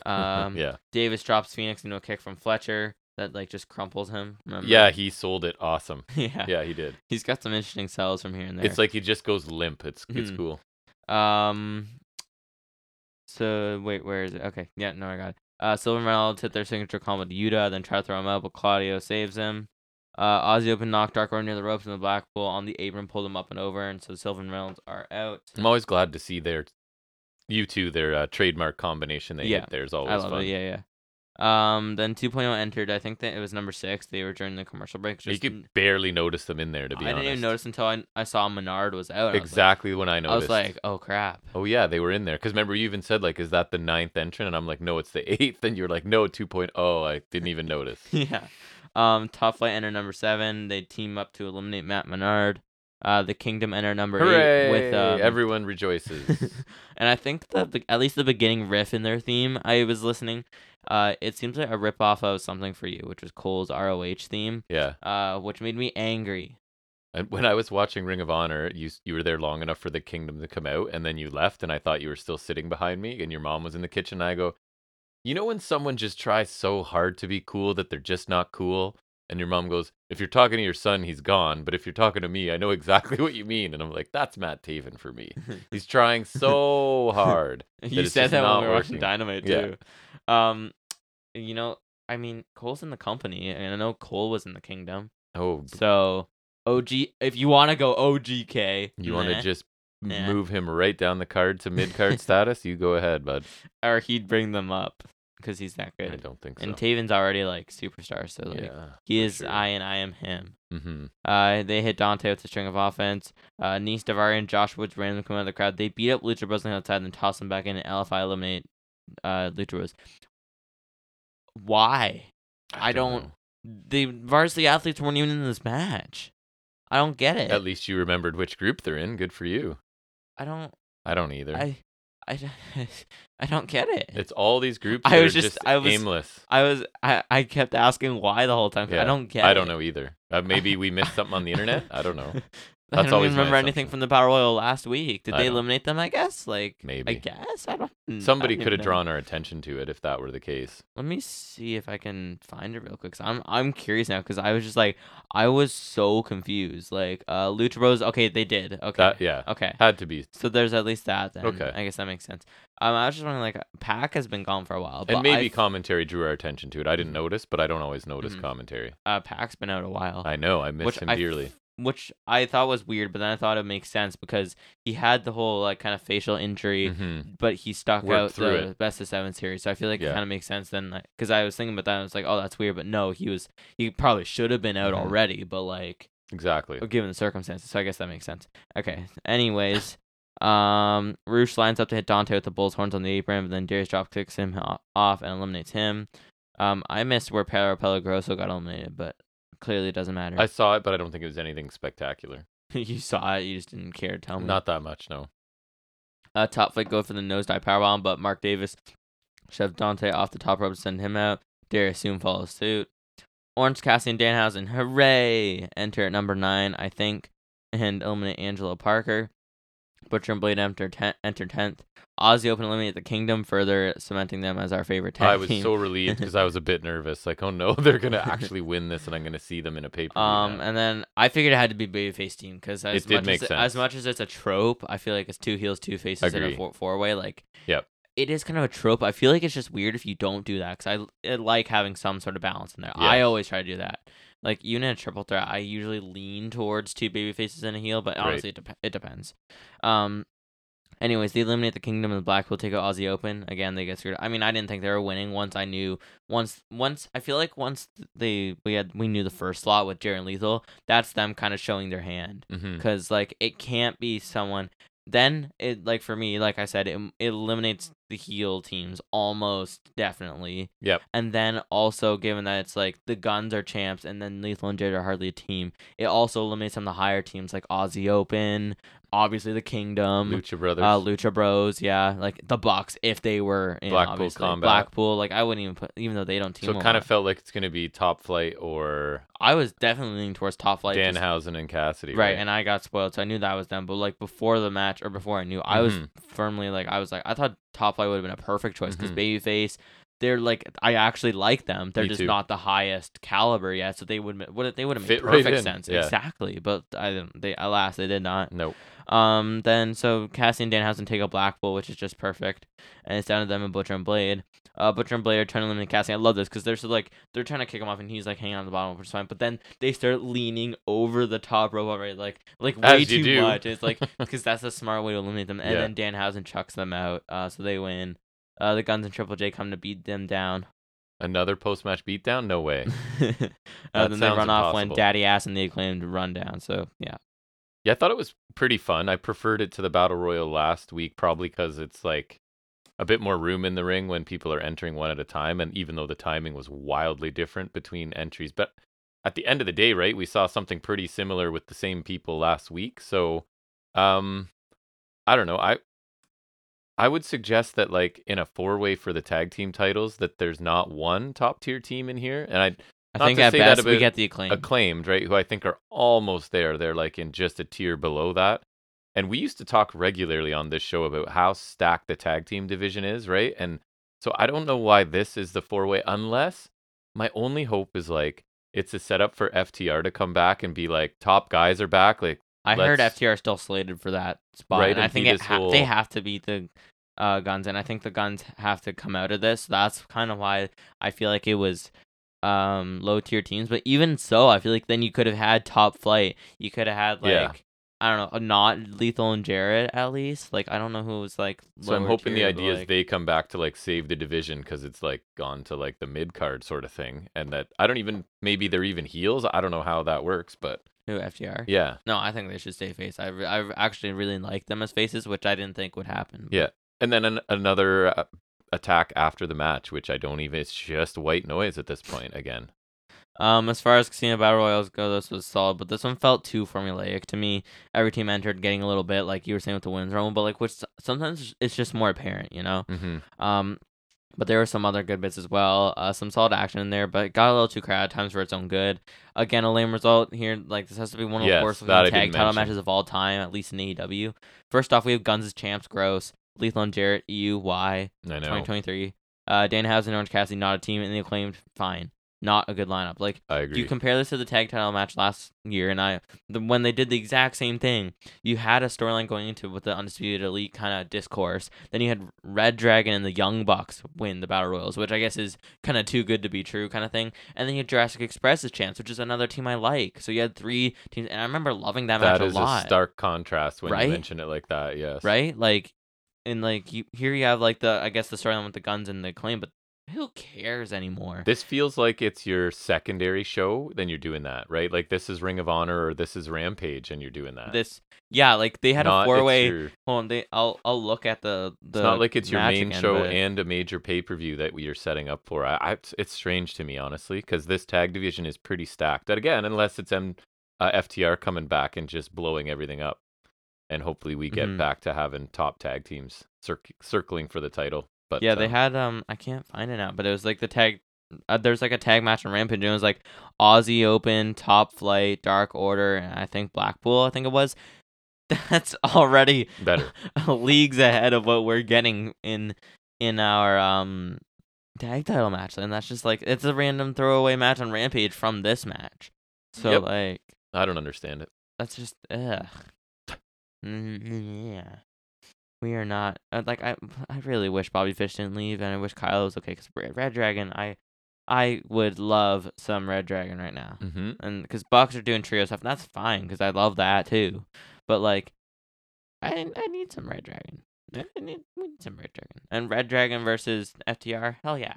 Speaker 2: Um,
Speaker 1: yeah.
Speaker 2: Davis drops Phoenix into a kick from Fletcher that like just crumples him. Remember?
Speaker 1: Yeah, he sold it awesome.
Speaker 2: *laughs* yeah,
Speaker 1: Yeah, he did.
Speaker 2: He's got some interesting sells from here and there.
Speaker 1: It's like he just goes limp. It's it's
Speaker 2: Mhm.
Speaker 1: cool.
Speaker 2: Um. So wait, where is it? Okay, yeah, no, I got it. Uh, Silver and Reynolds hit their signature combo to Yuta, then try to throw him out, but Claudio saves him. Uh, Ozzy open knocked Dark Order near the ropes, and the Blackpool on the apron pulled him up and over, and so Silver and Reynolds are out.
Speaker 1: I'm always glad to see their you two their uh, trademark combination they
Speaker 2: Yeah,
Speaker 1: hit there is
Speaker 2: I
Speaker 1: always
Speaker 2: love
Speaker 1: fun.
Speaker 2: it. Yeah, yeah. Um, then 2.0 entered. I think that it was number six. They were during the commercial break.
Speaker 1: You
Speaker 2: Just
Speaker 1: could barely notice them in there to be
Speaker 2: I
Speaker 1: honest.
Speaker 2: didn't even notice until I, I saw Menard was out. and
Speaker 1: exactly when I
Speaker 2: I was
Speaker 1: noticed.
Speaker 2: like, I was like, oh crap. *laughs*
Speaker 1: oh yeah, they were in there. Because remember, you even said like, "Is that the ninth entrant?" And I'm like, "No, it's the eighth. And you're like, "No, 2.0." I didn't even notice.
Speaker 2: yeah. Um, Top Flight enter number seven. They team up to eliminate Matt Menard. Uh, the Kingdom enter *laughs* number
Speaker 1: Hooray!
Speaker 2: eight with
Speaker 1: *laughs*
Speaker 2: um,
Speaker 1: Everyone rejoices.
Speaker 2: *laughs* and I think the be- at least the beginning riff in their theme I was listening. Uh, it seems like a rip off of something for you, which was Cole's ROH theme.
Speaker 1: yeah.
Speaker 2: Uh, which made me
Speaker 1: *laughs*
Speaker 2: angry.
Speaker 1: And when I was watching Ring of Honor, you s- you were there long enough for the kingdom to come out, and then you left, and I thought you were still sitting behind me, and your mom was in the kitchen. And I go, you know, when someone just tries so hard to be cool that they're just not cool, and your mom goes, if you're talking to your son, he's gone, but if you're talking to me, I know exactly *laughs* what you mean, and I'm like, that's Matt Taven for me. He's trying so hard.
Speaker 2: you
Speaker 1: it's
Speaker 2: said
Speaker 1: just
Speaker 2: that when
Speaker 1: not
Speaker 2: we were watching
Speaker 1: working.
Speaker 2: Dynamite
Speaker 1: Yeah.
Speaker 2: too. Um, you know, I mean, Cole's in the company, and I know Cole was in the Kingdom.
Speaker 1: Oh, b-
Speaker 2: So OG, if you want to go OGK,
Speaker 1: you want
Speaker 2: nah,
Speaker 1: to just
Speaker 2: Nah.
Speaker 1: move him right down the card to mid
Speaker 2: *laughs*
Speaker 1: card status? You go ahead, bud.
Speaker 2: or he'd bring them up because he's that
Speaker 1: I
Speaker 2: good.
Speaker 1: don't think so.
Speaker 2: And Taven's already like superstar, so like he is I and I am him.
Speaker 1: Mm-hmm.
Speaker 2: Uh, they hit Dante with a string of offense. Uh, Nice Davari and Josh Woods randomly come out of the crowd. They beat up Lucha Bros on the outside and then toss them back in and LFI eliminate uh, Lucha Bros. Why? I don't-
Speaker 1: know.
Speaker 2: The varsity athletes weren't even in this match. I don't get it.
Speaker 1: At least you remembered which group they're in. Good for you.
Speaker 2: I don't.
Speaker 1: I don't either.
Speaker 2: I. I. don't- *laughs* I don't get it.
Speaker 1: it's all these groups
Speaker 2: I
Speaker 1: that
Speaker 2: was
Speaker 1: are
Speaker 2: just-
Speaker 1: just,
Speaker 2: I was-
Speaker 1: aimless.
Speaker 2: I was I, I kept asking why the whole time. 'cause I
Speaker 1: Yeah,
Speaker 2: don't get.
Speaker 1: I don't
Speaker 2: it.
Speaker 1: know either. Uh, maybe we missed something on the internet. I
Speaker 2: *laughs*
Speaker 1: don't know.
Speaker 2: I
Speaker 1: That's
Speaker 2: don't
Speaker 1: always
Speaker 2: even
Speaker 1: my
Speaker 2: remember anything
Speaker 1: assumption.
Speaker 2: from the Battle Royal last week. Did
Speaker 1: I
Speaker 2: they
Speaker 1: don't-
Speaker 2: eliminate them? I guess. Like I
Speaker 1: Maybe.
Speaker 2: guess I don't. I
Speaker 1: Somebody
Speaker 2: don't
Speaker 1: could have
Speaker 2: even know.
Speaker 1: drawn our attention to it if that were the case.
Speaker 2: Let me see if I can find it real quick. i I'm I'm curious now because I was just like I was so confused. Like uh, Lucha Bros. Okay, they did. Okay.
Speaker 1: That yeah,
Speaker 2: Okay.
Speaker 1: had to be.
Speaker 2: So there's at least that then.
Speaker 1: Okay.
Speaker 2: I guess that makes sense. Um, I was just wondering like Pac has been gone for a while, but
Speaker 1: And maybe
Speaker 2: I-
Speaker 1: commentary drew our attention to it. I didn't notice, but I don't always notice
Speaker 2: Mhm.
Speaker 1: commentary.
Speaker 2: uh, Pac's been out a while.
Speaker 1: I know I missed
Speaker 2: which
Speaker 1: him
Speaker 2: I
Speaker 1: dearly.
Speaker 2: f- which I thought was weird, but then I thought it makes sense because he had the whole like kind of facial injury,
Speaker 1: Mhm.
Speaker 2: but he stuck
Speaker 1: Worked
Speaker 2: out
Speaker 1: through
Speaker 2: the best of seven series. So I feel like it
Speaker 1: Yeah.
Speaker 2: kind of makes sense then, because I was thinking about that, and I was like, oh, that's weird, but no, he was he probably should have been out
Speaker 1: Mhm.
Speaker 2: already, but like
Speaker 1: Exactly.
Speaker 2: given the circumstances. So I guess that makes sense. Okay. Anyways, um, Roosh lines up to hit Dante with the bull's horns on the apron, but then Darius drop kicks him ho- off and eliminates him. Um, I missed where Pedro Pelagroso got eliminated, but clearly it doesn't matter.
Speaker 1: I saw it, but I don't think it was anything spectacular.
Speaker 2: *laughs* you saw it, you just didn't care to tell me.
Speaker 1: Not that much, no.
Speaker 2: Uh, top flick go for the nosedive powerbomb, but Mark Davis shoved Dante off the top rope to send him out. Darius soon follows suit. Orange Cassidy and Danhausen, hooray! Enter at number nine, I think, and eliminate Angela Parker. Butcher and Blade enter ten- enter tenth. Aussie Open eliminate the Kingdom, further cementing them as our favorite tag
Speaker 1: I was
Speaker 2: team.
Speaker 1: so relieved because I was a bit
Speaker 2: *laughs*
Speaker 1: nervous. Like, oh no, *laughs* they're gonna actually win this, and I'm gonna see them in a paper.
Speaker 2: um, and then I figured it had to be babyface team because as
Speaker 1: It did
Speaker 2: much
Speaker 1: make
Speaker 2: as
Speaker 1: sense.
Speaker 2: as much as it's a trope, I feel like it's two heels, two faces, in
Speaker 1: Agree.
Speaker 2: a four four way. Like,
Speaker 1: Yep.
Speaker 2: it is kind of a trope. I feel like it's just weird if you don't do that because I, I like having some sort of balance in there. I
Speaker 1: Yes.
Speaker 2: always try to do that. Like even in a triple threat, I usually lean towards two baby faces and a heel, but
Speaker 1: Right.
Speaker 2: honestly, it, dep- it depends. Um, anyways, they eliminate the Kingdom and the Blackpool take out Aussie Open again. They get screwed. I mean, I didn't think they were winning once I knew once once I feel like once they we had we knew the first slot with Jaren Lethal. That's them kind of showing their hand
Speaker 1: Mhm.
Speaker 2: because like it can't be someone then it like for me like i said it, it eliminates the heel teams almost definitely
Speaker 1: Yep.
Speaker 2: and then also given that it's like the guns are champs and then lethal and jade are hardly a team it also eliminates some of the higher teams like aussie open obviously the kingdom
Speaker 1: Lucha Brothers.
Speaker 2: uh, Lucha Bros, yeah, like the Bucks if they were in
Speaker 1: Blackpool
Speaker 2: obviously.
Speaker 1: Combat.
Speaker 2: Blackpool, like I wouldn't even put, even though they don't team.
Speaker 1: so it kind of felt like it's gonna be Top Flight or
Speaker 2: I was definitely leaning towards Top Flight. just
Speaker 1: Danhausen and Cassidy.
Speaker 2: right,
Speaker 1: Right.
Speaker 2: and I got spoiled, so I knew that was them. But like before the match or before I knew, I was
Speaker 1: Mhm.
Speaker 2: firmly like I was like I thought Top Flight would have been a perfect choice because
Speaker 1: Mhm.
Speaker 2: Babyface, they're like I actually like them. They're
Speaker 1: Me
Speaker 2: just
Speaker 1: too.
Speaker 2: not the highest caliber yet, so they would would they would have made
Speaker 1: Fit right
Speaker 2: perfect
Speaker 1: in,
Speaker 2: sense
Speaker 1: yeah.
Speaker 2: exactly. But I didn't. They alas they did not.
Speaker 1: Nope.
Speaker 2: Um, then so Cassie and Danhausen take out Blackpool, which is just perfect, and it's down to them and Butcher and Blade. Uh, Butcher and Blade are trying to eliminate Cassie. I love this because they're so like they're trying to kick him off, and he's like hanging on the bottom, which is fine. But then they start leaning over the top rope already, like like way
Speaker 1: As you
Speaker 2: too
Speaker 1: do.
Speaker 2: much.
Speaker 1: *laughs*
Speaker 2: It's like because that's a smart way to eliminate them. And
Speaker 1: Yeah.
Speaker 2: then Danhausen chucks them out, uh, so they win. Uh, the Guns and Triple J come to beat them down. *laughs*
Speaker 1: Another post match beatdown? No way.
Speaker 2: uh, then
Speaker 1: That
Speaker 2: they
Speaker 1: sounds
Speaker 2: run off when
Speaker 1: impossible.
Speaker 2: Daddy Ass and the Acclaimed run down. So yeah,
Speaker 1: Yeah, I thought it was pretty fun. I preferred it to the Battle Royal last week, probably because it's like a bit more room in the ring when people are entering one at a time. And even though the timing was wildly different between entries, but at the end of the day, right, we saw something pretty similar with the same people last week. So, um, I don't know. I I would suggest that like in a four way for the tag team titles, that there's not one top tier team in here, and I
Speaker 2: I
Speaker 1: Not
Speaker 2: think
Speaker 1: to
Speaker 2: at
Speaker 1: say that
Speaker 2: best we
Speaker 1: about
Speaker 2: get the Acclaimed.
Speaker 1: acclaimed, right? Who I think are almost there. They're like in just a tier below that. And we used to talk regularly on this show about how stacked the tag team division is, right? And so I don't know why this is the four way, unless my only hope is like it's a setup for FTR to come back and be like, top guys are back. Like,
Speaker 2: I heard
Speaker 1: Let's-
Speaker 2: FTR is still slated for that spot.
Speaker 1: Right,
Speaker 2: and I
Speaker 1: and
Speaker 2: think
Speaker 1: beat
Speaker 2: it
Speaker 1: us
Speaker 2: ha-
Speaker 1: will-
Speaker 2: they have to beat the uh, guns, and I think the guns have to come out of this. That's kind of why I feel like it was um, low tier teams. But even so, I feel like then you could have had top flight. You could have had like
Speaker 1: Yeah.
Speaker 2: I don't know, not lethal and Jared at least. Like I don't know who was like.
Speaker 1: so I'm
Speaker 2: lower
Speaker 1: hoping the
Speaker 2: tier, but,
Speaker 1: idea is
Speaker 2: like-
Speaker 1: they come back to like save the division because it's like gone to like the mid card sort of thing. And that I don't even, maybe they're even heels. I don't know how that works, but
Speaker 2: who FTR.
Speaker 1: yeah.
Speaker 2: No, I think they should stay face. I, re- I actually really like them as faces, which I didn't think would happen.
Speaker 1: Yeah. and then an- another uh, attack after the match, which I don't even. It's just white noise at this point again.
Speaker 2: Um, as far as Casino Battle Royals go, this was solid, but this one felt too formulaic to me. Every team entered getting a little bit, like you were saying with the women's rumble, but like which s- sometimes it's just more apparent, you know.
Speaker 1: Mm-hmm.
Speaker 2: Um, but there were some other good bits as well. Uh, some solid action in there, but it got a little too crowded at times for its own good. Again, a lame result here. Like this has to be one of
Speaker 1: Yes,
Speaker 2: the worst
Speaker 1: that I
Speaker 2: looking tag
Speaker 1: didn't
Speaker 2: title
Speaker 1: mention.
Speaker 2: matches of all time, at least in AEW. First off, we have Guns as champs, gross. Lethal and Jarrett, EU, Y.
Speaker 1: I know.
Speaker 2: 2023. Uh, Danhausen and Orange Cassidy not a team, and the acclaimed fine, not a good lineup. Like
Speaker 1: I agree.
Speaker 2: you compare this to the tag title match last year, and I the, when they did the exact same thing, you had a storyline going into it with the undisputed elite kind of discourse. Then you had Red Dragon and the Young Bucks win the battle royals, which I guess is kind of too good to be true kind of thing. And then you had Jurassic Express's chance, which is another team I like. So you had three teams, and I remember loving that,
Speaker 1: that
Speaker 2: match
Speaker 1: is
Speaker 2: a lot
Speaker 1: a stark contrast when
Speaker 2: Right?
Speaker 1: you mention it like that. Yes.
Speaker 2: right? Like, and like you here you have like the I guess the storyline with the guns and the claim, but who cares anymore?
Speaker 1: This feels like it's your secondary show, then you're doing that, right? Like this is Ring of Honor or this is Rampage and you're doing that.
Speaker 2: This yeah, like they had
Speaker 1: Not-
Speaker 2: a
Speaker 1: it's
Speaker 2: four way.
Speaker 1: your-
Speaker 2: Hold on, they I'll I'll look at the the.
Speaker 1: it's not like it's your
Speaker 2: match
Speaker 1: main
Speaker 2: again,
Speaker 1: show
Speaker 2: but-
Speaker 1: and a major pay per view that we are setting up for. I, I it's- it's strange to me honestly because this tag division is pretty stacked. And again, unless it's M, uh, FTR coming back and just blowing everything up, and hopefully we get
Speaker 2: Mhm.
Speaker 1: back to having top tag teams cir- circling for the title. But
Speaker 2: yeah, they *laughs*
Speaker 1: um,
Speaker 2: had um I can't find it now, but it was like the tag. Uh, there's like a tag match on Rampage, and it was like Aussie Open, Top Flight, Dark Order, and I think Blackpool. I think it was. *laughs* That's already *laughs*
Speaker 1: better.
Speaker 2: leagues ahead of what we're getting in in our um tag title match, and that's just like it's a random throwaway match on Rampage from this match. So
Speaker 1: Yep.
Speaker 2: like
Speaker 1: I don't understand it.
Speaker 2: that's just ugh. Mm, Yeah, we are not uh, like I. *sighs* I really wish Bobby Fish didn't leave, and I wish Kyle was okay because Red Dragon. I, I would love some Red Dragon right now,
Speaker 1: Mm-hmm.
Speaker 2: and because Bucks are doing trio stuff, and that's fine because I love that too. But like, I I need some Red Dragon. I I need, we need some Red Dragon and Red Dragon versus FTR. Hell yeah!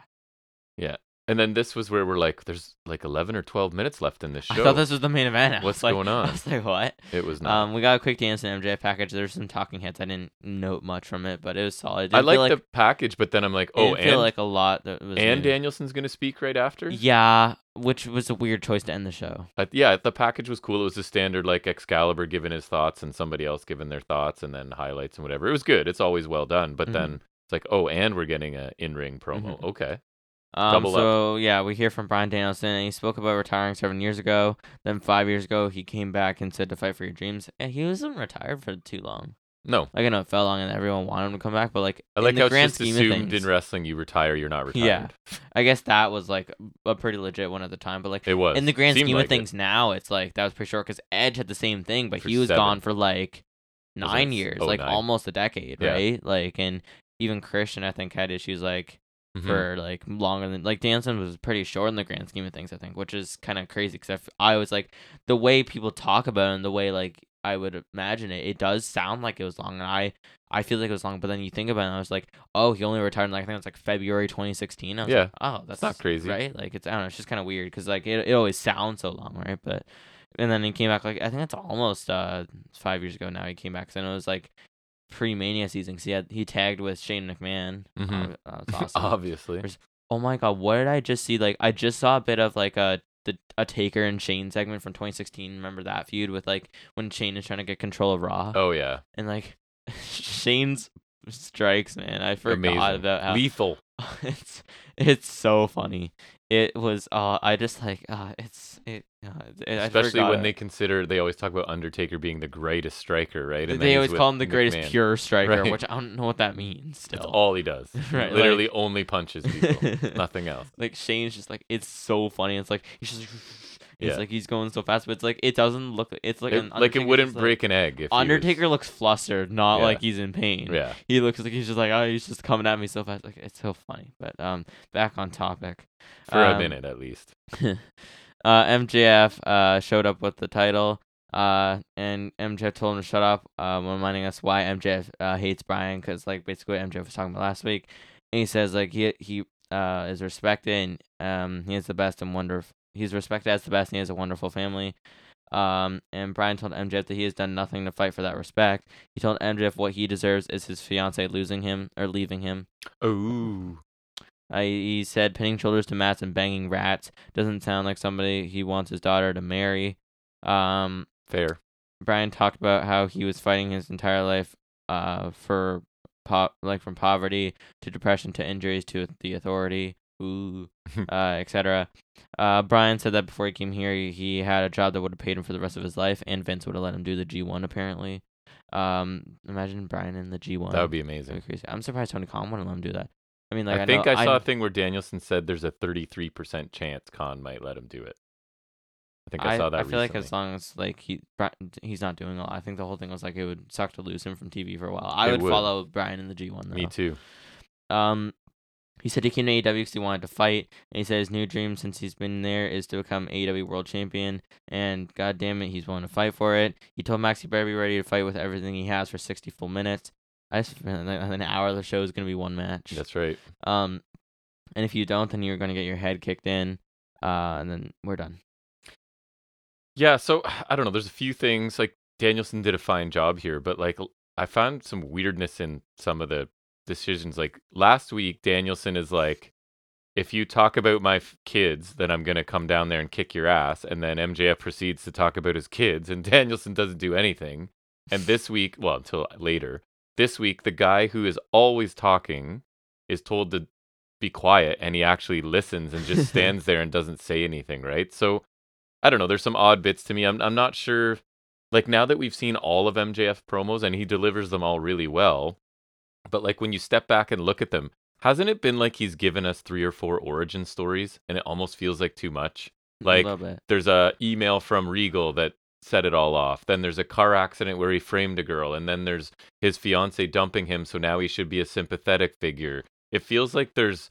Speaker 1: And then this was where we're like, there's like 11 or 12 minutes left in this show.
Speaker 2: I thought this was the main event. I
Speaker 1: What's
Speaker 2: was like-
Speaker 1: going on?
Speaker 2: *laughs* I was like, what?
Speaker 1: it was not.
Speaker 2: Um, we got a quick dance and MJF package. There's some talking heads. I didn't note much from it, but it was solid. It
Speaker 1: I
Speaker 2: didn't feel
Speaker 1: like, the package, but then I'm like,
Speaker 2: it
Speaker 1: oh,
Speaker 2: didn't feel
Speaker 1: and,
Speaker 2: like a lot that was
Speaker 1: and
Speaker 2: new.
Speaker 1: Danielson's going to speak right after?
Speaker 2: Yeah, which was a weird choice to end the show.
Speaker 1: I- yeah, the package was cool. It was the standard like Excalibur giving his thoughts and somebody else giving their thoughts and then highlights and whatever. It was good. It's always well done. But
Speaker 2: Mhm.
Speaker 1: then it's like, oh, and we're getting a in ring promo.
Speaker 2: Mhm.
Speaker 1: Okay.
Speaker 2: Um,
Speaker 1: Double up.
Speaker 2: so yeah, we hear from Brian Danielson. And he spoke about retiring seven years ago. Then five years ago, he came back and said to fight for your dreams. And he wasn't retired for too long.
Speaker 1: No.
Speaker 2: Like I know it felt long, and everyone wanted him to come back, but like
Speaker 1: I like
Speaker 2: in
Speaker 1: how
Speaker 2: the
Speaker 1: it's
Speaker 2: grand
Speaker 1: just
Speaker 2: scheme of
Speaker 1: assumed
Speaker 2: things,
Speaker 1: in wrestling you retire, you're not retired.
Speaker 2: Yeah. I guess that was like a pretty legit one at the time. But like
Speaker 1: It was.
Speaker 2: in the grand
Speaker 1: Seemed
Speaker 2: scheme
Speaker 1: like
Speaker 2: of
Speaker 1: it.
Speaker 2: things now it's like that was pretty short because edge had the same thing but
Speaker 1: For
Speaker 2: he was
Speaker 1: seven.
Speaker 2: gone for like
Speaker 1: Wasn't
Speaker 2: nine
Speaker 1: it s-
Speaker 2: years
Speaker 1: oh,
Speaker 2: like
Speaker 1: nine.
Speaker 2: almost a decade
Speaker 1: Yeah.
Speaker 2: right like and even christian i think had issues like
Speaker 1: Mhm. *laughs*
Speaker 2: for like longer than like danson was pretty short in the grand scheme of things i think which is kind of crazy because I, f- I was like the way people talk about it and the way like i would imagine it it does sound like it was long and i i feel like it was long but then you think about it and i was like oh he only retired in like i think it was like february 2016 I was like,
Speaker 1: Yeah.
Speaker 2: oh that's
Speaker 1: not crazy.
Speaker 2: right like it's i don't know it's just kind of weird because like it, it always sounds so long right but and then he came back like i think that's almost uh five years ago now he came back 'cause I know it was like pre-mania season 'cause he had he tagged with shane mcmahon
Speaker 1: Mhm.
Speaker 2: Ob- uh,
Speaker 1: *laughs*
Speaker 2: that's awesome.
Speaker 1: Obviously.
Speaker 2: Res- oh my god what did i just see like i just saw a bit of like a the, a taker and shane segment from 2016 remember that feud with like when shane is trying to get control of raw
Speaker 1: Oh, yeah.
Speaker 2: and like *laughs* shane's strikes man i forgot
Speaker 1: Amazing.
Speaker 2: about how
Speaker 1: Lethal.
Speaker 2: *laughs* it's it's so funny. It was uh I just like uh it's it uh, I
Speaker 1: Especially
Speaker 2: forgot
Speaker 1: when
Speaker 2: it.
Speaker 1: they consider, they always talk about Undertaker being the greatest striker, right? then
Speaker 2: they
Speaker 1: he's
Speaker 2: always
Speaker 1: with
Speaker 2: call him the greatest
Speaker 1: McMahon.
Speaker 2: pure striker,
Speaker 1: Right.
Speaker 2: which I don't know what that means. Still,
Speaker 1: That's all he
Speaker 2: *laughs*
Speaker 1: does.
Speaker 2: Right,
Speaker 1: Literally
Speaker 2: like-
Speaker 1: only punches
Speaker 2: *laughs*
Speaker 1: people. Nothing else.
Speaker 2: like Shane's just like it's so funny. It's like he's just *laughs* like, it's
Speaker 1: Yeah.
Speaker 2: like he's going so fast, but it's like it doesn't look. It's like
Speaker 1: It-
Speaker 2: an
Speaker 1: like it
Speaker 2: Undertaker's
Speaker 1: wouldn't
Speaker 2: just, like-
Speaker 1: break an egg if he was-
Speaker 2: Undertaker looks flustered, not
Speaker 1: Yeah.
Speaker 2: like he's in pain.
Speaker 1: yeah.
Speaker 2: He looks like he's just like oh he's just coming at me so fast. Like it's so funny. But um back on topic.
Speaker 1: For a
Speaker 2: Um,
Speaker 1: minute at least.
Speaker 2: *laughs* uh, MJF uh, showed up with the title, uh, and MJF told him to shut up, um, reminding us why MJF uh, hates Brian, because like basically what MJF was talking about last week, and he says like he he uh, is respected, and um, he is the best and wonderful. He's respected as the best, and he has a wonderful family. Um, and Brian told MJF that he has done nothing to fight for that respect. He told MJF what he deserves is his fiance losing him or leaving him.
Speaker 1: Ooh.
Speaker 2: Uh, he he said pinning shoulders to mats and banging rats doesn't sound like somebody he wants his daughter to marry. Um,
Speaker 1: Fair.
Speaker 2: Brian talked about how he was fighting his entire life uh, for po- like from poverty to depression to injuries to the authority,
Speaker 1: *laughs*
Speaker 2: ooh, uh, etc. Uh, Brian said that before he came here, he- he had a job that would have paid him for the rest of his life, and Vince would have let him do the G1 apparently. Um, imagine Brian in the G1.
Speaker 1: That would be
Speaker 2: That'd
Speaker 1: amazing.
Speaker 2: be crazy. I'm surprised Tony Khan wouldn't let him do that. I mean, like I,
Speaker 1: I think
Speaker 2: know,
Speaker 1: I saw a thing where Danielson said there's a 33% chance Khan might let him do it. I think I, saw that recently.
Speaker 2: feel like as long as like he Bri- he's not doing a lot. I think the whole thing was like it would suck to lose him from TV for a while. I
Speaker 1: It
Speaker 2: would,
Speaker 1: would.
Speaker 2: follow Brian in the G one though.
Speaker 1: Me too.
Speaker 2: Um, he said he came to AEW because he wanted to fight, and he said his new dream since he's been there is to become AEW world champion. And god damn it, he's willing to fight for it. He told Max he better be ready to fight with everything he has for sixty full minutes. I just, an hour of the show is gonna be one match.
Speaker 1: That's right.
Speaker 2: Um, And if you don't, then you're gonna get your head kicked in. Uh, and then we're done.
Speaker 1: Yeah, so *sighs* I don't know. There's a few things like Danielson did a fine job here, but like l- I found some weirdness in some of the decisions. Like last week, Danielson is like, if you talk about my f- kids, then I'm going to come down there and kick your ass. And then MJF proceeds to talk about his kids, and *laughs* Danielson doesn't do anything. And this week, well, until later, this week, the guy who is always talking is told to be quiet, and he actually listens and just stands there and doesn't say anything, right? So I don't know. There's some odd bits to me. I'm, I'm not sure. Like now that we've seen all of MJF promos and he delivers them all really well, but like when you step back and look at them, hasn't it been like he's given us three or four origin stories and it almost feels like too much? Like
Speaker 2: a little bit.
Speaker 1: there's a email from Regal that set it all off. Then there's a car accident where he framed a girl, and then there's his fiance dumping him, so now he should be a sympathetic figure. It feels like there's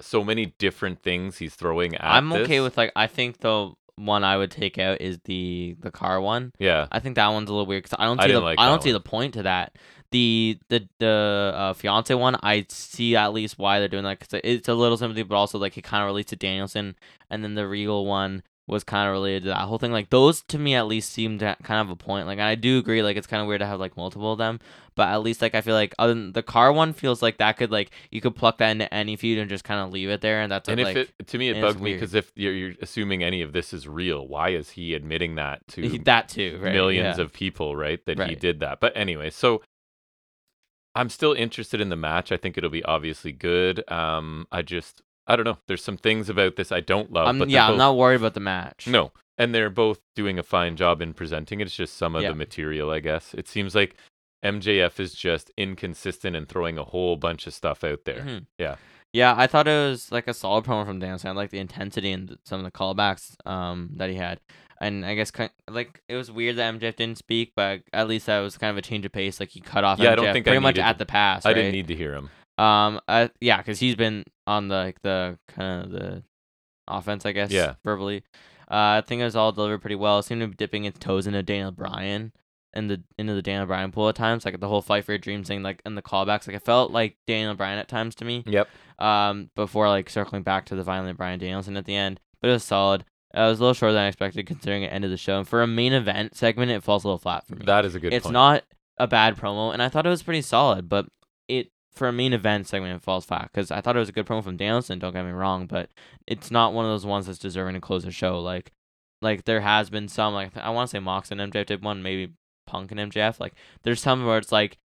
Speaker 1: so many different things he's throwing at.
Speaker 2: I'm okay
Speaker 1: this.
Speaker 2: with like I think the one I would take out is the the car one.
Speaker 1: yeah.
Speaker 2: I think that one's a little weird because I don't
Speaker 1: I
Speaker 2: see the
Speaker 1: didn't like
Speaker 2: I
Speaker 1: that
Speaker 2: don't see
Speaker 1: one.
Speaker 2: the point to that. The the the uh, fiance one I see at least why they're doing that because it's a little sympathy, but also like it kind of relates to Danielson, and then the Regal one was kind of related to that whole thing. Like those to me at least seemed to kind of have a point. Like and I do agree, like it's kind of weird to have like multiple of them, but at least like I feel like other than the car one feels like that could like you could pluck that into any feud and just kind of leave it there, and that's
Speaker 1: and
Speaker 2: it,
Speaker 1: if
Speaker 2: like
Speaker 1: it to me it
Speaker 2: and it's
Speaker 1: bugged me because if you're, you're assuming any of this is real, why is he admitting that to
Speaker 2: that too, right?
Speaker 1: millions
Speaker 2: yeah.
Speaker 1: of people, right? That he
Speaker 2: Right.
Speaker 1: did that. But anyway, so I'm still interested in the match. I think it'll be obviously good. Um, I just I don't know. There's some things about this I don't love.
Speaker 2: I'm,
Speaker 1: but they're
Speaker 2: Um, yeah, I'm
Speaker 1: both-
Speaker 2: not worried about the match.
Speaker 1: No. And they're both doing a fine job in presenting it. It's just some of
Speaker 2: Yeah.
Speaker 1: the material, I guess. It seems like MJF is just inconsistent and throwing a whole bunch of stuff out there.
Speaker 2: Mhm.
Speaker 1: Yeah.
Speaker 2: Yeah, I thought it was like a solid promo from Danielson. I like the intensity and th- some of the callbacks um that he had, and I guess kind like it was weird that MJF didn't speak, but at least that was kind of a change of pace. Like he cut off.
Speaker 1: Yeah,
Speaker 2: MJF
Speaker 1: I don't think I
Speaker 2: pretty much
Speaker 1: needed
Speaker 2: at the pass.
Speaker 1: I didn't
Speaker 2: right?
Speaker 1: need to hear him.
Speaker 2: Um. Uh, yeah, because he's been on the like, the kind of the offense, I guess.
Speaker 1: Yeah.
Speaker 2: Verbally, uh, I think it was all delivered pretty well. It seemed to be dipping its toes into Daniel Bryan and the into the Daniel Bryan pool at times. Like the whole fight for your dreams thing, like and the callbacks. Like it felt like Daniel Bryan at times to me
Speaker 1: Yep.
Speaker 2: um, before like circling back to the violent Brian Danielson at the end. But it was solid. Uh, it was a little shorter than I expected considering it ended the show. And for a main event segment, it falls a little flat for me.
Speaker 1: That is a good
Speaker 2: it's
Speaker 1: point.
Speaker 2: not a bad promo, and I thought it was pretty solid. But it for a main event segment, it falls flat because I thought it was a good promo from Danielson. Don't get me wrong, but it's not one of those ones that's deserving to close the show. Like, like there has been some like I want to say Mox and MJF did one, maybe Punk and MJF. Like, there's some where it's like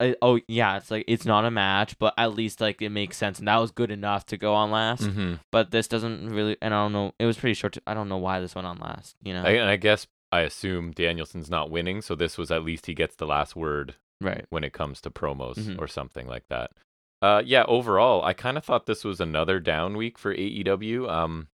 Speaker 2: uh, oh yeah, it's like it's not a match, but at least like it makes sense, and that was good enough to go on last.
Speaker 1: Mhm.
Speaker 2: But this doesn't really, and I don't know. It was pretty short. I don't know why this went on last. You know,
Speaker 1: I, and I guess I assume Danielson's not winning, so this was at least he gets the last word
Speaker 2: right?
Speaker 1: when it comes to promos
Speaker 2: Mhm.
Speaker 1: or something like that. Uh, yeah, overall, I kind of thought this was another down week for AEW. Um,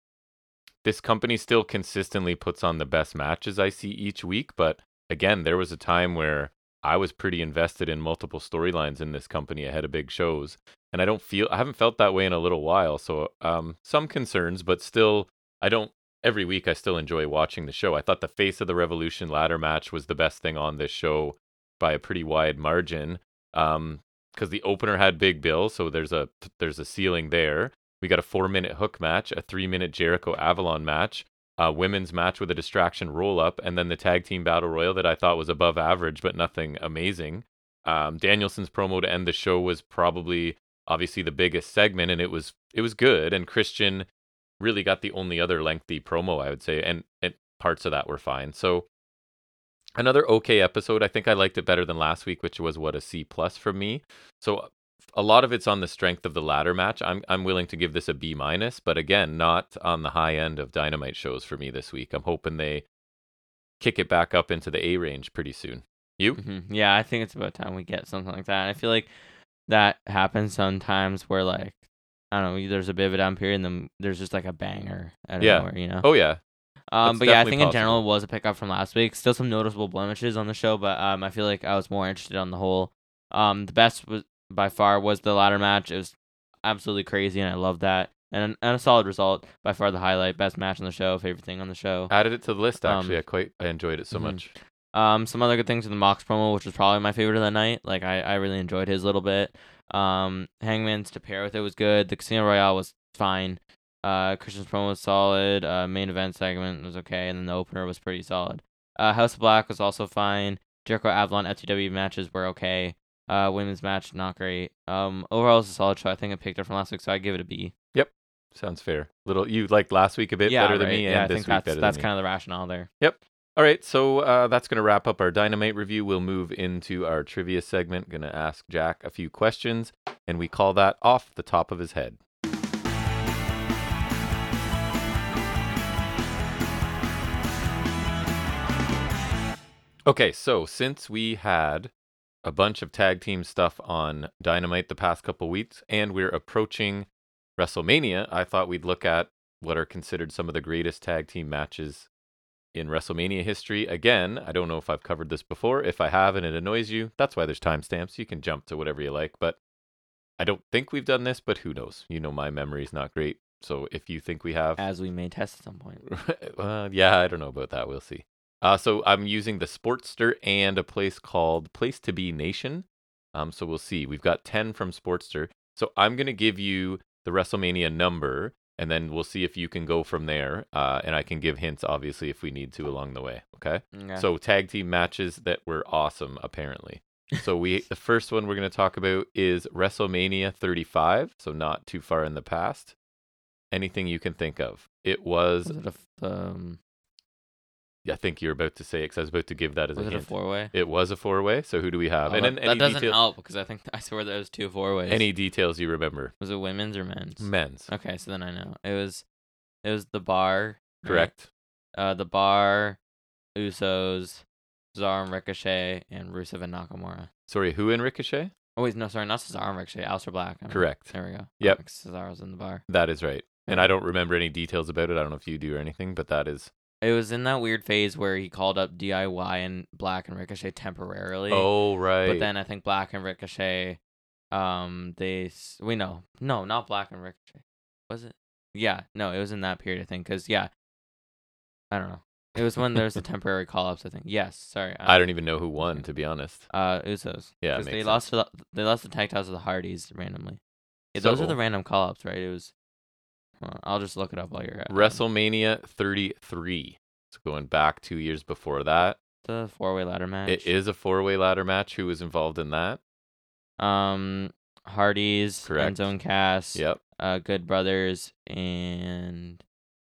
Speaker 1: this company still consistently puts on the best matches I see each week, but again, there was a time where I was pretty invested in multiple storylines in this company ahead of big shows, and I don't feel I haven't felt that way in a little while. So um, some concerns, but still, I don't. Every week, I still enjoy watching the show. I thought the face of the revolution ladder match was the best thing on this show by a pretty wide margin. Um, because the opener had Big Bill, so there's a there's a ceiling there. We got a four minute hook match, a three minute Jericho Avalon match, a women's match with a distraction roll up, and then the tag team battle royal that I thought was above average but nothing amazing. Um, Danielson's promo to end the show was probably obviously the biggest segment, and it was it was good. And Christian really got the only other lengthy promo I would say, and, and parts of that were fine. So another okay episode i think i liked it better than last week which was what a c plus from me so a lot of it's on the strength of the latter match i'm, I'm willing to give this a b minus but again not on the high end of dynamite shows for me this week i'm hoping they kick it back up into the a range pretty soon you
Speaker 2: hmm Yeah, I think it's about time we get something like that. And I feel like that happens sometimes where like I don't know, there's a bit of a down period, and then there's just like a banger out of
Speaker 1: Yeah.
Speaker 2: nowhere. You know.
Speaker 1: oh yeah
Speaker 2: Um,
Speaker 1: That's
Speaker 2: but yeah, I
Speaker 1: definitely
Speaker 2: think in general
Speaker 1: possible.
Speaker 2: it was a pickup from last week. Still some noticeable blemishes on the show, but um, I feel like I was more interested on the whole. Um, the best was by far was the ladder match. It was absolutely crazy, and I love that. And, and a solid result by far the highlight, best match on the show, favorite thing on the show.
Speaker 1: added it to the list actually
Speaker 2: Um,
Speaker 1: i quite i enjoyed it so
Speaker 2: mhm.
Speaker 1: much
Speaker 2: Um, some other good things in the Mox promo, which was probably my favorite of the night. Like I, I really enjoyed his little bit. Um, Hangman's to pair with it was good. The Casino Royale was fine. Uh, Christian's promo was solid. Uh, main event segment was okay, and then the opener was pretty solid. Uh, House of Black was also fine. Jericho Avalon FTW matches were okay. Uh, women's match not great. Um, overall it's a solid show. I think I picked it from last week, so I give it a B.
Speaker 1: Sounds fair. Little you liked last week a bit better than
Speaker 2: right.
Speaker 1: me,
Speaker 2: Yeah,
Speaker 1: and
Speaker 2: I
Speaker 1: this
Speaker 2: think
Speaker 1: week
Speaker 2: that's
Speaker 1: better
Speaker 2: that's
Speaker 1: than me.
Speaker 2: kind of the rationale there.
Speaker 1: All right, so uh, that's going to wrap up our Dynamite review. We'll move into our trivia segment. Going to ask Jack a few questions, and we call that off the top of his head. Okay, so since we had a bunch of tag team stuff on Dynamite the past couple weeks, and we're approaching WrestleMania, I thought we'd look at what are considered some of the greatest tag team matches in WrestleMania history. Again, I don't know if I've covered this before. If I have and it annoys you, that's why there's timestamps. You can jump to whatever you like, but I don't think we've done this, but who knows? You know, my memory's not great. So if you think we have.
Speaker 2: As we may test at some point.
Speaker 1: *laughs* uh, yeah, I don't know about that. We'll see. Uh, so I'm using the Sportster and a place called Place to Be Nation. Um, so we'll see. We've got 10 from Sportster. So I'm going to give you the WrestleMania number, and then we'll see if you can go from there. Uh, and I can give hints, obviously, if we need to along the way. Okay.
Speaker 2: Okay.
Speaker 1: So tag team matches that were awesome, apparently. So we the first one we're going to talk about is WrestleMania 35. So not too far in the past. Anything you can think of. It was
Speaker 2: was it a f- um,
Speaker 1: I think you're about to say it 'cause I was about to give that as
Speaker 2: was
Speaker 1: a
Speaker 2: it a
Speaker 1: hint.
Speaker 2: four way?
Speaker 1: it was a four way. So who do we have?
Speaker 2: Oh,
Speaker 1: and
Speaker 2: that,
Speaker 1: then
Speaker 2: that
Speaker 1: any,
Speaker 2: doesn't
Speaker 1: detail-
Speaker 2: help because I think I swear there was two four ways.
Speaker 1: any details you remember?
Speaker 2: was it women's or men's?
Speaker 1: Men's.
Speaker 2: Okay, so then I know it was it was the bar. right?
Speaker 1: Correct.
Speaker 2: Uh, the bar, Usos, Cesaro and Ricochet, and Rusev and Nakamura.
Speaker 1: Sorry, who in Ricochet?
Speaker 2: Oh wait, no, sorry, not Cesaro and Ricochet, Aleister Black. I mean,
Speaker 1: Correct.
Speaker 2: There we go.
Speaker 1: Yep.
Speaker 2: Like, Cesaro's in the bar.
Speaker 1: That is right. And I don't remember any details about it. I don't know if you do or anything, but that is.
Speaker 2: It was in that weird phase where he called up DIY and Black and Ricochet temporarily.
Speaker 1: Oh right.
Speaker 2: But then I think Black and Ricochet, um, they s- we know no, not Black and Ricochet, was it? Yeah, no, it was in that period I think, cause yeah, I don't know. It was
Speaker 1: *laughs*
Speaker 2: when there was the temporary call ups I think. Yes, sorry.
Speaker 1: I don't even know who won, to be honest.
Speaker 2: Uh, Usos.
Speaker 1: Yeah, it
Speaker 2: 'cause
Speaker 1: makes
Speaker 2: they
Speaker 1: sense.
Speaker 2: lost to the, they lost the tag titles to the Hardys randomly. Yeah, those are
Speaker 1: So-
Speaker 2: the random call ups, right? It was. hold on, I'll just look it up while you're at it.
Speaker 1: WrestleMania 33. So going back two years before that,
Speaker 2: the four way ladder match.
Speaker 1: it is a four-way ladder match. Who was involved in that?
Speaker 2: Um, Hardys,
Speaker 1: Correct.
Speaker 2: Enzo and Cass,
Speaker 1: Yep,
Speaker 2: uh, Good Brothers, and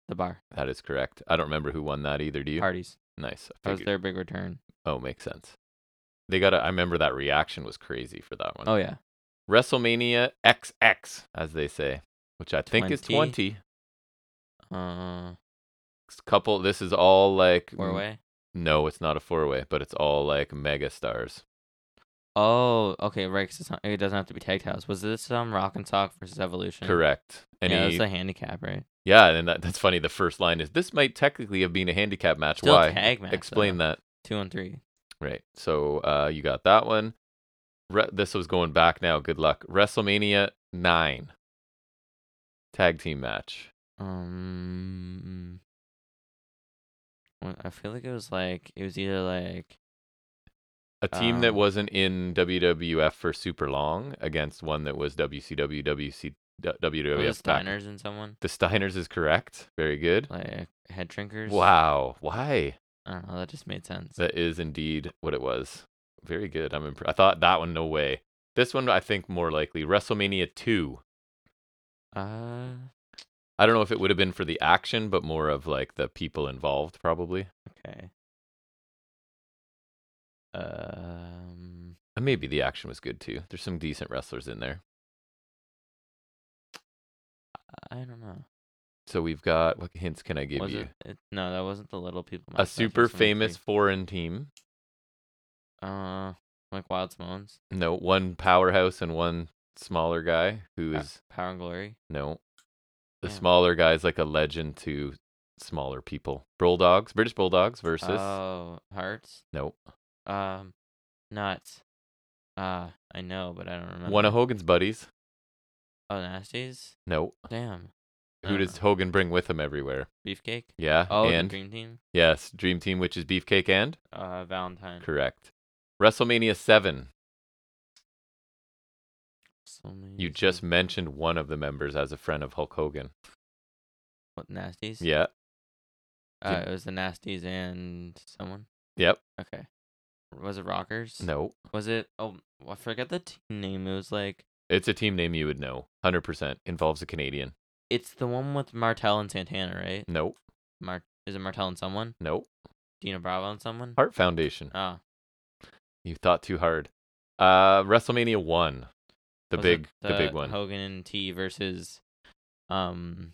Speaker 2: the Bar
Speaker 1: that is correct. I don't remember who won that either. Do you?
Speaker 2: Hardys.
Speaker 1: Nice. I
Speaker 2: That was
Speaker 1: figured-
Speaker 2: their big return.
Speaker 1: Oh, makes sense. They got. to I remember that reaction was crazy for that one.
Speaker 2: Oh yeah,
Speaker 1: WrestleMania XX, as they say, which I think is twenty.
Speaker 2: 20. uh,
Speaker 1: It's Couple. This is all like
Speaker 2: four way.
Speaker 1: No, it's not a four-way, but it's all like mega stars.
Speaker 2: Oh, okay, right. 'cause it's not, it doesn't have to be tag titles. Was this um Rock and Sock versus Evolution?
Speaker 1: Correct. Any,
Speaker 2: yeah, it's a handicap, right?
Speaker 1: Yeah, and that, that's funny. The first line is this might technically have been a handicap match.
Speaker 2: Still
Speaker 1: Why?
Speaker 2: tag match,
Speaker 1: Explain that.
Speaker 2: Two and three.
Speaker 1: Right. So uh, you got that one. Re- this was going back now. Good luck. WrestleMania 9 tag team match.
Speaker 2: Um, well, I feel like it was like it was either like
Speaker 1: A team that
Speaker 2: Um,
Speaker 1: wasn't in WWF for super long against one that was WCW, WC,
Speaker 2: was
Speaker 1: WWF.
Speaker 2: it
Speaker 1: back-
Speaker 2: Oh, Steiners and someone
Speaker 1: The Steiners is correct. Very good.
Speaker 2: like head shrinkers.
Speaker 1: Wow. Why?
Speaker 2: I don't know. That just made sense.
Speaker 1: That is indeed what it was. Very good. I'm imp- I thought that one, no way. This one, I think more likely. WrestleMania 2.
Speaker 2: Uh,
Speaker 1: I don't know if it would have been for the action, but more of like the people involved, probably.
Speaker 2: okay. Um,
Speaker 1: And maybe the action was good too. There's some decent wrestlers in there.
Speaker 2: I don't know.
Speaker 1: So we've got what hints can I give
Speaker 2: was
Speaker 1: you?
Speaker 2: it, it? No, that wasn't the little people. match, that
Speaker 1: A
Speaker 2: was
Speaker 1: super
Speaker 2: WrestleMania
Speaker 1: famous
Speaker 2: three.
Speaker 1: foreign team.
Speaker 2: Uh, like Wild Samoans,
Speaker 1: No, one powerhouse and one smaller guy who
Speaker 2: Pa-
Speaker 1: is
Speaker 2: Power and Glory.
Speaker 1: no. The
Speaker 2: Damn.
Speaker 1: smaller guy is like a legend to smaller people. Bulldogs, British Bulldogs versus
Speaker 2: Oh, Hearts.
Speaker 1: no
Speaker 2: Um, nuts. Uh, I know, but I don't remember.
Speaker 1: one of Hogan's buddies.
Speaker 2: Oh, nasties.
Speaker 1: No,
Speaker 2: Damn.
Speaker 1: who
Speaker 2: Uh,
Speaker 1: does Hogan bring with him everywhere?
Speaker 2: Beefcake?
Speaker 1: Yeah,
Speaker 2: Oh,
Speaker 1: and
Speaker 2: the Dream Team.
Speaker 1: yes, Dream Team, which is Beefcake and
Speaker 2: Uh, Valentine.
Speaker 1: correct. WrestleMania seven. You just mentioned one of the members as a friend of Hulk Hogan.
Speaker 2: what nasties?
Speaker 1: Yeah.
Speaker 2: Uh, it was the nasties and someone.
Speaker 1: Yep.
Speaker 2: Okay. Was it Rockers?
Speaker 1: No.
Speaker 2: Was it? Oh, I forget the team name. It was like
Speaker 1: It's a team name you would know. 100% involves a Canadian.
Speaker 2: it's the one with Martel and Santana, right?
Speaker 1: Nope.
Speaker 2: Mar is it Martel and someone?
Speaker 1: Nope.
Speaker 2: Dino Bravo and someone?
Speaker 1: Heart Foundation.
Speaker 2: Oh,
Speaker 1: You thought too hard. Uh WrestleMania 1. The
Speaker 2: was it
Speaker 1: big the, big one.
Speaker 2: Hogan and T versus, um,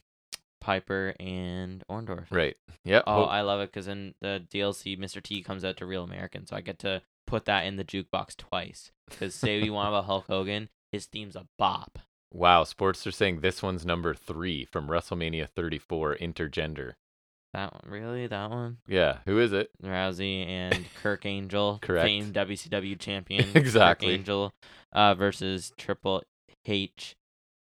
Speaker 2: Piper and Orndorff.
Speaker 1: Right. Yeah.
Speaker 2: Oh,
Speaker 1: Ho-
Speaker 2: I love it because in the DLC, Mr. T comes out to Real American, so I get to put that in the jukebox twice. Because say we want about Hulk Hogan, his theme's a bop.
Speaker 1: wow, sports are saying this one's number 3 from WrestleMania 34 intergender.
Speaker 2: That one, really? That one?
Speaker 1: Yeah, who is it?
Speaker 2: Rousey
Speaker 1: *laughs*
Speaker 2: and Kirk Angel,
Speaker 1: Correct.
Speaker 2: famed
Speaker 1: *laughs*
Speaker 2: WCW champion,
Speaker 1: Exactly.
Speaker 2: Kirk Angel, uh, versus Triple H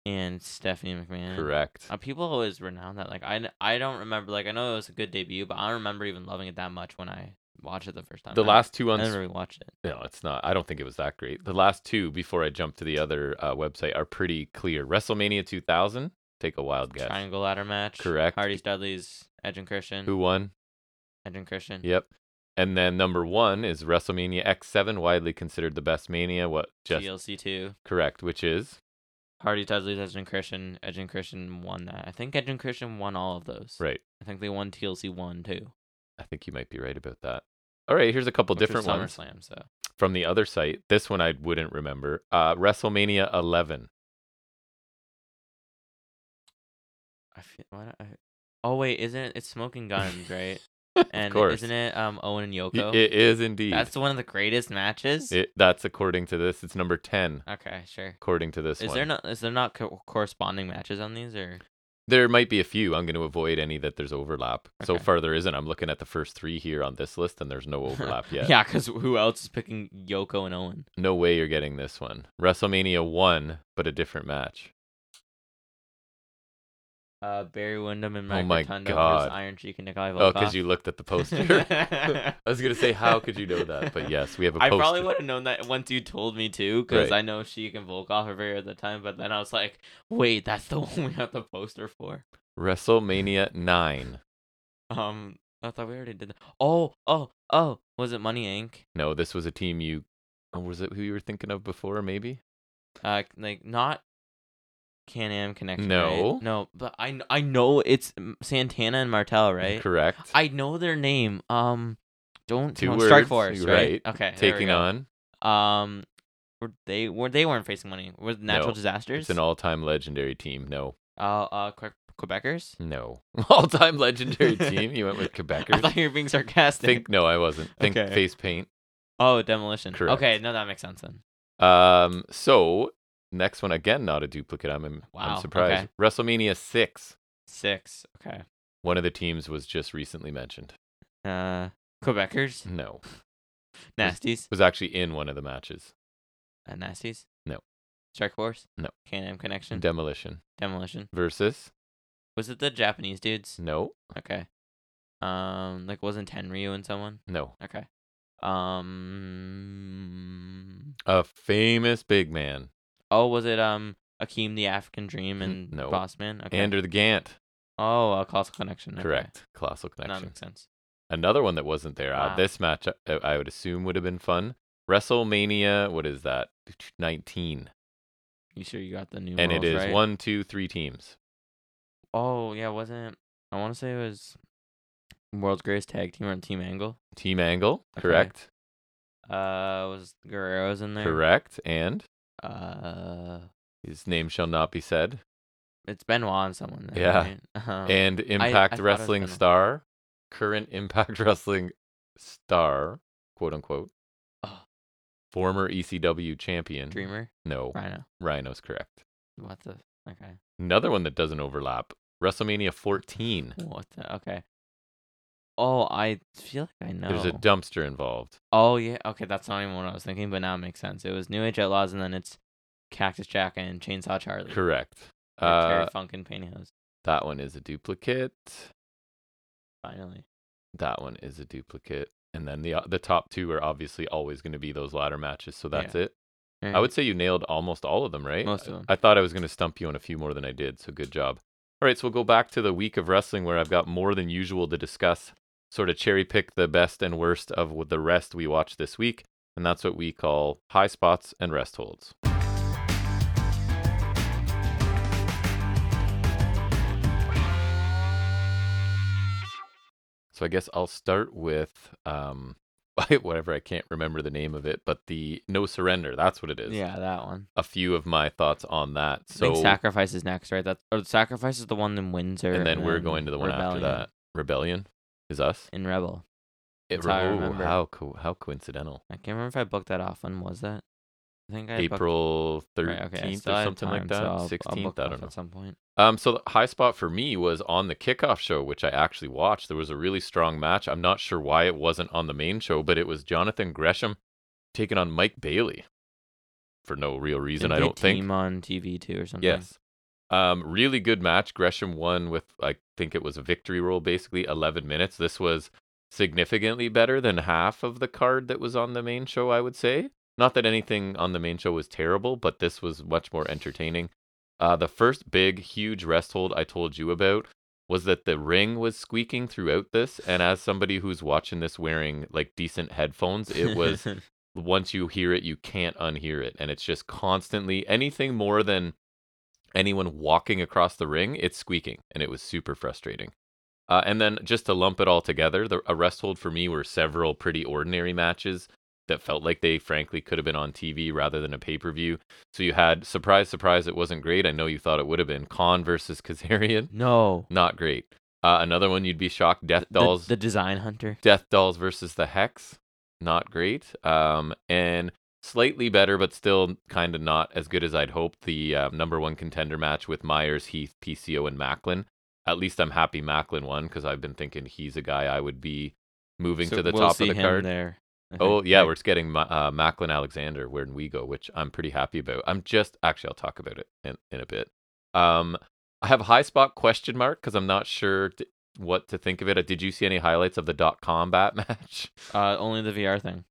Speaker 2: and Stephanie McMahon.
Speaker 1: Correct.
Speaker 2: Uh, people always renown that. Like I, n- I don't remember. Like I know it was a good debut, but I don't remember even loving it that much when I watched it the first time.
Speaker 1: The
Speaker 2: I-
Speaker 1: last two
Speaker 2: I
Speaker 1: ones
Speaker 2: never really watched it.
Speaker 1: No, it's not. I don't think it was that great. The last two before I jump to the other uh, website are pretty clear. WrestleMania 2000. Take a wild guess.
Speaker 2: Triangle Mm-hmm. ladder match.
Speaker 1: Correct.
Speaker 2: Hardy's, Dudley's, Edge and Christian.
Speaker 1: Who won?
Speaker 2: Edge and Christian.
Speaker 1: Yep. And then number one is WrestleMania X7, widely considered the best mania. What? Just
Speaker 2: TLC two.
Speaker 1: correct, which is
Speaker 2: Hardy, Dudley's, Edge and Christian. Edge and Christian won that. I think Edge and Christian won all of those.
Speaker 1: right.
Speaker 2: I think they won TLC one too.
Speaker 1: I think you might be right about that. All right, here's a couple
Speaker 2: which was
Speaker 1: different ones
Speaker 2: SummerSlam. So
Speaker 1: from the other site. This one I wouldn't remember. Uh, WrestleMania 11.
Speaker 2: I feel. Why don't I... Oh wait, isn't it? It's Smoking Guns, right?
Speaker 1: *laughs* *laughs* of
Speaker 2: And
Speaker 1: course,
Speaker 2: isn't it um Owen and
Speaker 1: Y-
Speaker 2: Yoko?
Speaker 1: it is indeed.
Speaker 2: That's one of the greatest matches.
Speaker 1: It- that's according to this. It's number ten
Speaker 2: Okay, sure.
Speaker 1: according to this
Speaker 2: is
Speaker 1: one.
Speaker 2: there not is there not co- corresponding matches on these or
Speaker 1: There might be a few. I'm going to avoid any that there's overlap. So
Speaker 2: Okay.
Speaker 1: far, there isn't. I'm looking at the first three here on this list, and there's
Speaker 2: *laughs*
Speaker 1: no overlap yet.
Speaker 2: yeah, because who else is picking Yoko and Owen?
Speaker 1: No way you're getting this one. WrestleMania 1, but a different match.
Speaker 2: Uh, Barry Windham and Mike
Speaker 1: Oh my
Speaker 2: Rotundo
Speaker 1: God.
Speaker 2: versus Iron Cheek and Nikolai
Speaker 1: Oh,
Speaker 2: Volkov.
Speaker 1: because you looked at
Speaker 2: *laughs*
Speaker 1: the poster. *laughs*
Speaker 2: I
Speaker 1: I was going to say, how could you know that? But yes, we have a
Speaker 2: I
Speaker 1: poster.
Speaker 2: probably would have known that once you told me too, because
Speaker 1: Right.
Speaker 2: I know Sheik and Volkov are very at the time. But then I was like, wait, that's the *laughs* one we have the poster for.
Speaker 1: WrestleMania 9.
Speaker 2: Um, I thought we already did that. Oh, oh, oh, was it Money Inc?
Speaker 1: No, this was a team you. Oh, was it who you were thinking of before, maybe?
Speaker 2: Uh, like not Can Am Connection.
Speaker 1: No.
Speaker 2: right? no, but I kn- I know it's M- Santana and Martel, right?
Speaker 1: Correct.
Speaker 2: I know their name. Um, don't
Speaker 1: Two
Speaker 2: no, Strike
Speaker 1: words,
Speaker 2: Force,
Speaker 1: right.
Speaker 2: right? Okay, there we
Speaker 1: Taking
Speaker 2: go.
Speaker 1: on.
Speaker 2: Um, were they were they weren't facing money. Were the natural
Speaker 1: No,
Speaker 2: disasters?
Speaker 1: It's an all time legendary team. No,
Speaker 2: uh, uh, Que- Quebecers. *laughs*
Speaker 1: no. *laughs* All time legendary team. You went with Quebecers.
Speaker 2: I thought you were being sarcastic.
Speaker 1: Think no, I wasn't. Think
Speaker 2: Okay.
Speaker 1: face paint.
Speaker 2: oh, demolition.
Speaker 1: Correct.
Speaker 2: Okay, no, that makes sense then.
Speaker 1: Um, so next one again, not a duplicate. I'm I'm,
Speaker 2: Wow,
Speaker 1: I'm surprised.
Speaker 2: okay.
Speaker 1: WrestleMania six.
Speaker 2: Six. Okay.
Speaker 1: One of the teams was just recently mentioned.
Speaker 2: Uh,
Speaker 1: *laughs*
Speaker 2: Quebecers,
Speaker 1: No,
Speaker 2: nasties,
Speaker 1: was actually in one of the matches.
Speaker 2: uh, nasties.
Speaker 1: No.
Speaker 2: Strike Force.
Speaker 1: No.
Speaker 2: Can Am Connection.
Speaker 1: Demolition
Speaker 2: demolition.
Speaker 1: versus
Speaker 2: Was it the Japanese dudes?
Speaker 1: no,
Speaker 2: Okay. Um, like wasn't Tenryu and someone?
Speaker 1: no.
Speaker 2: Okay. Um.
Speaker 1: A famous big man,
Speaker 2: Oh, was it um Akeem the African Dream
Speaker 1: *laughs*
Speaker 2: and
Speaker 1: no.
Speaker 2: Boss Man? Okay.
Speaker 1: Andrew the Gant.
Speaker 2: oh, a causal connection. okay.
Speaker 1: Correct. Colossal
Speaker 2: That
Speaker 1: connection.
Speaker 2: makes sense.
Speaker 1: Another one that wasn't there. Uh,
Speaker 2: Wow.
Speaker 1: this match, I, I would assume, would have been fun. WrestleMania, what is that? 19.
Speaker 2: You sure you got the new?
Speaker 1: and it is
Speaker 2: right?
Speaker 1: one, two, three teams.
Speaker 2: Oh yeah, wasn't it? I want to say it was World's Greatest Tag Team or Team Angle.
Speaker 1: Team Angle,
Speaker 2: Okay.
Speaker 1: correct,
Speaker 2: Uh, was Guerrero's in there?
Speaker 1: correct, and
Speaker 2: Uh,
Speaker 1: his name shall not be said.
Speaker 2: it's Benoit and someone. There,
Speaker 1: Yeah.
Speaker 2: Right? *laughs* Um,
Speaker 1: and
Speaker 2: I
Speaker 1: Impact
Speaker 2: thought it was
Speaker 1: Wrestling
Speaker 2: Benoit.
Speaker 1: star, current Impact *laughs* Wrestling star, quote unquote,
Speaker 2: Oh.
Speaker 1: former ECW champion.
Speaker 2: Dreamer
Speaker 1: No,
Speaker 2: Rhino.
Speaker 1: Rhino's correct.
Speaker 2: What the? Okay.
Speaker 1: Another one that doesn't overlap. WrestleMania 14.
Speaker 2: What the? Okay. Oh, I feel like I know.
Speaker 1: There's a dumpster involved.
Speaker 2: oh yeah. Okay, that's not even what I was thinking, but now it makes sense. It was New Age Outlaws, and then it's Cactus Jack and Chainsaw Charlie.
Speaker 1: Correct.
Speaker 2: Or Terry
Speaker 1: Uh,
Speaker 2: Funk and pantyhose.
Speaker 1: that one is a duplicate.
Speaker 2: Finally.
Speaker 1: That one is a uh, duplicate. And then the the top two are obviously always going to be those ladder matches. So that's it. I would say you nailed almost all of them, right?
Speaker 2: Most of them.
Speaker 1: I thought I was going to stump you on a few more than I did, so good job. All right, so we'll go back to the week of wrestling where I've got more than usual to discuss, sort of cherry pick the best and worst of what the rest we watched this week, and that's what we call high spots and rest holds. So I guess I'll start with um, *laughs* whatever I can't remember the name of it, but the no surrender. That's what it is
Speaker 2: Yeah, that one.
Speaker 1: a few of my thoughts on that.
Speaker 2: So, I
Speaker 1: So,
Speaker 2: think sacrifice is next, right? That or sacrifice is the one in Windsor,
Speaker 1: and then we're going to the one after
Speaker 2: Rebellion
Speaker 1: that. Rebellion is us.
Speaker 2: in Rebel.
Speaker 1: It,
Speaker 2: That's how I
Speaker 1: oh,
Speaker 2: remember.
Speaker 1: how co- how coincidental!
Speaker 2: I can't remember if I booked that off. When was that? I think I booked-
Speaker 1: April
Speaker 2: Right,
Speaker 1: thirteenth
Speaker 2: okay, I still
Speaker 1: or
Speaker 2: have
Speaker 1: something like
Speaker 2: time, so I'll- I'll
Speaker 1: that. Sixteenth,
Speaker 2: book
Speaker 1: I
Speaker 2: off
Speaker 1: don't know.
Speaker 2: At some point,
Speaker 1: Um, so the high spot for me was on the kickoff show, which I actually watched. There was a really strong match. I'm not sure why it wasn't on the main show, but it was Jonathan Gresham taking on Mike Bailey for no real reason.
Speaker 2: Didn't
Speaker 1: I
Speaker 2: they
Speaker 1: don't think.
Speaker 2: team on TV too or something.
Speaker 1: Yes. Um, really good match. Gresham won with, I think it was a victory roll, basically 11 minutes. This was significantly better than half of the card that was on the main show, I would say. Not that anything on the main show was terrible, but this was much more entertaining. Uh, the first big, huge rest hold I told you about was that the ring was squeaking throughout this. And as somebody who's watching this wearing like decent headphones,
Speaker 2: *laughs*
Speaker 1: it was once you hear it, you can't unhear it. And it's just constantly anything more than anyone walking across the ring, it's squeaking. And it was super frustrating. Uh, and then just to lump it all together, the a rest hold for me were several pretty ordinary matches that felt like they frankly could have been on TV rather than a pay per view. So you had, surprise, surprise, it wasn't great. I know you thought it would have been Khan versus *laughs* Kazarian.
Speaker 2: no.
Speaker 1: Not great. Uh, another one you'd be shocked Death
Speaker 2: The-
Speaker 1: Dolls.
Speaker 2: the design hunter.
Speaker 1: Death Dolls versus the Hex, not great. Um, and slightly better, but still kind of not as good as I'd hoped. The uh, number one contender match with Myers, Heath, PCO, and Macklin. At least I'm happy Macklin won because I've been thinking he's a guy I would be moving
Speaker 2: So
Speaker 1: to the
Speaker 2: we'll
Speaker 1: top
Speaker 2: see
Speaker 1: of the
Speaker 2: him
Speaker 1: card.
Speaker 2: there. I
Speaker 1: *laughs* Oh
Speaker 2: think,
Speaker 1: yeah,
Speaker 2: right?
Speaker 1: we're just getting Ma- uh, Macklin Alexander where we go, which I'm pretty happy about. I'm just actually I'll talk about it in, in a bit. Um, I have high spot question mark because I'm not sure t- what to think of it. Uh, Did you see any highlights of the dot combat *laughs* match?
Speaker 2: uh, only the VR thing.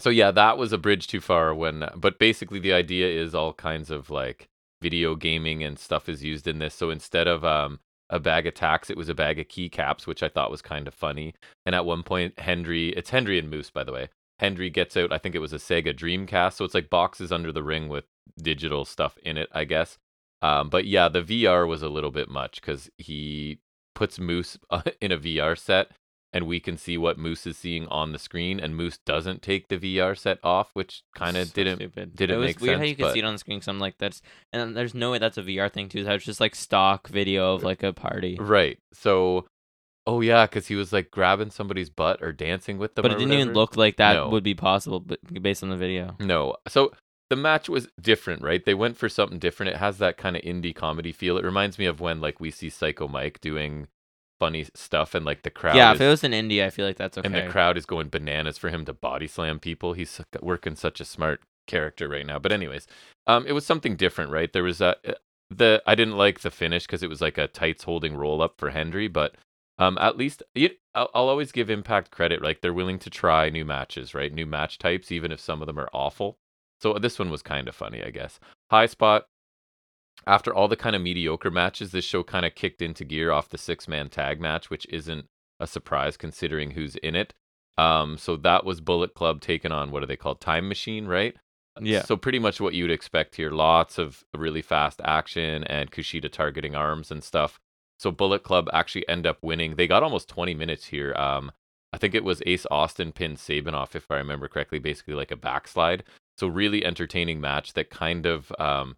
Speaker 1: so yeah, that was a bridge too far. When but basically the idea is all kinds of like video gaming and stuff is used in this. So instead of um a bag of tacks, it was a bag of keycaps, which I thought was kind of funny. And at one point, Hendry, it's Hendry and Moose, by the way. Hendry gets out, I think it was a Sega Dreamcast. So it's like boxes under the ring with digital stuff in it, I guess. Um, but yeah, the VR was a little bit much because he puts Moose *laughs* uh, in a VR set and we can see what Moose is seeing on the screen. And Moose doesn't take the VR set off, which kind of
Speaker 2: So
Speaker 1: didn't
Speaker 2: stupid.
Speaker 1: didn't
Speaker 2: it was
Speaker 1: make
Speaker 2: weird how
Speaker 1: sense,
Speaker 2: you could see it on the screen. Cause I'm like, that's and there's no way that's a VR thing too. That's just like stock video of like a party.
Speaker 1: Right. So, oh yeah, because he was like grabbing somebody's butt or dancing with them.
Speaker 2: But
Speaker 1: or
Speaker 2: it didn't even
Speaker 1: whatever.
Speaker 2: look like that
Speaker 1: No.
Speaker 2: would be possible, but based on the video.
Speaker 1: No. So the match was different, right? They went for something different. It has that kind of indie comedy feel. It reminds me of when like we see Psycho Mike doing funny stuff and like the crowd.
Speaker 2: yeah,
Speaker 1: is-
Speaker 2: if it was in India, I feel like that's okay.
Speaker 1: and the crowd is going bananas for him to body slam people. He's su- working such a smart character right now. But anyways, um, it was something different, right? There was a uh, the I didn't like the finish because it was like a tights holding roll up for Hendry, but um, at least you, I'll, I'll always give Impact credit. Like they're willing to try new matches, right? New match types, even if some of them are awful. So uh, this one was kind of funny, I guess. High spot. After all the kind of mediocre matches, this show kind of kicked into gear off the six man tag match, which isn't a surprise considering who's in it. Um, so that was Bullet Club taking on what are they called? Time Machine, right?
Speaker 2: Yeah.
Speaker 1: So pretty much what you'd expect here. Lots of really fast action and Kushida targeting arms and stuff. So Bullet Club actually end up winning. They got almost 20 minutes here. Um, I think it was Ace Austin pinned Sabinoff, if I remember correctly, basically like a backslide. So really entertaining match that kind of um,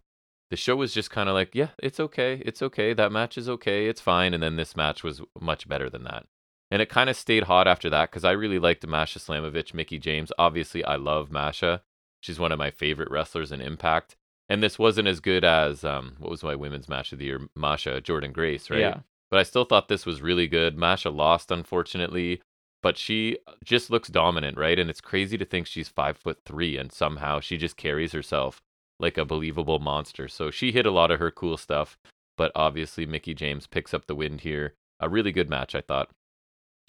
Speaker 1: the show was just kind of like, yeah, it's okay, it's okay, that match is okay, it's fine. And then this match was much better than that. And it kind of stayed hot after that because I really liked Masha Slamovich, Mickey James. Obviously, I love Masha. She's one of my favorite wrestlers in Impact. And this wasn't as good as um, what was my women's match of the year? Masha Jordan Grace, right?
Speaker 2: Yeah.
Speaker 1: but I still thought this was really good. Masha lost, unfortunately, but she uh, just looks dominant, right? And it's crazy to think she's five foot three and somehow she just carries herself like a believable monster. So she hit a lot of her cool stuff, but obviously Mickey James picks up the win here. A really good match, I thought.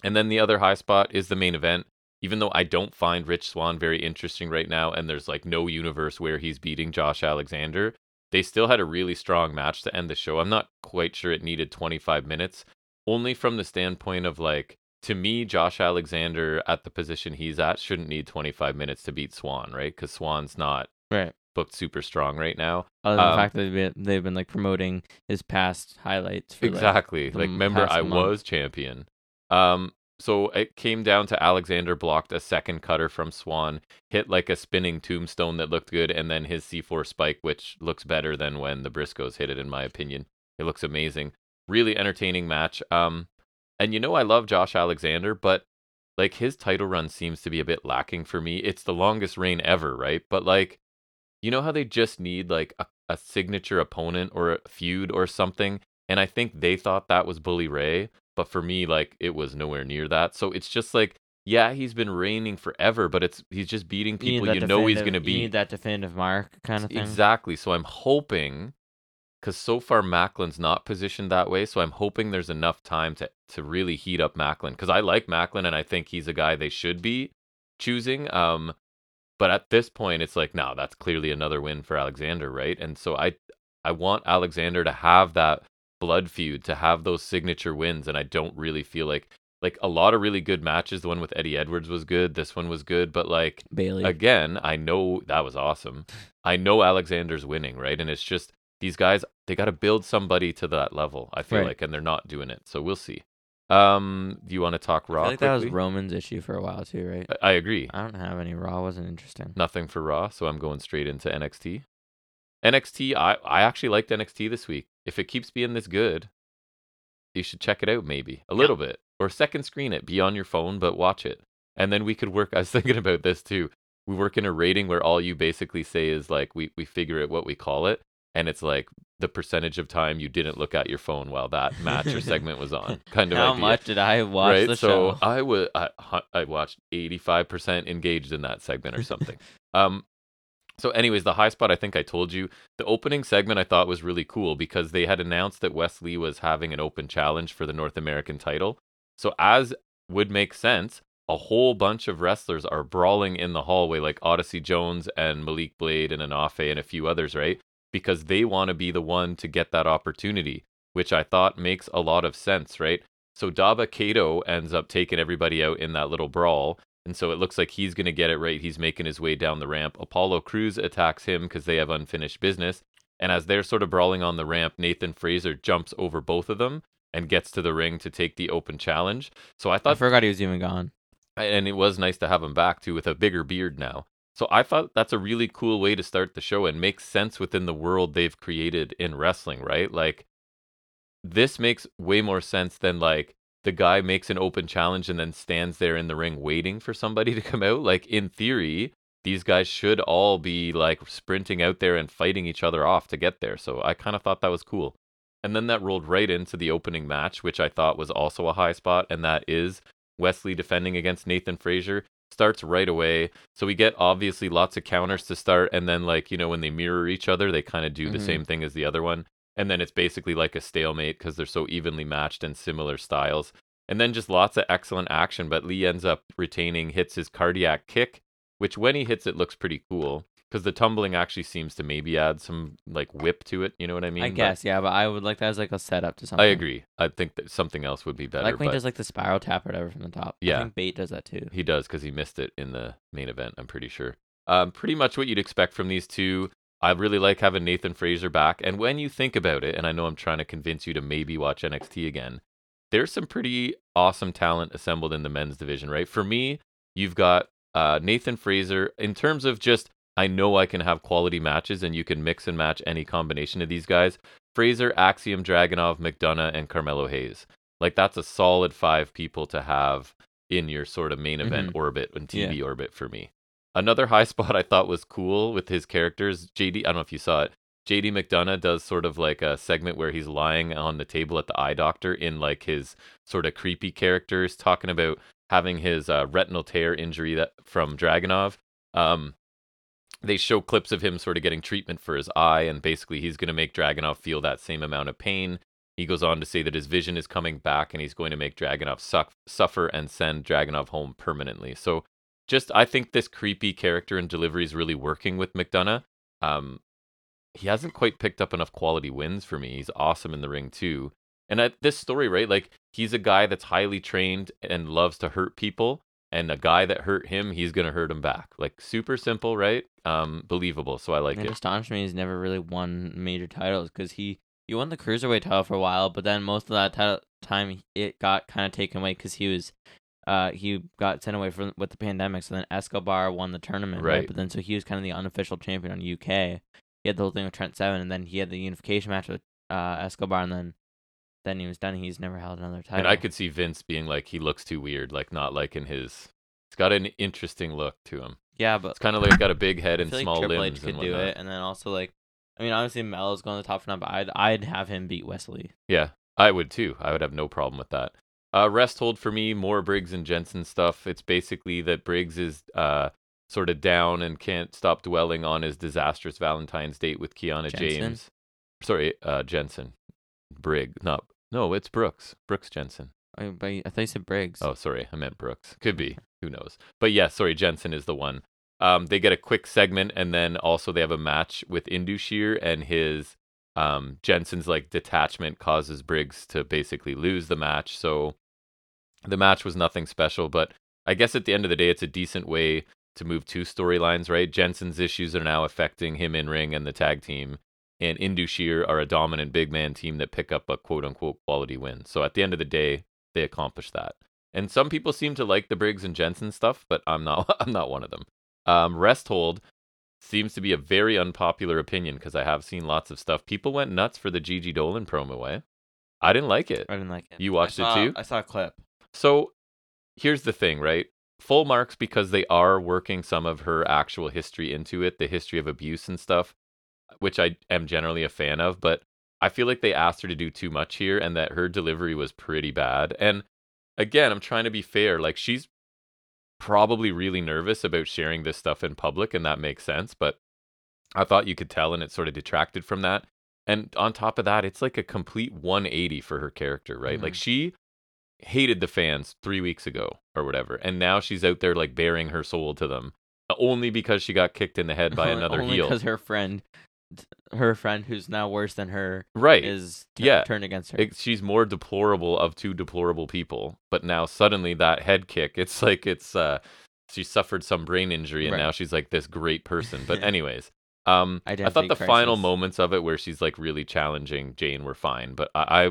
Speaker 1: And then the other high spot is the main event. even though I don't find Rich Swan very interesting right now, and there's like no universe where he's beating Josh Alexander, they still had a really strong match to end the show. I'm not quite sure it needed 25 minutes, only from the standpoint of like, to me, Josh Alexander at the position he's at shouldn't need 25 minutes to beat Swan, right? Because Swan's not
Speaker 2: Right.
Speaker 1: booked super strong right now.
Speaker 2: Other than
Speaker 1: Um,
Speaker 2: the fact that they've been, they've been like promoting his past highlights. For, like-
Speaker 1: exactly
Speaker 2: the
Speaker 1: like
Speaker 2: m-
Speaker 1: remember
Speaker 2: past
Speaker 1: i
Speaker 2: month.
Speaker 1: was champion um so it came down to alexander blocked a second cutter from swan hit like a spinning tombstone that looked good and then his c4 spike which looks better than when the briscoes hit it in my opinion it looks amazing really entertaining match um and you know i love josh alexander but like his title run seems to be a bit lacking for me it's the longest reign ever right but like you know how they just need like a, a signature opponent or a feud or something and I think they thought that was Bully Ray, but for me, like it was nowhere near that. So it's just like, yeah, he's been reigning forever, but it's he's just beating
Speaker 2: you need
Speaker 1: people
Speaker 2: that
Speaker 1: you know he's
Speaker 2: definitive-
Speaker 1: gonna
Speaker 2: You
Speaker 1: beat.
Speaker 2: need that definitive mark kind of thing.
Speaker 1: Exactly. So I'm hoping, because so far Macklin's not positioned that way. So I'm hoping there's enough time to to really heat up Macklin because I like Macklin and I think he's a guy they should be choosing. Um, but at this point, it's like, no, that's clearly another win for Alexander, right? And so I I want Alexander to have that blood feud, to have those signature wins, and I don't really feel like like a lot of really good matches. The one with Eddie Edwards was good. This one was good, but like
Speaker 2: Bailey.
Speaker 1: again, I know that was awesome. I know Alexander's winning, right? And it's just these guys, they got to build somebody to that level, I feel
Speaker 2: Right.
Speaker 1: like, and they're not doing it. So we'll see. Um, do you want to talk
Speaker 2: I
Speaker 1: Raw?
Speaker 2: feel like that was
Speaker 1: quickly?
Speaker 2: Roman's issue for a while too, right?
Speaker 1: I I agree.
Speaker 2: I don't have any Raw. wasn't interesting.
Speaker 1: Nothing for Raw, so I'm going straight into NXT. NXT, I, I actually liked NXT this week. If it keeps being this good, you should check it out maybe a little bit or second screen it, be on your phone, but watch it. And then we could work. *laughs* I was thinking about this too. We work in a rating where all you basically say is like, we, we figure out what we call it. And it's like the percentage of time you didn't look at your phone while that match or segment was on. Kind of
Speaker 2: How
Speaker 1: idea
Speaker 2: much did I watch
Speaker 1: right?
Speaker 2: the
Speaker 1: so
Speaker 2: show?
Speaker 1: I was I, hu- I watched eighty five percent engaged in that segment or something. um, so anyways, the high spot I think I told you the opening segment I thought was really cool because they had announced that Wesley was having an open challenge for the North American title. So as would make sense, a whole bunch of wrestlers are brawling in the hallway like Odyssey Jones and Malik Blade and Anafe and a few others, right? Because they want to be the one to get that opportunity, which I thought makes a lot of sense, right? So Daba Kato ends up taking everybody out in that little brawl. And so it looks like he's going to get it right. He's making his way down the ramp. Apollo Cruz attacks him because they have unfinished business. And as they're sort of brawling on the ramp, Nathan Fraser jumps over both of them and gets to the ring to take the open challenge. So I
Speaker 2: I
Speaker 1: thought
Speaker 2: forgot he was even gone.
Speaker 1: and it was nice to have him back too with a bigger beard now. So I thought that's a really cool way to start the show and makes sense within the world they've created in wrestling, right? Like this makes way more sense than like the guy makes an open challenge and then stands there in the ring waiting for somebody *laughs* to come out. Like in theory, these guys should all be like sprinting out there and fighting each other off to get there. So I kind of thought that was cool. And then that rolled right into the opening match, which I thought was also a high spot, and that is Wesley defending against Nathan Frazier starts right away. So we get obviously lots of counters to start, and then like you know when they mirror each other, they kind of do the
Speaker 2: Mhm.
Speaker 1: same thing as the other one, and then it's basically like a stalemate because they're so evenly matched and similar styles. And then just lots of excellent action, but Lee ends up retaining, hits his cardiac kick, which when he hits it looks pretty cool because the tumbling actually seems to maybe add some like whip to it. You know what I mean?
Speaker 2: I
Speaker 1: But
Speaker 2: guess, yeah, but I would like that as like a setup to something.
Speaker 1: I agree. I think that something else would be better.
Speaker 2: like when
Speaker 1: but-
Speaker 2: he does like the spiral tap or whatever from the top.
Speaker 1: Yeah.
Speaker 2: I think Bait does that too.
Speaker 1: He does because he missed it in the main event. I'm pretty sure. Um, pretty much what you'd expect from these two. I really like having Nathan Fraser back. And when you think about it, and I know I'm trying to convince you to maybe watch NXT again, there's some pretty awesome talent assembled in the men's division, right? For me, you've got uh, Nathan Fraser in terms of just I know I can have quality matches and you can mix and match any combination of these guys. Fraser, Axiom, Dragonov, McDonough, and Carmelo Hayes. Like that's a solid five people to have in your sort of main event orbit and TV orbit for me. Another high *laughs* spot I thought was cool with his characters, JD, I don't know if you saw it. JD McDonough does sort of like a segment where he's lying on the table at the eye doctor in like his sort of creepy characters, talking about having his uh, retinal tear injury that from Dragonov. Um, they show clips of him sort of getting treatment for his eye, and basically he's going to make Dragonov feel that same amount of pain. He goes on to say that his vision is coming back and he's going to make Dragonov suck, suffer and send Dragonov home permanently. So, just I think this creepy character and delivery is really working with McDonough. Um, he hasn't quite picked up enough quality wins for me. He's awesome in the ring too. And I, this story, right? Like he's a guy that's highly trained and loves to hurt people, and a guy that hurt him, he's gonna hurt him back. Like super simple, right? Um, believable. So I like
Speaker 2: it
Speaker 1: it.
Speaker 2: astonished me he's never really won major titles because he he won the cruiserweight title for a while, but then most of that title, time it got kind of taken away because he was uh he got sent away from with the pandemic. So then Escobar won the tournament, right?
Speaker 1: Right.
Speaker 2: But then so he was kind of the unofficial champion on UK. He had the whole thing with Trent Seven, and then he had the unification match with uh Escobar, and then then he was done. He's never held another title.
Speaker 1: And I could see Vince being like, he looks too weird, like not liking his. It's got an interesting look to him.
Speaker 2: yeah, but
Speaker 1: It's kind of like got a
Speaker 2: *coughs*
Speaker 1: big head
Speaker 2: Uh, I
Speaker 1: and
Speaker 2: feel
Speaker 1: small
Speaker 2: like Triple
Speaker 1: limbs
Speaker 2: H could
Speaker 1: and
Speaker 2: do
Speaker 1: whatnot.
Speaker 2: it, and then also like. I mean, obviously Melo's going to the top for now, but I'd I'd have him beat Wesley.
Speaker 1: Yeah, I would too. I would have no problem with that. Uh, rest hold for me, more Briggs and Jensen stuff. It's basically that Briggs is uh, sort of down and can't stop dwelling on his disastrous Valentine's date with Kiana
Speaker 2: Jensen?
Speaker 1: James. Sorry, uh, Jensen. Brigg, not. No, it's Brooks. Brooks Jensen.
Speaker 2: I, but I thought you said Briggs.
Speaker 1: Oh, sorry, I meant Brooks. Could be, who knows? But yeah, sorry, Jensen is the one. Um, they get a quick segment, and then also they have a match with Indushir and his um, Jensen's like detachment causes Briggs to basically lose the match. So the match was nothing special, but I guess at the end of the day, it's a decent way to move two storylines, right? Jensen's issues are now affecting him in ring and the tag team, and Indushir are a dominant big man team that pick up a quote unquote quality win. So at the end of the day, they accomplish that. And some people seem to like the Briggs and Jensen stuff, but I'm not *laughs* I'm not one of them. Um, rest hold seems to be a very unpopular opinion because I have seen lots of stuff. People went nuts for the Gigi Dolan promo way. I didn't like it.
Speaker 2: I didn't like it.
Speaker 1: You watched
Speaker 2: I
Speaker 1: it
Speaker 2: saw,
Speaker 1: too?
Speaker 2: I saw a clip.
Speaker 1: So here's the thing, right? Full marks because they are working some of her actual history into it, the history of abuse and stuff, which I am generally a fan of, but I feel like they asked her to do too much here and that her delivery was pretty bad. And again, I'm trying to be fair. Like she's probably really nervous about sharing this stuff in public and that makes sense, but I thought you could tell and it sort of detracted from that. And on top of that, it's like a complete 180 for her character, right? Like she hated the fans three weeks ago or whatever, and now she's out there like bearing her soul to them only because she got kicked in the head by
Speaker 2: *laughs*
Speaker 1: another
Speaker 2: Only
Speaker 1: heel,
Speaker 2: because her friend, her friend who's now worse than her,
Speaker 1: right?
Speaker 2: is t-
Speaker 1: Yeah.
Speaker 2: turned against her.
Speaker 1: It- she's more deplorable of two deplorable people, but now suddenly that head kick, it's *laughs* like it's uh, she suffered some brain injury and
Speaker 2: Right.
Speaker 1: now she's like this great person.
Speaker 2: *laughs*
Speaker 1: But anyways, um, I thought
Speaker 2: Identity
Speaker 1: the final
Speaker 2: crisis.
Speaker 1: moments of it where she's like really challenging Jane were fine, but I I,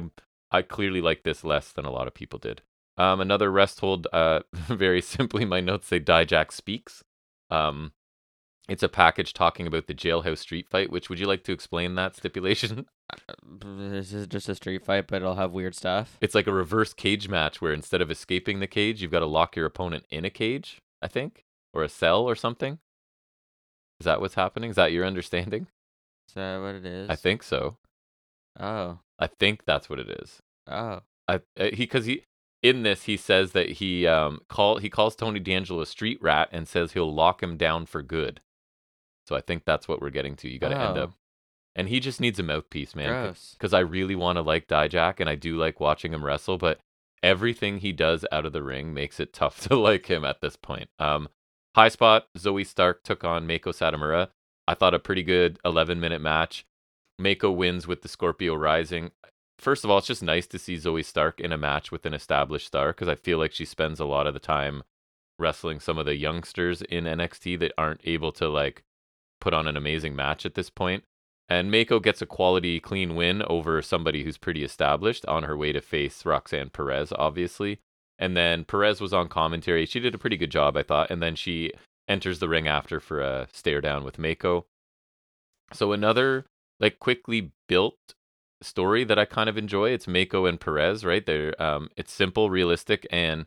Speaker 1: I clearly like this less than a lot of people did. Um, another rest hold. Uh, *laughs* very simply, my notes say Dijak speaks. Um, it's a package talking about the jailhouse street fight. Which would you like to explain that stipulation? *laughs*
Speaker 2: uh, this is just a street fight, but it'll have weird stuff.
Speaker 1: It's like a reverse cage match where instead of escaping the cage, you've got to lock your opponent in a cage, I think, or a cell or something. Is that what's happening? Is that your understanding?
Speaker 2: Is that what it is?
Speaker 1: I think so.
Speaker 2: Oh,
Speaker 1: I think that's what it is.
Speaker 2: oh,
Speaker 1: I uh, he because he in this he says that he um call he calls Tony D'Angelo a street rat and says he'll lock him down for good. So I think that's what we're getting to. You got to end
Speaker 2: Oh.
Speaker 1: up, and he just needs a mouthpiece, man. 'cause-
Speaker 2: gross.
Speaker 1: because I really want to like Dijak and I do like watching him wrestle, but everything he does out of the ring makes it *laughs* tough to like him at this point. Um, high spot Zoe Stark took on Mako Satomura. I thought a pretty good 11 minute match. Mako wins with the Scorpio Rising. First of all, it's just nice to see Zoe Stark in a match with an established star because I feel like she spends a lot of the time wrestling some of the youngsters in NXT that aren't able to like put on an amazing match at this point. And Mako gets a quality clean win over somebody who's pretty established on her way to face Roxanne Perez, obviously. And then Perez was on commentary. She did a pretty good job, I thought. And then she enters the ring after for a stare down with Mako. So another like quickly built story that I kind of enjoy. It's Mako and Perez, right? They're um it's simple, realistic, and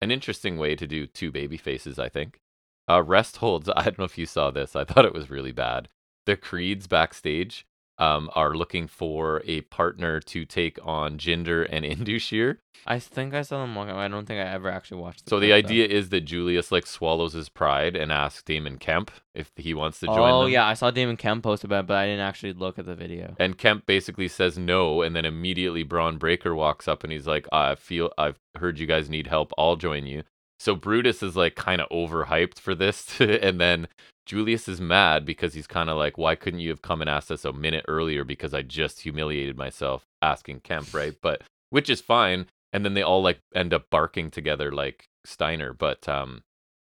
Speaker 1: an interesting way to do two baby faces, I think. *laughs* Uh rest holds, I don't know if you saw this. I thought it was really bad the creeds backstage um, are looking for a partner to take on Jinder and *laughs* Indushir.
Speaker 2: I think I saw them walk out. I don't think I ever actually watched.
Speaker 1: So
Speaker 2: *laughs*
Speaker 1: the
Speaker 2: clip, though.
Speaker 1: idea is that Julius like swallows his pride and asks Damon Kemp if he wants to join
Speaker 2: Oh
Speaker 1: them.
Speaker 2: yeah, I saw Damon Kemp post about it, but I didn't actually look at the video.
Speaker 1: And Kemp basically says no, and then immediately Braun Breaker walks up and he's like, "I feel I've heard you guys need help. I'll join you." So Brutus is like kind of overhyped for this, *laughs* and then Julius is mad because he's kind of like, "Why couldn't you have come and asked us a minute earlier? Because I just humiliated myself asking Kemp, right?" But which is fine. And then they all like end up barking together like Steiner. But um,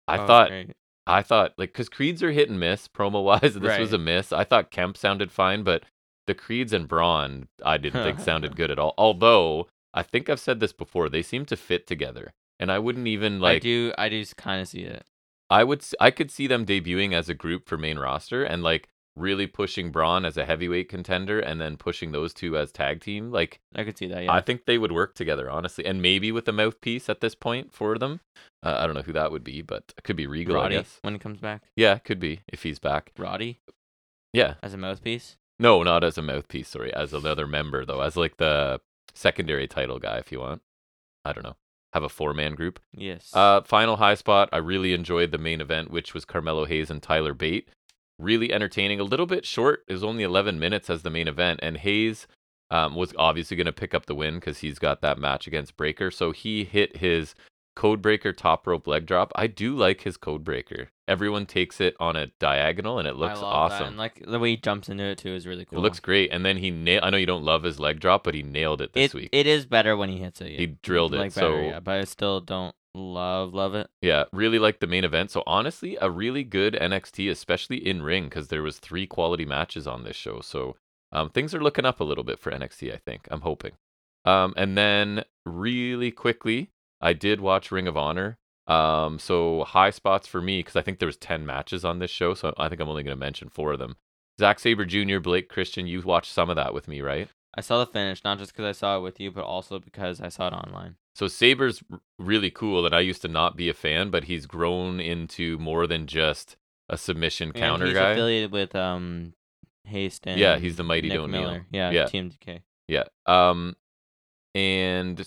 Speaker 1: I
Speaker 2: Oh,
Speaker 1: thought
Speaker 2: great.
Speaker 1: I thought like because creeds are hit and miss promo wise. *laughs* This was
Speaker 2: Right.
Speaker 1: a miss. I thought Kemp sounded fine, but the creeds and Braun I didn't
Speaker 2: *laughs*
Speaker 1: think sounded good at all. Although I think I've said this before, they seem to fit together, and I wouldn't even
Speaker 2: I
Speaker 1: like.
Speaker 2: do. I do kind of see it.
Speaker 1: I would s- I could see them debuting as a group for main roster and like really pushing Braun as a heavyweight contender, and then pushing those two as tag team. Like
Speaker 2: I could see that. Yeah.
Speaker 1: I think they would work together honestly, and maybe with a mouthpiece at this point for them. Uh, I don't know who that would be, but it could be Regal. I
Speaker 2: Roddy
Speaker 1: guess.
Speaker 2: when he comes back.
Speaker 1: Yeah, could be if he's back.
Speaker 2: Roddy
Speaker 1: Yeah,
Speaker 2: as a mouthpiece.
Speaker 1: No, not as a mouthpiece. Sorry, as another member though, as like the secondary title guy, if you want. I don't know. Have a four-man group.
Speaker 2: Yes.
Speaker 1: Uh, final high spot. I really enjoyed the main event, which was Carmelo Hayes and Tyler Bate. Really entertaining. A little bit short. It was only 11 minutes as the main event, and Hayes um, was obviously going to pick up the win because he's got that match against Breaker. So he hit his Codebreaker top rope leg drop. I do like his Codebreaker. Everyone takes it on a diagonal, and it looks
Speaker 2: I love
Speaker 1: awesome.
Speaker 2: That. And like the way he jumps into it too is really cool.
Speaker 1: It looks great. And then he nailed. I know you don't love his leg drop, but he nailed it this
Speaker 2: it,
Speaker 1: week.
Speaker 2: It is better when he hits it. Yeah.
Speaker 1: he drilled it.
Speaker 2: like
Speaker 1: so
Speaker 2: better, yeah, but I still don't love love it.
Speaker 1: yeah, really liked the main event. So honestly, a really good NXT, especially in ring, because there was three quality matches on this show. So um, things are looking up a little bit for NXT. I think I'm hoping. Um, and then really quickly, I did watch Ring of Honor. Um, so high spots for me because I think there was ten matches on this show. So I think I'm only going to mention four of them. Zack Saber Jr., Blake Christian. You watched some of that with me, right?
Speaker 2: I saw the finish not just because I saw it with you, but also because I saw it online.
Speaker 1: So Saber's r- really cool, and I used to not be a fan, but he's grown into more than just a submission counter
Speaker 2: and he's
Speaker 1: guy.
Speaker 2: affiliated with um Haste and
Speaker 1: Yeah, he's the mighty
Speaker 2: Nick
Speaker 1: Don Neal.
Speaker 2: Miller. Yeah,
Speaker 1: Yeah.
Speaker 2: TMDK.
Speaker 1: Yeah. Um, and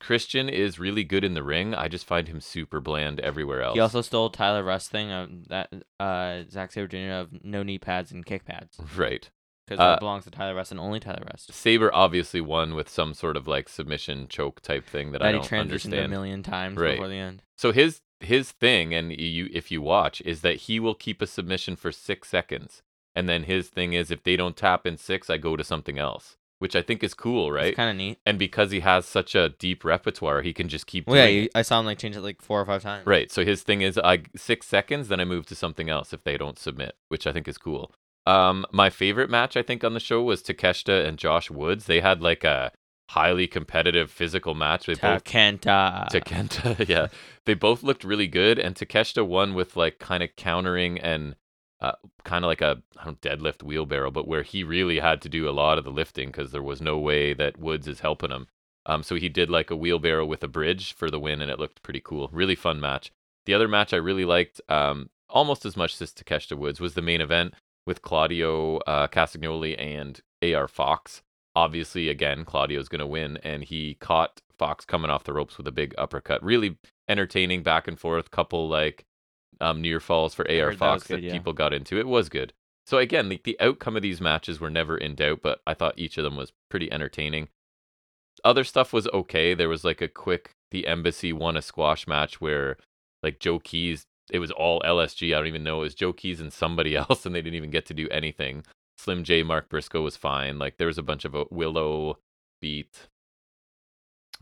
Speaker 1: Christian is really good in the ring. I just find him super bland everywhere else.
Speaker 2: He also stole Tyler Russ thing of that uh Zack Sabre Jr. of no knee pads and kick pads
Speaker 1: *laughs* right.
Speaker 2: because
Speaker 1: Uh,
Speaker 2: that belongs to Tyler Russ and only Tyler Russ.
Speaker 1: Saber obviously won with some sort of like submission choke type thing that, I
Speaker 2: That he
Speaker 1: don't
Speaker 2: transitioned a
Speaker 1: understand.
Speaker 2: million times
Speaker 1: Right.
Speaker 2: before the end.
Speaker 1: So his his thing, and you if you watch, is that he will keep a submission for six seconds, and then his thing is if they don't tap in six, I go to something else, which I think is cool, right?
Speaker 2: It's kind of neat.
Speaker 1: and because he has such a deep repertoire, he can just keep.
Speaker 2: Well, yeah,
Speaker 1: doing
Speaker 2: you,
Speaker 1: it.
Speaker 2: I saw him like change it like four or five times.
Speaker 1: right. So his thing is I six seconds, then I move to something else if they don't submit, which I think is cool. Um, my favorite match I think on the show was Takeshita and Josh Woods. They had like a highly competitive physical match. They both
Speaker 2: Takenta.
Speaker 1: to Kenta. *laughs* Yeah, they both looked really good, and Takeshita won with like kind of countering and uh, kind of like a I don't know, deadlift wheelbarrow, but where he really had to do a lot of the lifting because there was no way that Woods is helping him. Um, so he did like a wheelbarrow with a bridge for the win, and it looked pretty cool. Really fun match. The other match I really liked, um, almost as much as Takeshita Woods, was the main event with Claudio uh, Castagnoli and AR Fox obviously again Claudio's going to win and he caught Fox coming off the ropes with a big uppercut. Really entertaining back and forth couple like um near falls for AR
Speaker 2: heard that was
Speaker 1: Fox that,
Speaker 2: good, yeah.
Speaker 1: people got into. It was good. So again, the, the outcome of these matches were never in doubt, but I thought each of them was pretty entertaining. Other stuff was okay. There was like a quick the embassy won a squash match where like Joe Keys it was all LSG. I don't even know. It was Joe Keys and somebody *laughs* else, and they didn't even get to do anything. Slim J, Mark Briscoe was fine. Like there was a bunch of uh, Willow beat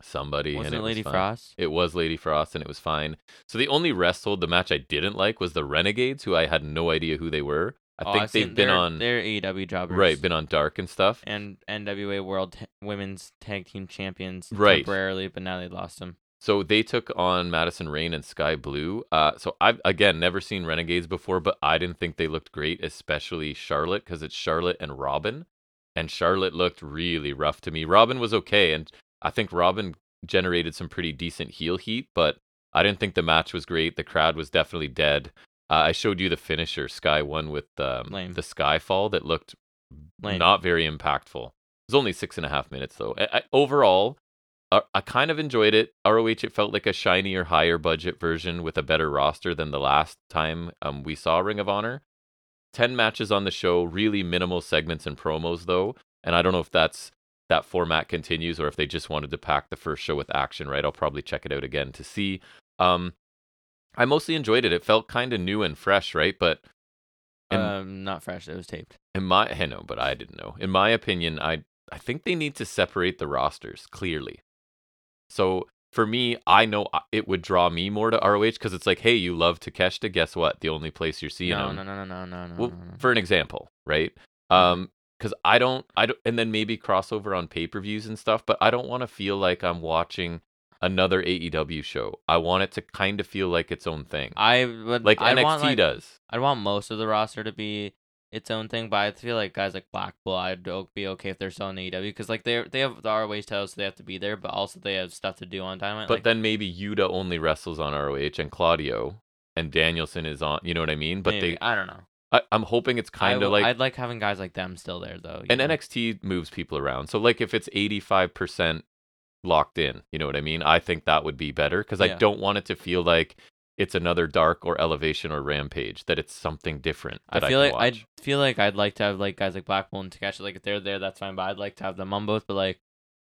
Speaker 1: somebody.
Speaker 2: Wasn't
Speaker 1: and
Speaker 2: it
Speaker 1: was
Speaker 2: Lady
Speaker 1: fine.
Speaker 2: Frost?
Speaker 1: It was Lady Frost, and it was fine. So the only rest hold the match I didn't like was the Renegades, who I had no idea who they were. I
Speaker 2: Oh,
Speaker 1: think
Speaker 2: I've
Speaker 1: they've
Speaker 2: seen-
Speaker 1: been
Speaker 2: they're-
Speaker 1: on
Speaker 2: They're AEW jobbers.
Speaker 1: right, been on Dark and stuff.
Speaker 2: and NWA World Ta- Women's Tag Team Champions
Speaker 1: Right.
Speaker 2: temporarily, but now they lost them.
Speaker 1: So they took on Madison Rain and Sky Blue. Uh, so I've again never seen Renegades before, but I didn't think they looked great, especially Charlotte, because it's Charlotte and Robin, and Charlotte looked really rough to me. Robin was okay, and I think Robin generated some pretty decent heel heat, but I didn't think the match was great. The crowd was definitely dead. Uh, I showed you the finisher, Sky One with um,
Speaker 2: Lame.
Speaker 1: the Skyfall that looked
Speaker 2: Lame.
Speaker 1: Not very impactful. It was only six and a half minutes though. I, I, overall, I, I kind of enjoyed it. ROH it felt like a shinier, higher budget version with a better roster than the last time um, we saw Ring of Honor. Ten matches on the show, really minimal segments and promos though, and I don't know if that's that format continues or if they just wanted to pack the first show with action. Right, I'll probably check it out again to see. Um, I mostly enjoyed it. It felt kind of new and fresh, right? But in-
Speaker 2: um, not fresh. It was taped.
Speaker 1: in my I know, but I didn't know. In my opinion, I I think they need to separate the rosters clearly. So for me, I know I- it would draw me more to ROH because it's like, hey, you love Takeshita. Guess what? The only place you're seeing
Speaker 2: no,
Speaker 1: him.
Speaker 2: no, no, no, no, no, no,
Speaker 1: um, Well,
Speaker 2: no, no. Mm-hmm.
Speaker 1: for an example, right? Um, because I don't, I don't, and then maybe crossover on pay per views and stuff. But I don't want to feel like I'm watching another AEW show. I want it to kind of feel like its own thing,
Speaker 2: I would
Speaker 1: like
Speaker 2: I'd
Speaker 1: NXT
Speaker 2: want, like,
Speaker 1: does.
Speaker 2: I'd want most of the roster to be its own thing, but I feel like guys like Blackpool, I'd o- be okay if they're still in AEW because like they they have the ROH titles, so they have to be there, but also they have stuff to do on Dynamite.
Speaker 1: But
Speaker 2: like,
Speaker 1: then maybe Yuta only wrestles on ROH and Claudio and Danielson is on. You know what I mean? But
Speaker 2: maybe,
Speaker 1: they,
Speaker 2: I don't know.
Speaker 1: I, I'm hoping it's kind
Speaker 2: I,
Speaker 1: of
Speaker 2: would-
Speaker 1: like
Speaker 2: I'd like having guys like them still there though. you
Speaker 1: and
Speaker 2: know?
Speaker 1: NXT moves people around. So like if it's 85% locked in, you know what I mean? I think that would be better because I
Speaker 2: Yeah.
Speaker 1: don't want it to feel like it's another dark or elevation or rampage. That it's something different.
Speaker 2: I
Speaker 1: That I
Speaker 2: feel
Speaker 1: can
Speaker 2: like
Speaker 1: watch.
Speaker 2: I feel like I'd like to have like guys like Blackpool and Takashi. Like if they're there, that's fine. But I'd like to have them on both. But like,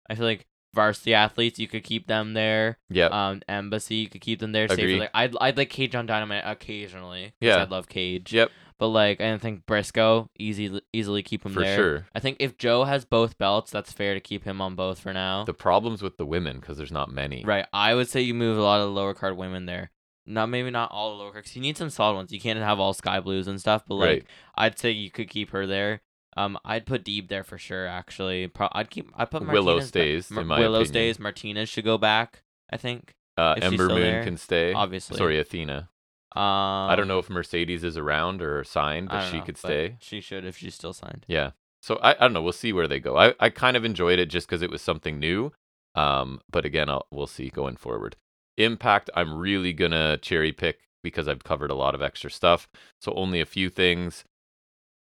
Speaker 2: I feel like varsity athletes, you could keep them there.
Speaker 1: yeah.
Speaker 2: Um, embassy, you could keep them there.
Speaker 1: Agree.
Speaker 2: Safely. Like I'd I'd like Cage on Dynamite occasionally. 'cause
Speaker 1: Yeah.
Speaker 2: I love Cage.
Speaker 1: yep.
Speaker 2: But like, I think Briscoe easy easily keep him
Speaker 1: For
Speaker 2: there.
Speaker 1: sure.
Speaker 2: I think if Joe has both belts, that's fair to keep him on both for now.
Speaker 1: The problems with the women because there's not many.
Speaker 2: Right. I would say you move a lot of the lower card women there. Not maybe not all the lower cards. You need some solid ones. You can't have all sky blues and stuff. But like,
Speaker 1: Right.
Speaker 2: I'd say you could keep her there. Um, I'd put Deeb there for sure. Actually, Pro- I'd keep. I put Martinez
Speaker 1: Willow
Speaker 2: back-
Speaker 1: stays, in my
Speaker 2: Willow
Speaker 1: opinion.
Speaker 2: stays. Martinez should go back. I think
Speaker 1: Uh,
Speaker 2: If she's
Speaker 1: Ember
Speaker 2: still
Speaker 1: Moon
Speaker 2: there,
Speaker 1: can stay.
Speaker 2: obviously.
Speaker 1: Eh, Sorry, Athena.
Speaker 2: Um,
Speaker 1: I don't know if Mercedes is around or signed,
Speaker 2: I
Speaker 1: but
Speaker 2: don't
Speaker 1: she
Speaker 2: know,
Speaker 1: could
Speaker 2: but
Speaker 1: stay.
Speaker 2: She should if she's still signed.
Speaker 1: Yeah. So I, I don't know. We'll see where they go. I, I kind of enjoyed it just because it was something new. Um, but again, I'll, we'll see going forward. Impact, I'm really going to cherry pick because I've covered a lot of extra stuff. So only a few things.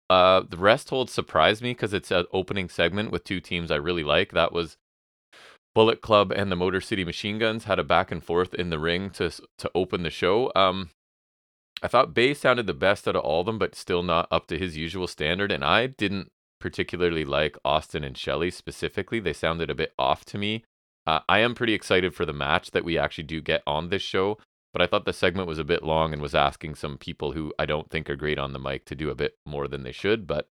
Speaker 1: Uh, the rest hold surprised me because it's an opening segment with two teams I really like. That was Bullet Club and the Motor City Machine Guns had a back and forth in the ring to s- to open the show. Um, I thought Bay sounded the best out of all of them, but still not up to his usual standard. And I didn't particularly like Austin and Shelley specifically. They sounded a bit off to me. Uh, I am pretty excited for the match that we actually do get on this show, but I thought the segment was a bit long and was asking some people who I don't think are great on the mic to do a bit more than they should. But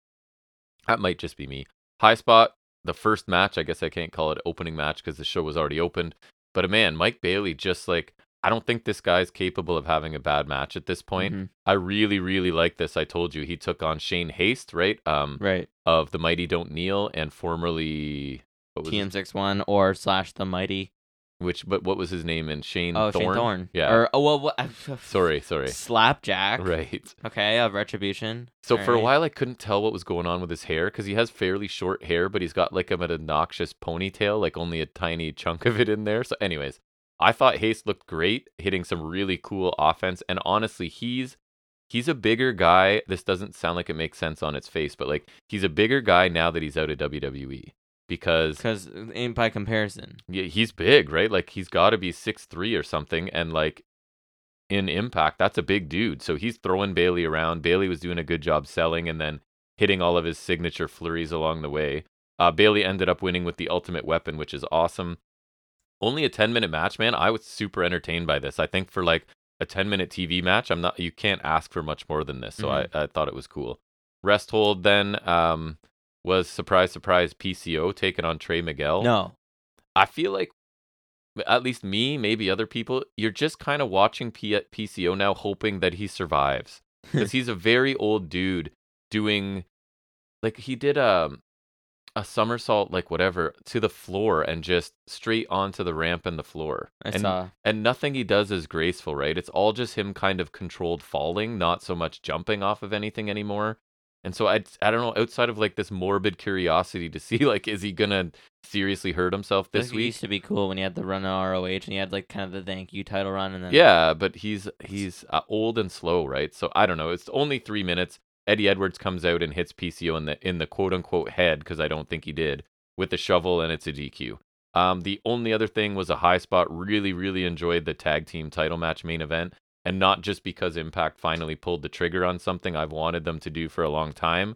Speaker 1: that might just be me. High spot, the first match. I guess I can't call it opening match because the show was already opened. But uh, man, Mike Bailey just like I don't think this guy's capable of having a bad match at this point.
Speaker 2: Mhm.
Speaker 1: I really, really like this. I told you he took on Shane Haste, right? Um,
Speaker 2: Right.
Speaker 1: of the Mighty Don't Kneel and formerly what was his-
Speaker 2: TM61 or slash the mighty.
Speaker 1: which, but what was his name? And Shane
Speaker 2: Oh,
Speaker 1: Thorne.
Speaker 2: Shane Thorne.
Speaker 1: Yeah.
Speaker 2: Or oh well. *laughs* What,
Speaker 1: Sorry, sorry.
Speaker 2: Slapjack. *laughs*
Speaker 1: Right.
Speaker 2: Okay, of retribution.
Speaker 1: So
Speaker 2: All
Speaker 1: for a
Speaker 2: right.
Speaker 1: while, I couldn't tell what was going on with his hair because he has fairly short hair, but he's got like an obnoxious ponytail, like only a tiny chunk of it in there. So, anyways, I thought Haste looked great, hitting some really cool offense. And honestly, he's he's a bigger guy. This doesn't sound like it makes sense on its face, but like he's a bigger guy now that he's out of WWE because
Speaker 2: because in by comparison,
Speaker 1: yeah, he's big, right? Like he's got to be six three or something, and like in impact, that's a big dude. So he's throwing Bailey around. Bailey was doing a good job selling and then hitting all of his signature flurries along the way. Uh, Bailey ended up winning with the Ultimate Weapon, which is awesome. Only a ten minute match, man. I was super entertained by this. I think for like a ten minute TV match, I'm not. You can't ask for much more than this. So I, I thought it was cool. Rest hold then um, was surprise surprise PCO taking on Trey Miguel.
Speaker 2: no,
Speaker 1: I feel like at least me, maybe other people, you're just kind of watching P- PCO now, hoping that he
Speaker 2: *laughs*
Speaker 1: survives because he's a very old dude doing like he did a a somersault, like whatever, to the floor and just straight onto the ramp and the floor.
Speaker 2: I
Speaker 1: and,
Speaker 2: saw.
Speaker 1: and nothing he does is graceful, right? It's all just him kind of controlled falling, not so much jumping off of anything anymore. And so I I don't know, outside of like this morbid curiosity to see *laughs* like is he gonna seriously hurt himself
Speaker 2: Like,
Speaker 1: this
Speaker 2: it
Speaker 1: week?
Speaker 2: used to be cool when he had the run on ROH and he had like kind of the thank you title run and then
Speaker 1: Yeah, but he's he's uh, old and slow, right? So I don't know. It's only three minutes. Eddie Edwards comes out and hits PCO in the in the quote unquote head because I don't think he did with the shovel and it's a DQ. Um, the only other thing was a high spot. Really, really enjoyed the tag team title match main event, and not just because Impact finally pulled the trigger on something I've wanted them to do for a long time.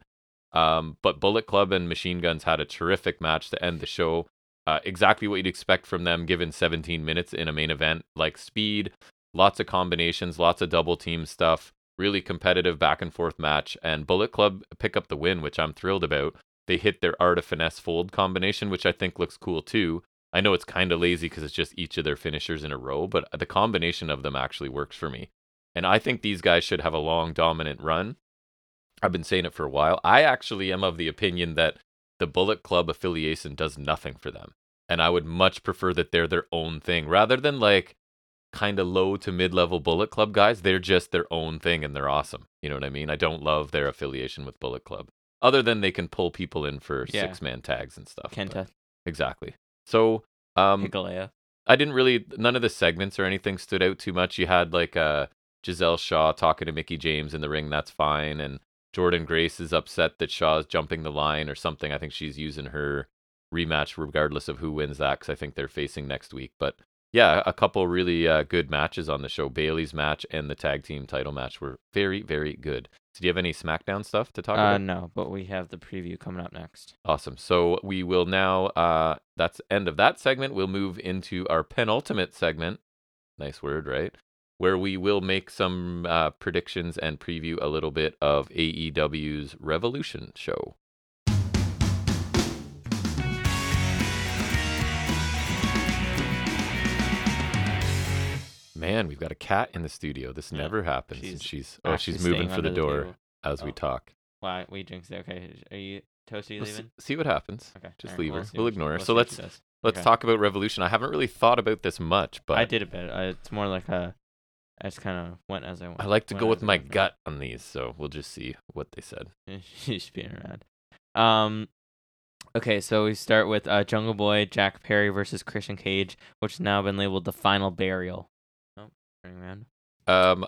Speaker 1: Um, but Bullet Club and Machine Guns had a terrific match to end the show. Uh, exactly what you'd expect from them given 17 minutes in a main event, like speed, lots of combinations, lots of double team stuff, really competitive back and forth match. And Bullet Club pick up the win, which I'm thrilled about. They hit their art of finesse fold combination, which I think looks cool too. I know it's kind of lazy because it's just each of their finishers in a row, but uh, the combination of them actually works for me. And I think these guys should have a long, dominant run. I've been saying it for a while. I actually am of the opinion that the Bullet Club affiliation does nothing for them. And I would much prefer that they're their own thing rather than like kind of low to mid level Bullet Club guys. They're just their own thing and they're awesome. You know what I mean? I don't love their affiliation with Bullet Club, other than they can pull people in for
Speaker 2: Yeah.
Speaker 1: six man tags and stuff. but-
Speaker 2: Kenta,
Speaker 1: Exactly. So um,
Speaker 2: Hikalea.
Speaker 1: I didn't really none of the segments or anything stood out too much. You had like uh Giselle Shaw talking to Mickey James in the ring, that's fine, and Jordan Grace is upset that Shaw's jumping the line or something. I think she's using her rematch regardless of who wins that cuz I think they're facing next week. But yeah, a couple really uh, good matches on the show. Bailey's match and the tag team title match were very very good. So do you have any SmackDown stuff to talk
Speaker 2: Uh,
Speaker 1: about?
Speaker 2: no, but we have the preview coming up next.
Speaker 1: Awesome. So we will now uh that's end of that segment. We'll move into our penultimate segment. Nice word, right? Where we will make some uh, predictions and preview a little bit of AEW's Revolution show. Man, we've got a cat in the studio. This
Speaker 2: Yeah.
Speaker 1: never happens. and
Speaker 2: She's
Speaker 1: she's oh, she's
Speaker 2: Actually
Speaker 1: moving
Speaker 2: staying
Speaker 1: for the
Speaker 2: under
Speaker 1: door
Speaker 2: table.
Speaker 1: as we
Speaker 2: Oh.
Speaker 1: talk.
Speaker 2: Wow, we jinxed it. Okay, are you toasty?
Speaker 1: We'll s-
Speaker 2: leaving?
Speaker 1: see what happens.
Speaker 2: Okay,
Speaker 1: just
Speaker 2: alright,
Speaker 1: leave her.
Speaker 2: see
Speaker 1: We'll
Speaker 2: what she-
Speaker 1: ignore her.
Speaker 2: we'll
Speaker 1: So
Speaker 2: see what she
Speaker 1: let's-
Speaker 2: does.
Speaker 1: Let's
Speaker 2: Okay.
Speaker 1: talk about Revolution. I haven't really thought about this much, but
Speaker 2: I
Speaker 1: I,
Speaker 2: did a bit. I, it's more like a. I just kind of went as I went.
Speaker 1: like to go
Speaker 2: went
Speaker 1: with
Speaker 2: as I
Speaker 1: my
Speaker 2: went.
Speaker 1: gut on these, so we'll just see what they said.
Speaker 2: *laughs* She's being around. Um, okay, so we start with uh, Jungle Boy Jack Perry versus Christian Cage, which has now been labeled the final burial. Oh, turning around.
Speaker 1: Um,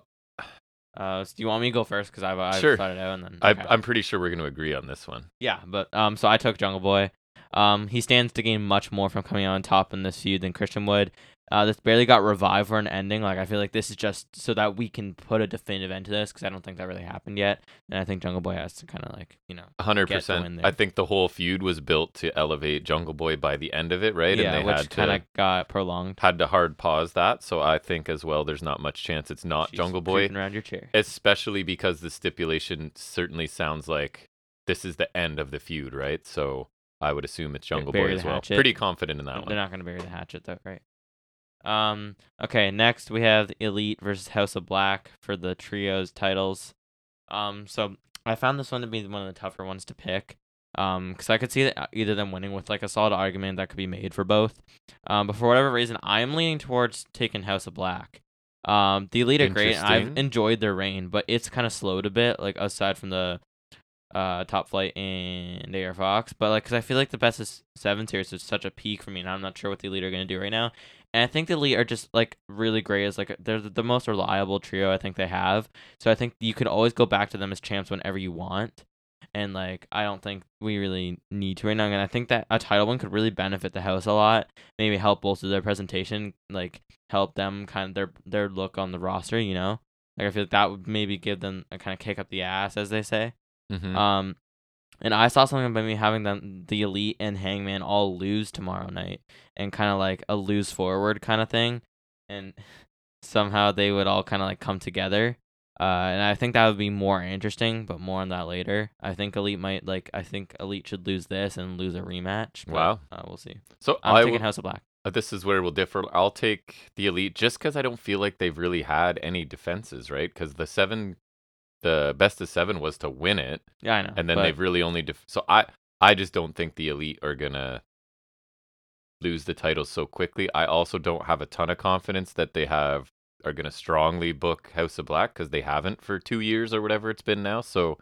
Speaker 2: Uh, so do you want me to go first? Because I've, I've
Speaker 1: Sure.
Speaker 2: thought it out and then
Speaker 1: I,
Speaker 2: okay.
Speaker 1: I'm pretty sure we're going to agree on this one.
Speaker 2: Yeah, but um, so I took Jungle Boy. Um, he stands to gain much more from coming on top in this feud than Christian would. Uh, this barely got revived for an ending. Like I feel like this is just so that we can put a definitive end to this because I don't think that really happened yet. And I think Jungle Boy has to kind of like you know
Speaker 1: 100%.
Speaker 2: win
Speaker 1: I
Speaker 2: there.
Speaker 1: think the whole feud was built to elevate Jungle Boy by the end of it, right?
Speaker 2: yeah,
Speaker 1: and they
Speaker 2: which
Speaker 1: had
Speaker 2: kind
Speaker 1: to
Speaker 2: of got prolonged.
Speaker 1: had to hard pause that. So I think as well, there's not much chance it's not
Speaker 2: She's
Speaker 1: Jungle Boy.
Speaker 2: creeping around your chair.
Speaker 1: especially because the stipulation certainly sounds like this is the end of the feud, right? So I would assume it's Jungle
Speaker 2: bury
Speaker 1: Boy
Speaker 2: the
Speaker 1: as well.
Speaker 2: hatchet.
Speaker 1: Pretty confident in that
Speaker 2: They're
Speaker 1: one.
Speaker 2: not gonna bury the hatchet though, right? Um. Okay. Next, we have the Elite versus House of Black for the trios titles. Um. So I found this one to be one of the tougher ones to pick. Um. Because I could see that either them winning with like a solid argument that could be made for both. Um. But for whatever reason, I am leaning towards taking House of Black. Um. The Elite are great. and I've
Speaker 1: Interesting.
Speaker 2: enjoyed their reign, but it's kind of slowed a bit. Like aside from the uh, Top Flight and Air Fox, but like, cause I feel like the best of s- seven series is such a peak for me, and I'm not sure what the Elite are gonna do right now. And I think the Elite are just like really great as like they're the- the most reliable trio I think they have. So I think you can always go back to them as champs whenever you want. And like, I don't think we really need to right now. And I think that a title win could really benefit the house a lot. Maybe help bolster their presentation, like help them kind of their their look on the roster. You know, like I feel like that would maybe give them a kind of kick up the ass, as they say.
Speaker 1: Mhm.
Speaker 2: Um, and I saw something about me having them, the elite and Hangman all lose tomorrow night, and kind of like a lose forward kind of thing, and *laughs* somehow they would all kind of like come together. Uh, and I think that would be more interesting, but more on that later. I think Elite might like. I think Elite should lose this and lose a rematch. but,
Speaker 1: Wow.
Speaker 2: uh, we'll see.
Speaker 1: so
Speaker 2: I'm
Speaker 1: I
Speaker 2: taking
Speaker 1: will-
Speaker 2: House of Black.
Speaker 1: uh, this is where we'll differ. I'll take the elite just because I don't feel like they've really had any defenses, right? Because the seven, the best of seven was to win it,
Speaker 2: Yeah, I know.
Speaker 1: and then
Speaker 2: but-
Speaker 1: they've really only. Def- so I, I just don't think the elite are gonna lose the title so quickly. I also don't have a ton of confidence that they have are gonna strongly book House of Black because they haven't for two years or whatever it's been now. So.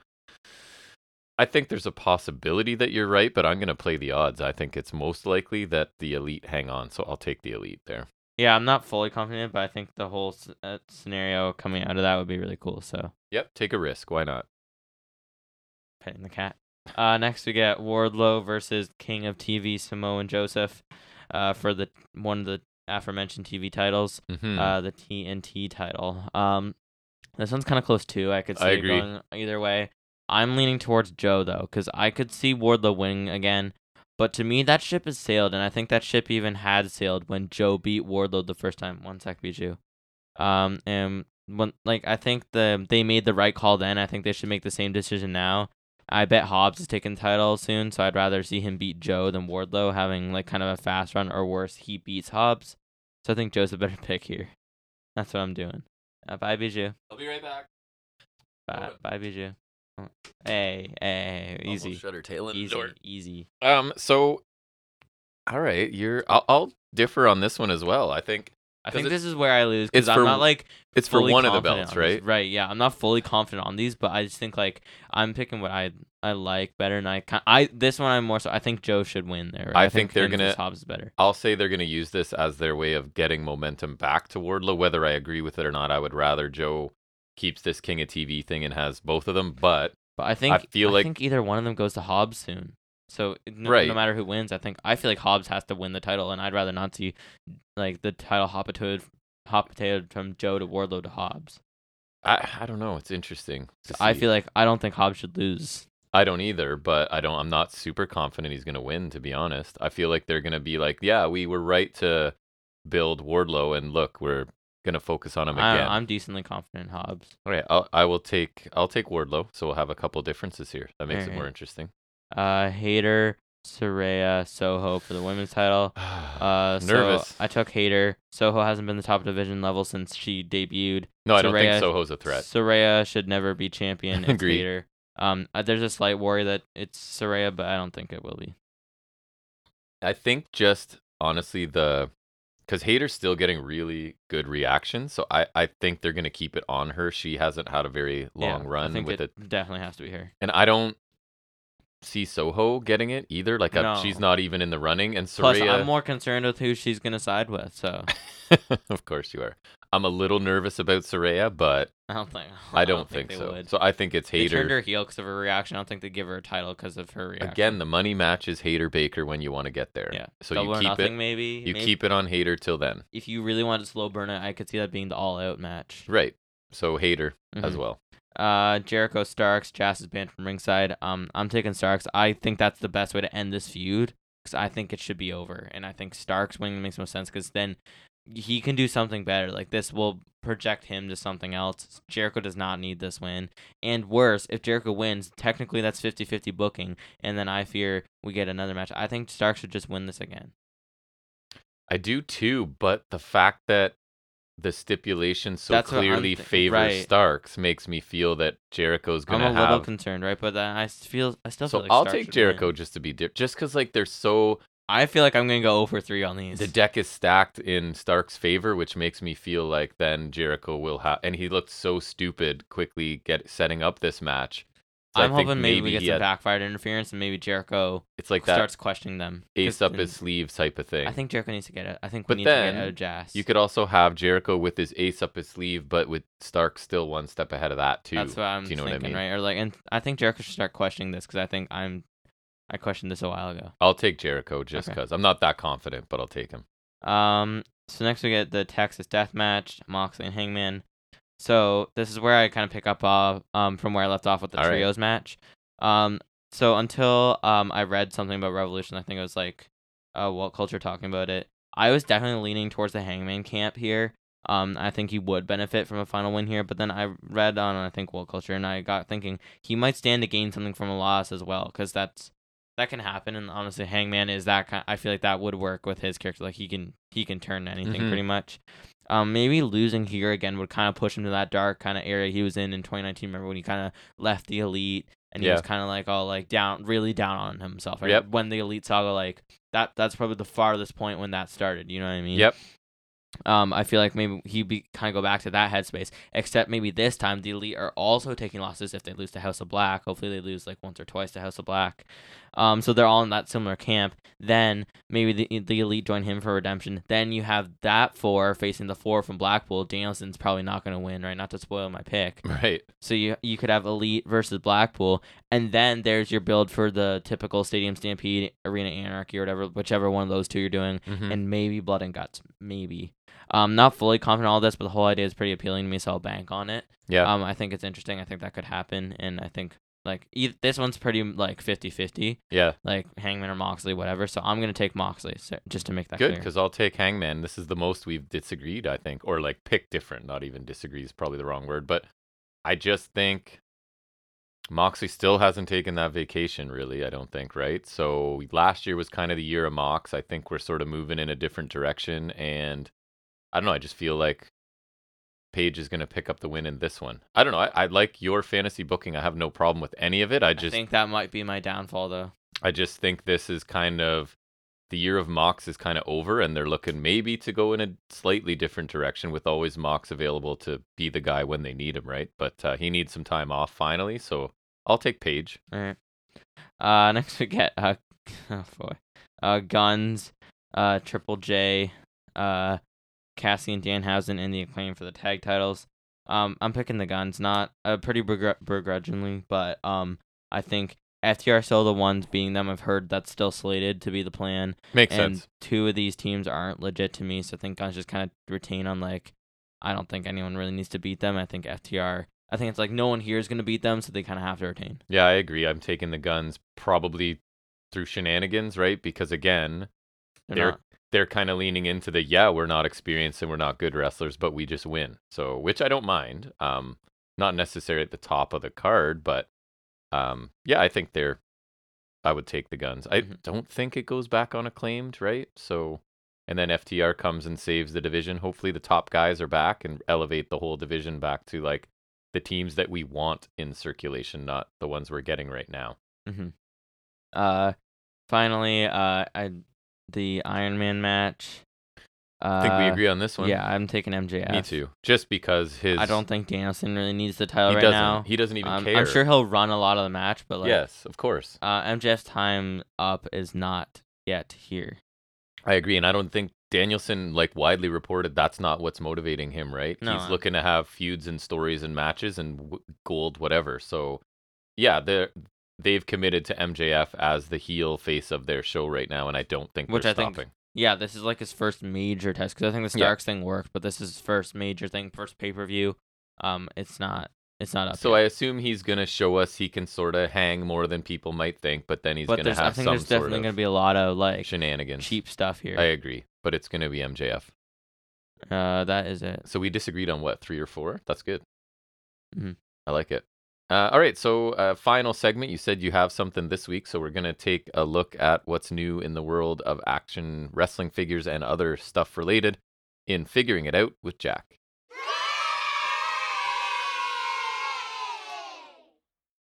Speaker 1: I think there's a possibility that you're right, but I'm going to play the odds. I think it's most likely that the elite hang on, so I'll take the elite there.
Speaker 2: Yeah, I'm not fully confident, but I think the whole s- uh, scenario coming out of that would be really cool. So
Speaker 1: Yep, take a risk. Why not?
Speaker 2: petting the cat. Uh, next we get Wardlow versus King of TV Samoan Joseph, uh, for the one of the aforementioned TV titles,
Speaker 1: Mhm.
Speaker 2: uh, the TNT title. Um, this one's kind of close too. I could see
Speaker 1: I
Speaker 2: it
Speaker 1: agree.
Speaker 2: going either way. I'm leaning towards Joe though, because I could see Wardlow winning again. But to me, that ship has sailed, and I think that ship even had sailed when Joe beat Wardlow the first time. One sec, Bijou. Um, and when like I think the they made the right call then. I think they should make the same decision now. I bet Hobbs is taking the title soon, so I'd rather see him beat Joe than Wardlow having like kind of a fast run, or worse, he beats Hobbs. So I think Joe's a better *laughs* pick here. That's what I'm doing. Uh, bye, Bijou.
Speaker 1: I'll be right back.
Speaker 2: Bye,
Speaker 1: Hold it.
Speaker 2: bye, Bijou. Oh, Hey, hey, hey,
Speaker 1: Almost
Speaker 2: easy,
Speaker 1: Shut her tail in the
Speaker 2: easy,
Speaker 1: door.
Speaker 2: easy.
Speaker 1: Um. So, all right, you're. I'll, I'll differ on this one as well. I think
Speaker 2: I
Speaker 1: 'Cause
Speaker 2: think
Speaker 1: it's-
Speaker 2: this is where I lose because
Speaker 1: it's
Speaker 2: I'm
Speaker 1: for
Speaker 2: not like
Speaker 1: it's for
Speaker 2: fully
Speaker 1: one of the
Speaker 2: confident
Speaker 1: belts,
Speaker 2: on this.
Speaker 1: right?
Speaker 2: Right. Yeah, I'm not fully confident on these, but I just think like I'm picking what I I like better, and I ki- I this one I'm more so I think Joe should win there.
Speaker 1: I think they're
Speaker 2: him
Speaker 1: gonna-
Speaker 2: versus Hobbs is better.
Speaker 1: I'll say they're going to use this as their way of getting momentum back to Wardlow. Whether I agree with it or not, I would rather Joe keeps this King of TV thing and has both of them. But
Speaker 2: But I think I
Speaker 1: feel like-
Speaker 2: think either one of them goes to Hobbs soon. So it- no,
Speaker 1: Right.
Speaker 2: no matter who wins, I think I feel like Hobbs has to win the title, and I'd rather not see like the title hot potatoed, hot potatoed from Joe to Wardlow to Hobbs.
Speaker 1: I, I don't know. It's interesting. to
Speaker 2: I
Speaker 1: see.
Speaker 2: feel like I don't think Hobbs should lose.
Speaker 1: I don't either, but I don't. I'm not super confident he's going to win. To be honest, I feel like they're going to be like, yeah, we were right to build Wardlow, and look, we're going to focus on him
Speaker 2: I don't
Speaker 1: again.
Speaker 2: know, I'm decently confident in Hobbs.
Speaker 1: All right, I'll, I will take. I'll take Wardlow. So we'll have a couple differences here. That makes it more
Speaker 2: Alright. *sighs*
Speaker 1: interesting.
Speaker 2: Uh, Hater, Soraya, Soho for the women's title. Uh,
Speaker 1: *sighs*
Speaker 2: so
Speaker 1: Nervous.
Speaker 2: I took Hater. Soho hasn't been the top division level since she debuted.
Speaker 1: no, I don't think
Speaker 2: Soraya-
Speaker 1: Soho's a threat.
Speaker 2: Soraya should never be
Speaker 1: *laughs*
Speaker 2: champion. It's
Speaker 1: Agreed.
Speaker 2: Hater. Um, uh, there's a slight worry that it's Soraya, but I don't think it will be.
Speaker 1: I think just honestly the because Hater's still getting really good reactions, so I I think they're gonna keep it on her. She hasn't had a very
Speaker 2: Yeah,
Speaker 1: long
Speaker 2: I
Speaker 1: run
Speaker 2: think
Speaker 1: with it,
Speaker 2: it, definitely has to be her.
Speaker 1: and I don't see Soho getting it either. Like uh, she's
Speaker 2: No.
Speaker 1: not even in the running, and
Speaker 2: Plus,
Speaker 1: Soraya.
Speaker 2: I'm more concerned with who she's gonna side with. So
Speaker 1: *laughs* of course you are. I'm a little nervous about Soraya, but
Speaker 2: I don't think
Speaker 1: I don't, think,
Speaker 2: they
Speaker 1: so.
Speaker 2: Would.
Speaker 1: So I think it's
Speaker 2: They
Speaker 1: Hater.
Speaker 2: turned her heel because of her reaction. I don't think they give her a title because of her reaction.
Speaker 1: Again, the money matches Hater Baker when you want to get there.
Speaker 2: yeah.
Speaker 1: So
Speaker 2: Double
Speaker 1: you
Speaker 2: or
Speaker 1: keep
Speaker 2: nothing,
Speaker 1: it.
Speaker 2: maybe.
Speaker 1: You
Speaker 2: maybe.
Speaker 1: keep it on Hater till then.
Speaker 2: if you really wanted to slow burn it, I could see that being the all out match.
Speaker 1: Right. So Hater as
Speaker 2: Mhm.
Speaker 1: well.
Speaker 2: Uh, Jericho Starks, Jazz is banned from ringside. Um, I'm taking Starks. I think that's the best way to end this feud because I think it should be over, and I think Starks winning makes most sense because then he can do something better. Like this will project him to something else. Jericho does not need this win, and worse, if Jericho wins, technically that's 50-50 booking, and then I fear we get another match. I think Starks should just win this again.
Speaker 1: I do too, but the fact that the stipulation so
Speaker 2: That's what I'm
Speaker 1: clearly
Speaker 2: thi-
Speaker 1: favors
Speaker 2: right.
Speaker 1: Starks makes me feel that Jericho's
Speaker 2: I'm
Speaker 1: gonna
Speaker 2: a little
Speaker 1: have.
Speaker 2: concerned, right? But then I s- feel I still
Speaker 1: so
Speaker 2: feel like
Speaker 1: I'll
Speaker 2: Starks
Speaker 1: take
Speaker 2: should
Speaker 1: Jericho
Speaker 2: win.
Speaker 1: just to be di- just because like they're so
Speaker 2: I feel like I'm gonna go over three on these.
Speaker 1: the deck is stacked in Stark's favor, which makes me feel like then Jericho will have and he looked so stupid quickly get setting up this match. So I
Speaker 2: I'm
Speaker 1: think
Speaker 2: hoping maybe, we
Speaker 1: maybe
Speaker 2: get
Speaker 1: he
Speaker 2: some
Speaker 1: had-
Speaker 2: backfired interference and maybe Jericho
Speaker 1: It's like that
Speaker 2: starts questioning them. 'Cause
Speaker 1: ace up
Speaker 2: then-
Speaker 1: his sleeves type of thing.
Speaker 2: I think Jericho needs to get it. I think
Speaker 1: But
Speaker 2: we need to
Speaker 1: then
Speaker 2: get out of Jazz.
Speaker 1: you could also have Jericho with his ace up his sleeve, but with Stark still one step ahead of that too.
Speaker 2: That's what I'm
Speaker 1: Do you know what I
Speaker 2: thinking,
Speaker 1: mean?
Speaker 2: right? Or like, and I think Jericho should start questioning this because I think I'm, I questioned this a while ago.
Speaker 1: I'll take Jericho just
Speaker 2: Okay.
Speaker 1: because I'm not that confident, but I'll take him.
Speaker 2: Um, so next we get the Texas Death Match, Moxley and Hangman. So this is where I kind of pick up uh, um from where I left off with the
Speaker 1: All right.
Speaker 2: trios match. Um, so until um I read something about Revolution, I think it was like, uh, what culture talking about it. I was definitely leaning towards the Hangman camp here. Um, I think he would benefit from a final win here, but then I read on I think World Culture, and I got thinking he might stand to gain something from a loss as well, because that's that can happen and honestly hangman is that kind i feel like that would work with his character like he can he can turn anything
Speaker 1: Mhm.
Speaker 2: pretty much um maybe losing here again would kind of push him to that dark kind of area he was in in 2019 remember when he kind of left the elite and he was
Speaker 1: Yeah.
Speaker 2: kind of like all like down really down on himself right?
Speaker 1: Yep.
Speaker 2: when the elite saga like that that's probably the farthest point when that started you know what i mean
Speaker 1: Yep. *laughs*
Speaker 2: um, I feel like maybe he be kind of go back to that headspace. Except maybe this time the elite are also taking losses if they lose to House of Black. Hopefully they lose like once or twice to House of Black. Um, so they're all in that similar camp. Then maybe the the elite join him for redemption. Then you have that four facing the four from Blackpool. Danielson's probably not going to win, right? Not to spoil my pick.
Speaker 1: Right.
Speaker 2: So you you could have elite versus Blackpool, And then there's your build for the typical Stadium Stampede, Arena Anarchy, or whatever, whichever one of those two you're doing,
Speaker 1: Mhm.
Speaker 2: and maybe Blood and Guts, maybe. Um, not fully confident in all this, but the whole idea is pretty appealing to me, so I'll bank on it.
Speaker 1: yeah.
Speaker 2: Um, I think it's interesting. I think that could happen, and I think like e- this one's pretty like 50-50,
Speaker 1: yeah.
Speaker 2: like Hangman or Moxley, whatever. So I'm gonna take Moxley, so, just to make that
Speaker 1: Good,
Speaker 2: clear.
Speaker 1: because I'll take Hangman. This is the most we've disagreed, I think, or like pick different. Not even disagree is probably the wrong word, but I just think Moxley still hasn't taken that vacation, really. I don't think, right? So last year was kind of the year of Mox. I think we're sort of moving in a different direction, and I don't know. I just feel like Paige is going to pick up the win in this one. I don't know. I, I like your fantasy booking. I have no problem with any of it. I
Speaker 2: I
Speaker 1: just
Speaker 2: think that might be my downfall, though.
Speaker 1: I just think this is kind of the year of Mox is kind of over, and they're looking maybe to go in a slightly different direction with always Mox available to be the guy when they need him, right? But uh, he needs some time off finally, so I'll take Paige.
Speaker 2: All right. Uh, *laughs* next we get uh, oh boy, uh, Guns, uh, Triple J, uh, Cassie and Danhausen in the acclaim for the tag titles. Um, I'm picking the Guns, not uh, pretty begr- begrudgingly, but um, I think FTR still the ones being them. I've heard that's still slated to be the plan,
Speaker 1: Makes
Speaker 2: and
Speaker 1: sense.
Speaker 2: two of these teams aren't legit to me, so I think Guns just kind of retain on like, I don't think anyone really needs to beat them. I think FTR. I think it's like no one here is gonna beat them, so they kind of have to retain.
Speaker 1: Yeah, I agree. I'm taking the guns probably through shenanigans, right? Because again,
Speaker 2: They're
Speaker 1: They're-
Speaker 2: not-
Speaker 1: they're kind of leaning into the yeah, we're not experienced and we're not good wrestlers, but we just win. So, which I don't mind. Um, not necessarily at the top of the card, but um, yeah, I think they're. I would take the guns. I
Speaker 2: Mhm.
Speaker 1: don't think it goes back on acclaimed, right? So, and then FTR comes and saves the division. Hopefully, the top guys are back and elevate the whole division back to like the teams that we want in circulation, not the ones we're getting right now.
Speaker 2: Uh, finally, uh, I the Iron Man match.
Speaker 1: I
Speaker 2: Uh,
Speaker 1: think we agree on this one.
Speaker 2: Yeah, I'm taking MJF.
Speaker 1: me too. Just because his
Speaker 2: I don't think Danielson really needs the
Speaker 1: he
Speaker 2: title right
Speaker 1: doesn't
Speaker 2: now.
Speaker 1: he doesn't even
Speaker 2: Um,
Speaker 1: care.
Speaker 2: I'm sure he'll run a lot of the match, but like,
Speaker 1: yes, of course.
Speaker 2: uh, MJF's time up is not yet here.
Speaker 1: I agree, and I don't think Danielson like widely reported that's not what's motivating him, right?
Speaker 2: No, uh
Speaker 1: He's
Speaker 2: I-
Speaker 1: looking to have feuds and stories and matches and w- gold, whatever. So, yeah, they they've committed to MJF as the heel face of their show right now, and I don't think
Speaker 2: Which
Speaker 1: they're
Speaker 2: I think-
Speaker 1: stopping.
Speaker 2: Yeah, this is like his first major test because I think the
Speaker 1: Yeah.
Speaker 2: Starks thing worked, but this is his first major thing, first pay per view. Um, it's not, it's not up.
Speaker 1: So
Speaker 2: yet.
Speaker 1: I assume he's gonna show us he can sort of hang more than people might think, but then he's
Speaker 2: but
Speaker 1: gonna
Speaker 2: there's, I
Speaker 1: have
Speaker 2: think
Speaker 1: some
Speaker 2: there's
Speaker 1: sort
Speaker 2: definitely
Speaker 1: of
Speaker 2: gonna be a lot of like
Speaker 1: shenanigans.
Speaker 2: cheap stuff here.
Speaker 1: I agree, but it's gonna be MJF.
Speaker 2: Uh, that is it.
Speaker 1: So we disagreed on what three or four. That's good.
Speaker 2: Mhm.
Speaker 1: I like it. Uh, all right. So uh, final segment. You said you have something this week, so we're gonna take a look at what's new in the world of action wrestling figures and other stuff related in figuring it out with Jack.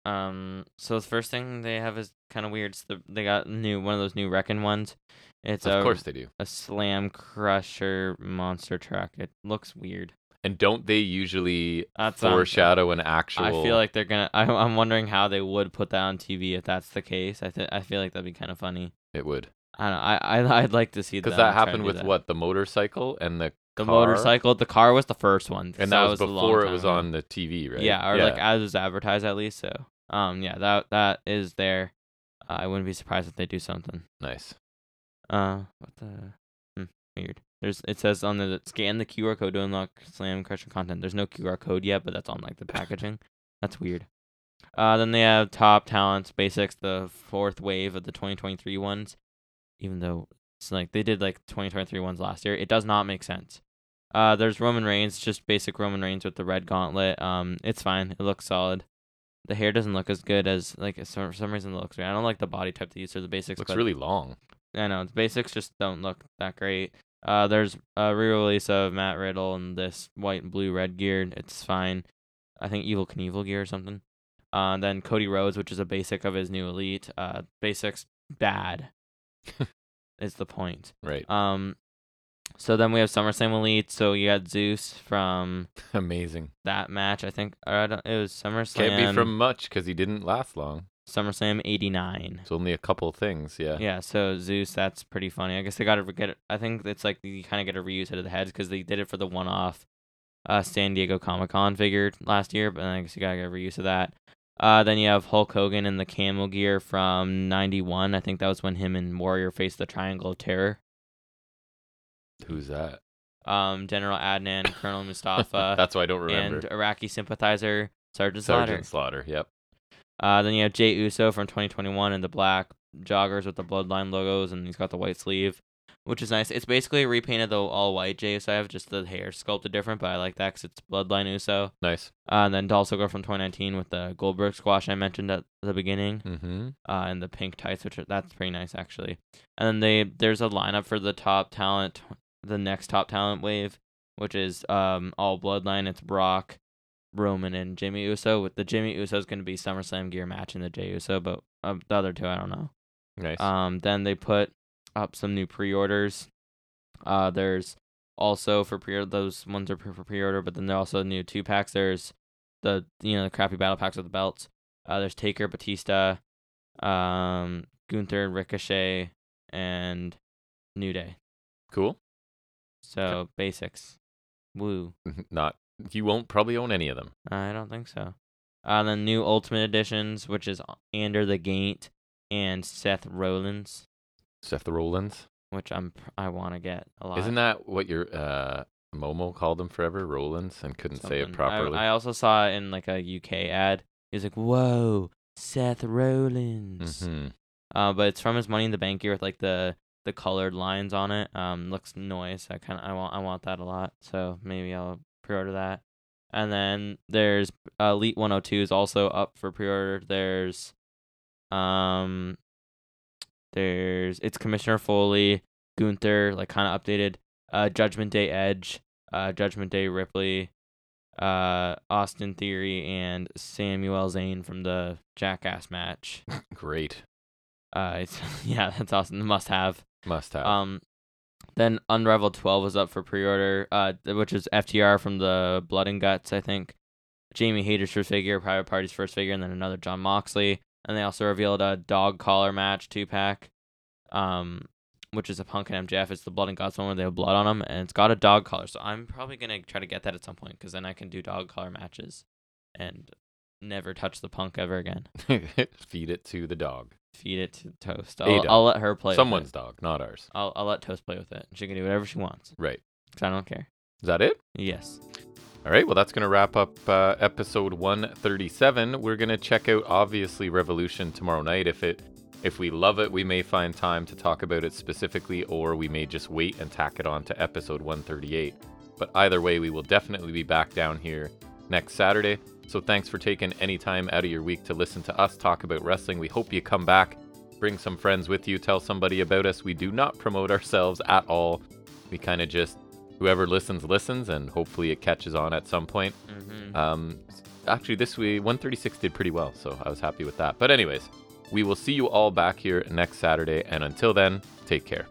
Speaker 2: Um. So the first thing they have is kind of weird. It's the, they got new one of those new Reckon ones. It's
Speaker 1: of
Speaker 2: a,
Speaker 1: course they do.
Speaker 2: a Slam Crusher monster truck. It looks weird.
Speaker 1: And don't they usually
Speaker 2: That's what I'm-
Speaker 1: foreshadow an actual?
Speaker 2: I feel like they're gonna. *laughs* I, I'm wondering how they would put that on TV if that's the case. I th- I feel like that'd be kind of funny.
Speaker 1: it would
Speaker 2: I don't. I, I I'd like to see
Speaker 1: because
Speaker 2: them
Speaker 1: that
Speaker 2: try to
Speaker 1: happened
Speaker 2: do
Speaker 1: with
Speaker 2: that.
Speaker 1: what the motorcycle and the
Speaker 2: the
Speaker 1: car?
Speaker 2: motorcycle. The car was the first one,
Speaker 1: and
Speaker 2: so
Speaker 1: that was
Speaker 2: a long
Speaker 1: before it
Speaker 2: time
Speaker 1: was
Speaker 2: ago.
Speaker 1: on the TV, right?
Speaker 2: Yeah, or like as is advertised at least. So um, yeah, that that is there. Uh, I wouldn't be surprised if they do something.
Speaker 1: nice.
Speaker 2: Uh, what the? Hmm, weird. There's it says on the scan the QR code to unlock Slam Crusher content. There's no QR code yet, but that's on like
Speaker 1: *laughs*
Speaker 2: the packaging. that's weird. Uh, then they have top talents, basics, the fourth wave of the 2023 ones. Even though it's like they did like 2023 ones last year, it does not make sense. Uh, there's Roman Reigns, just basic Roman Reigns with the red gauntlet. Um, it's fine. It looks solid. The hair doesn't look as good as like it's- for some reason it looks weird. I don't like the body type they use for the basics.
Speaker 1: Looks
Speaker 2: but
Speaker 1: really long.
Speaker 2: I know the basics just don't look that great. Uh, there's a re-release of Matt Riddle in this white and blue red gear. It's fine. I think Evil Knievel gear or something. Uh, then Cody Rhodes, which is a basic of his new elite. Uh, basics
Speaker 1: *laughs*
Speaker 2: bad. is the point.
Speaker 1: Right.
Speaker 2: Um, so then we have SummerSlam Elite. So you got Zeus from
Speaker 1: *laughs* Amazing.
Speaker 2: that match. I think or I don't, it was SummerSlam.
Speaker 1: Can't be from much because he didn't last long.
Speaker 2: SummerSlam '89.
Speaker 1: It's only a couple things, yeah.
Speaker 2: Yeah, so Zeus, that's pretty funny. I guess they got to get. I think it's like you kind of get a reuse out of the heads because they did it for the one-off uh, San Diego Comic Con figure last year, but I guess you got to get a reuse of that. Uh, then you have Hulk Hogan in the camel gear from '91. I think that was when him and Warrior faced the Triangle of Terror.
Speaker 1: Who's that? *laughs*
Speaker 2: Um, General Adnan, Colonel Mustafa,
Speaker 1: That's why I don't remember.
Speaker 2: uh, and Iraqi sympathizer Sergeant Slaughter.
Speaker 1: Sergeant Slaughter. Yep.
Speaker 2: Uh, then you have Jay Uso from 2021 in the black joggers with the Bloodline logos, and he's got the white sleeve, which is nice. It's basically repainted the all white Jay Uso. I have just the hair sculpted different, but I like that because it's Bloodline Uso.
Speaker 1: Nice.
Speaker 2: Uh, and then also go from 2019 with the Goldberg squash I mentioned at the beginning,
Speaker 1: Mm-hmm.
Speaker 2: uh, and the pink tights, which are, that's pretty nice actually. And then they there's a lineup for the top talent, the next top talent wave, which is um all Bloodline. It's Brock, Roman, and Jimmy Uso. With the Jimmy Uso is going to be SummerSlam gear match and the Jey Uso, but uh, the other two I don't know.
Speaker 1: Nice.
Speaker 2: Um, then they put up some new pre-orders. Uh, there's also for pre those ones are pre- for pre-order, but then there are also new two packs. There's the you know the crappy battle packs with the belts. Uh, there's Taker, Batista, um, Gunther, Ricochet, and New Day.
Speaker 1: cool.
Speaker 2: So basics. Woo.
Speaker 1: Mm-hmm. Not. You won't probably own any of them.
Speaker 2: I don't think so. Uh, the new Ultimate Editions, which is Ander the Gate and Seth Rollins.
Speaker 1: Seth the Rollins.
Speaker 2: which I'm pr- I want to get a lot.
Speaker 1: Isn't that what your uh, Momo called them forever? Rollins, and couldn't say it
Speaker 2: something. I-
Speaker 1: properly.
Speaker 2: I, also saw it in like a UK ad. He was like, "Whoa, Seth Rollins,"
Speaker 1: hmm
Speaker 2: uh, but it's from his Money in the Bank year with like the the colored lines on it. Um, looks nice. I kind of I want I want that a lot. So maybe I'll pre-order that. And then there's uh, Elite 102 is also up for pre-order. There's um there's it's Commissioner Foley, Gunther, like kind of updated. Uh, Judgment Day Edge, uh, Judgment Day Ripley, uh, Austin Theory, and Samuel Zane from the Jackass match.
Speaker 1: Great.
Speaker 2: Uh, it's, *laughs* yeah, that's awesome. The must have.
Speaker 1: Must have.
Speaker 2: Um, then Unravel 12 was up for pre-order, uh, th- which is FTR from the Blood and Guts, I think. Jamie Hayter's first figure, Private Party's first figure, and then another John Moxley. And they also revealed a dog collar match two pack, um, which is a Punk and MJF. It's the Blood and Guts one where they have blood on them, and it's got a dog collar. So I'm probably gonna try to get that at some point because then I can do dog collar matches, and never touch the Punk ever again.
Speaker 1: *laughs* Feed it to the dog.
Speaker 2: Feed it to Toast.
Speaker 1: A
Speaker 2: I'll,
Speaker 1: dog.
Speaker 2: I'll let her play. with it.
Speaker 1: Someone's dog, not ours.
Speaker 2: I'll, I'll let Toast play with it. She can do whatever she wants.
Speaker 1: Right.
Speaker 2: Because I don't care.
Speaker 1: Is that it?
Speaker 2: Yes.
Speaker 1: All right, well, that's going to wrap up uh, episode 137. We're going to check out, obviously, Revolution tomorrow night. If it, if we love it, we may find time to talk about it specifically, or we may just wait and tack it on to episode 138. But either way, we will definitely be back down here next Saturday. So thanks for taking any time out of your week to listen to us talk about wrestling. We hope you come back, bring some friends with you, tell somebody about us. We do not promote ourselves at all. We kind of just whoever listens listens and hopefully it catches on at some point
Speaker 2: Mm-hmm.
Speaker 1: um actually this week 136 did pretty well so i was happy with that but anyways we will see you all back here next saturday and until then take care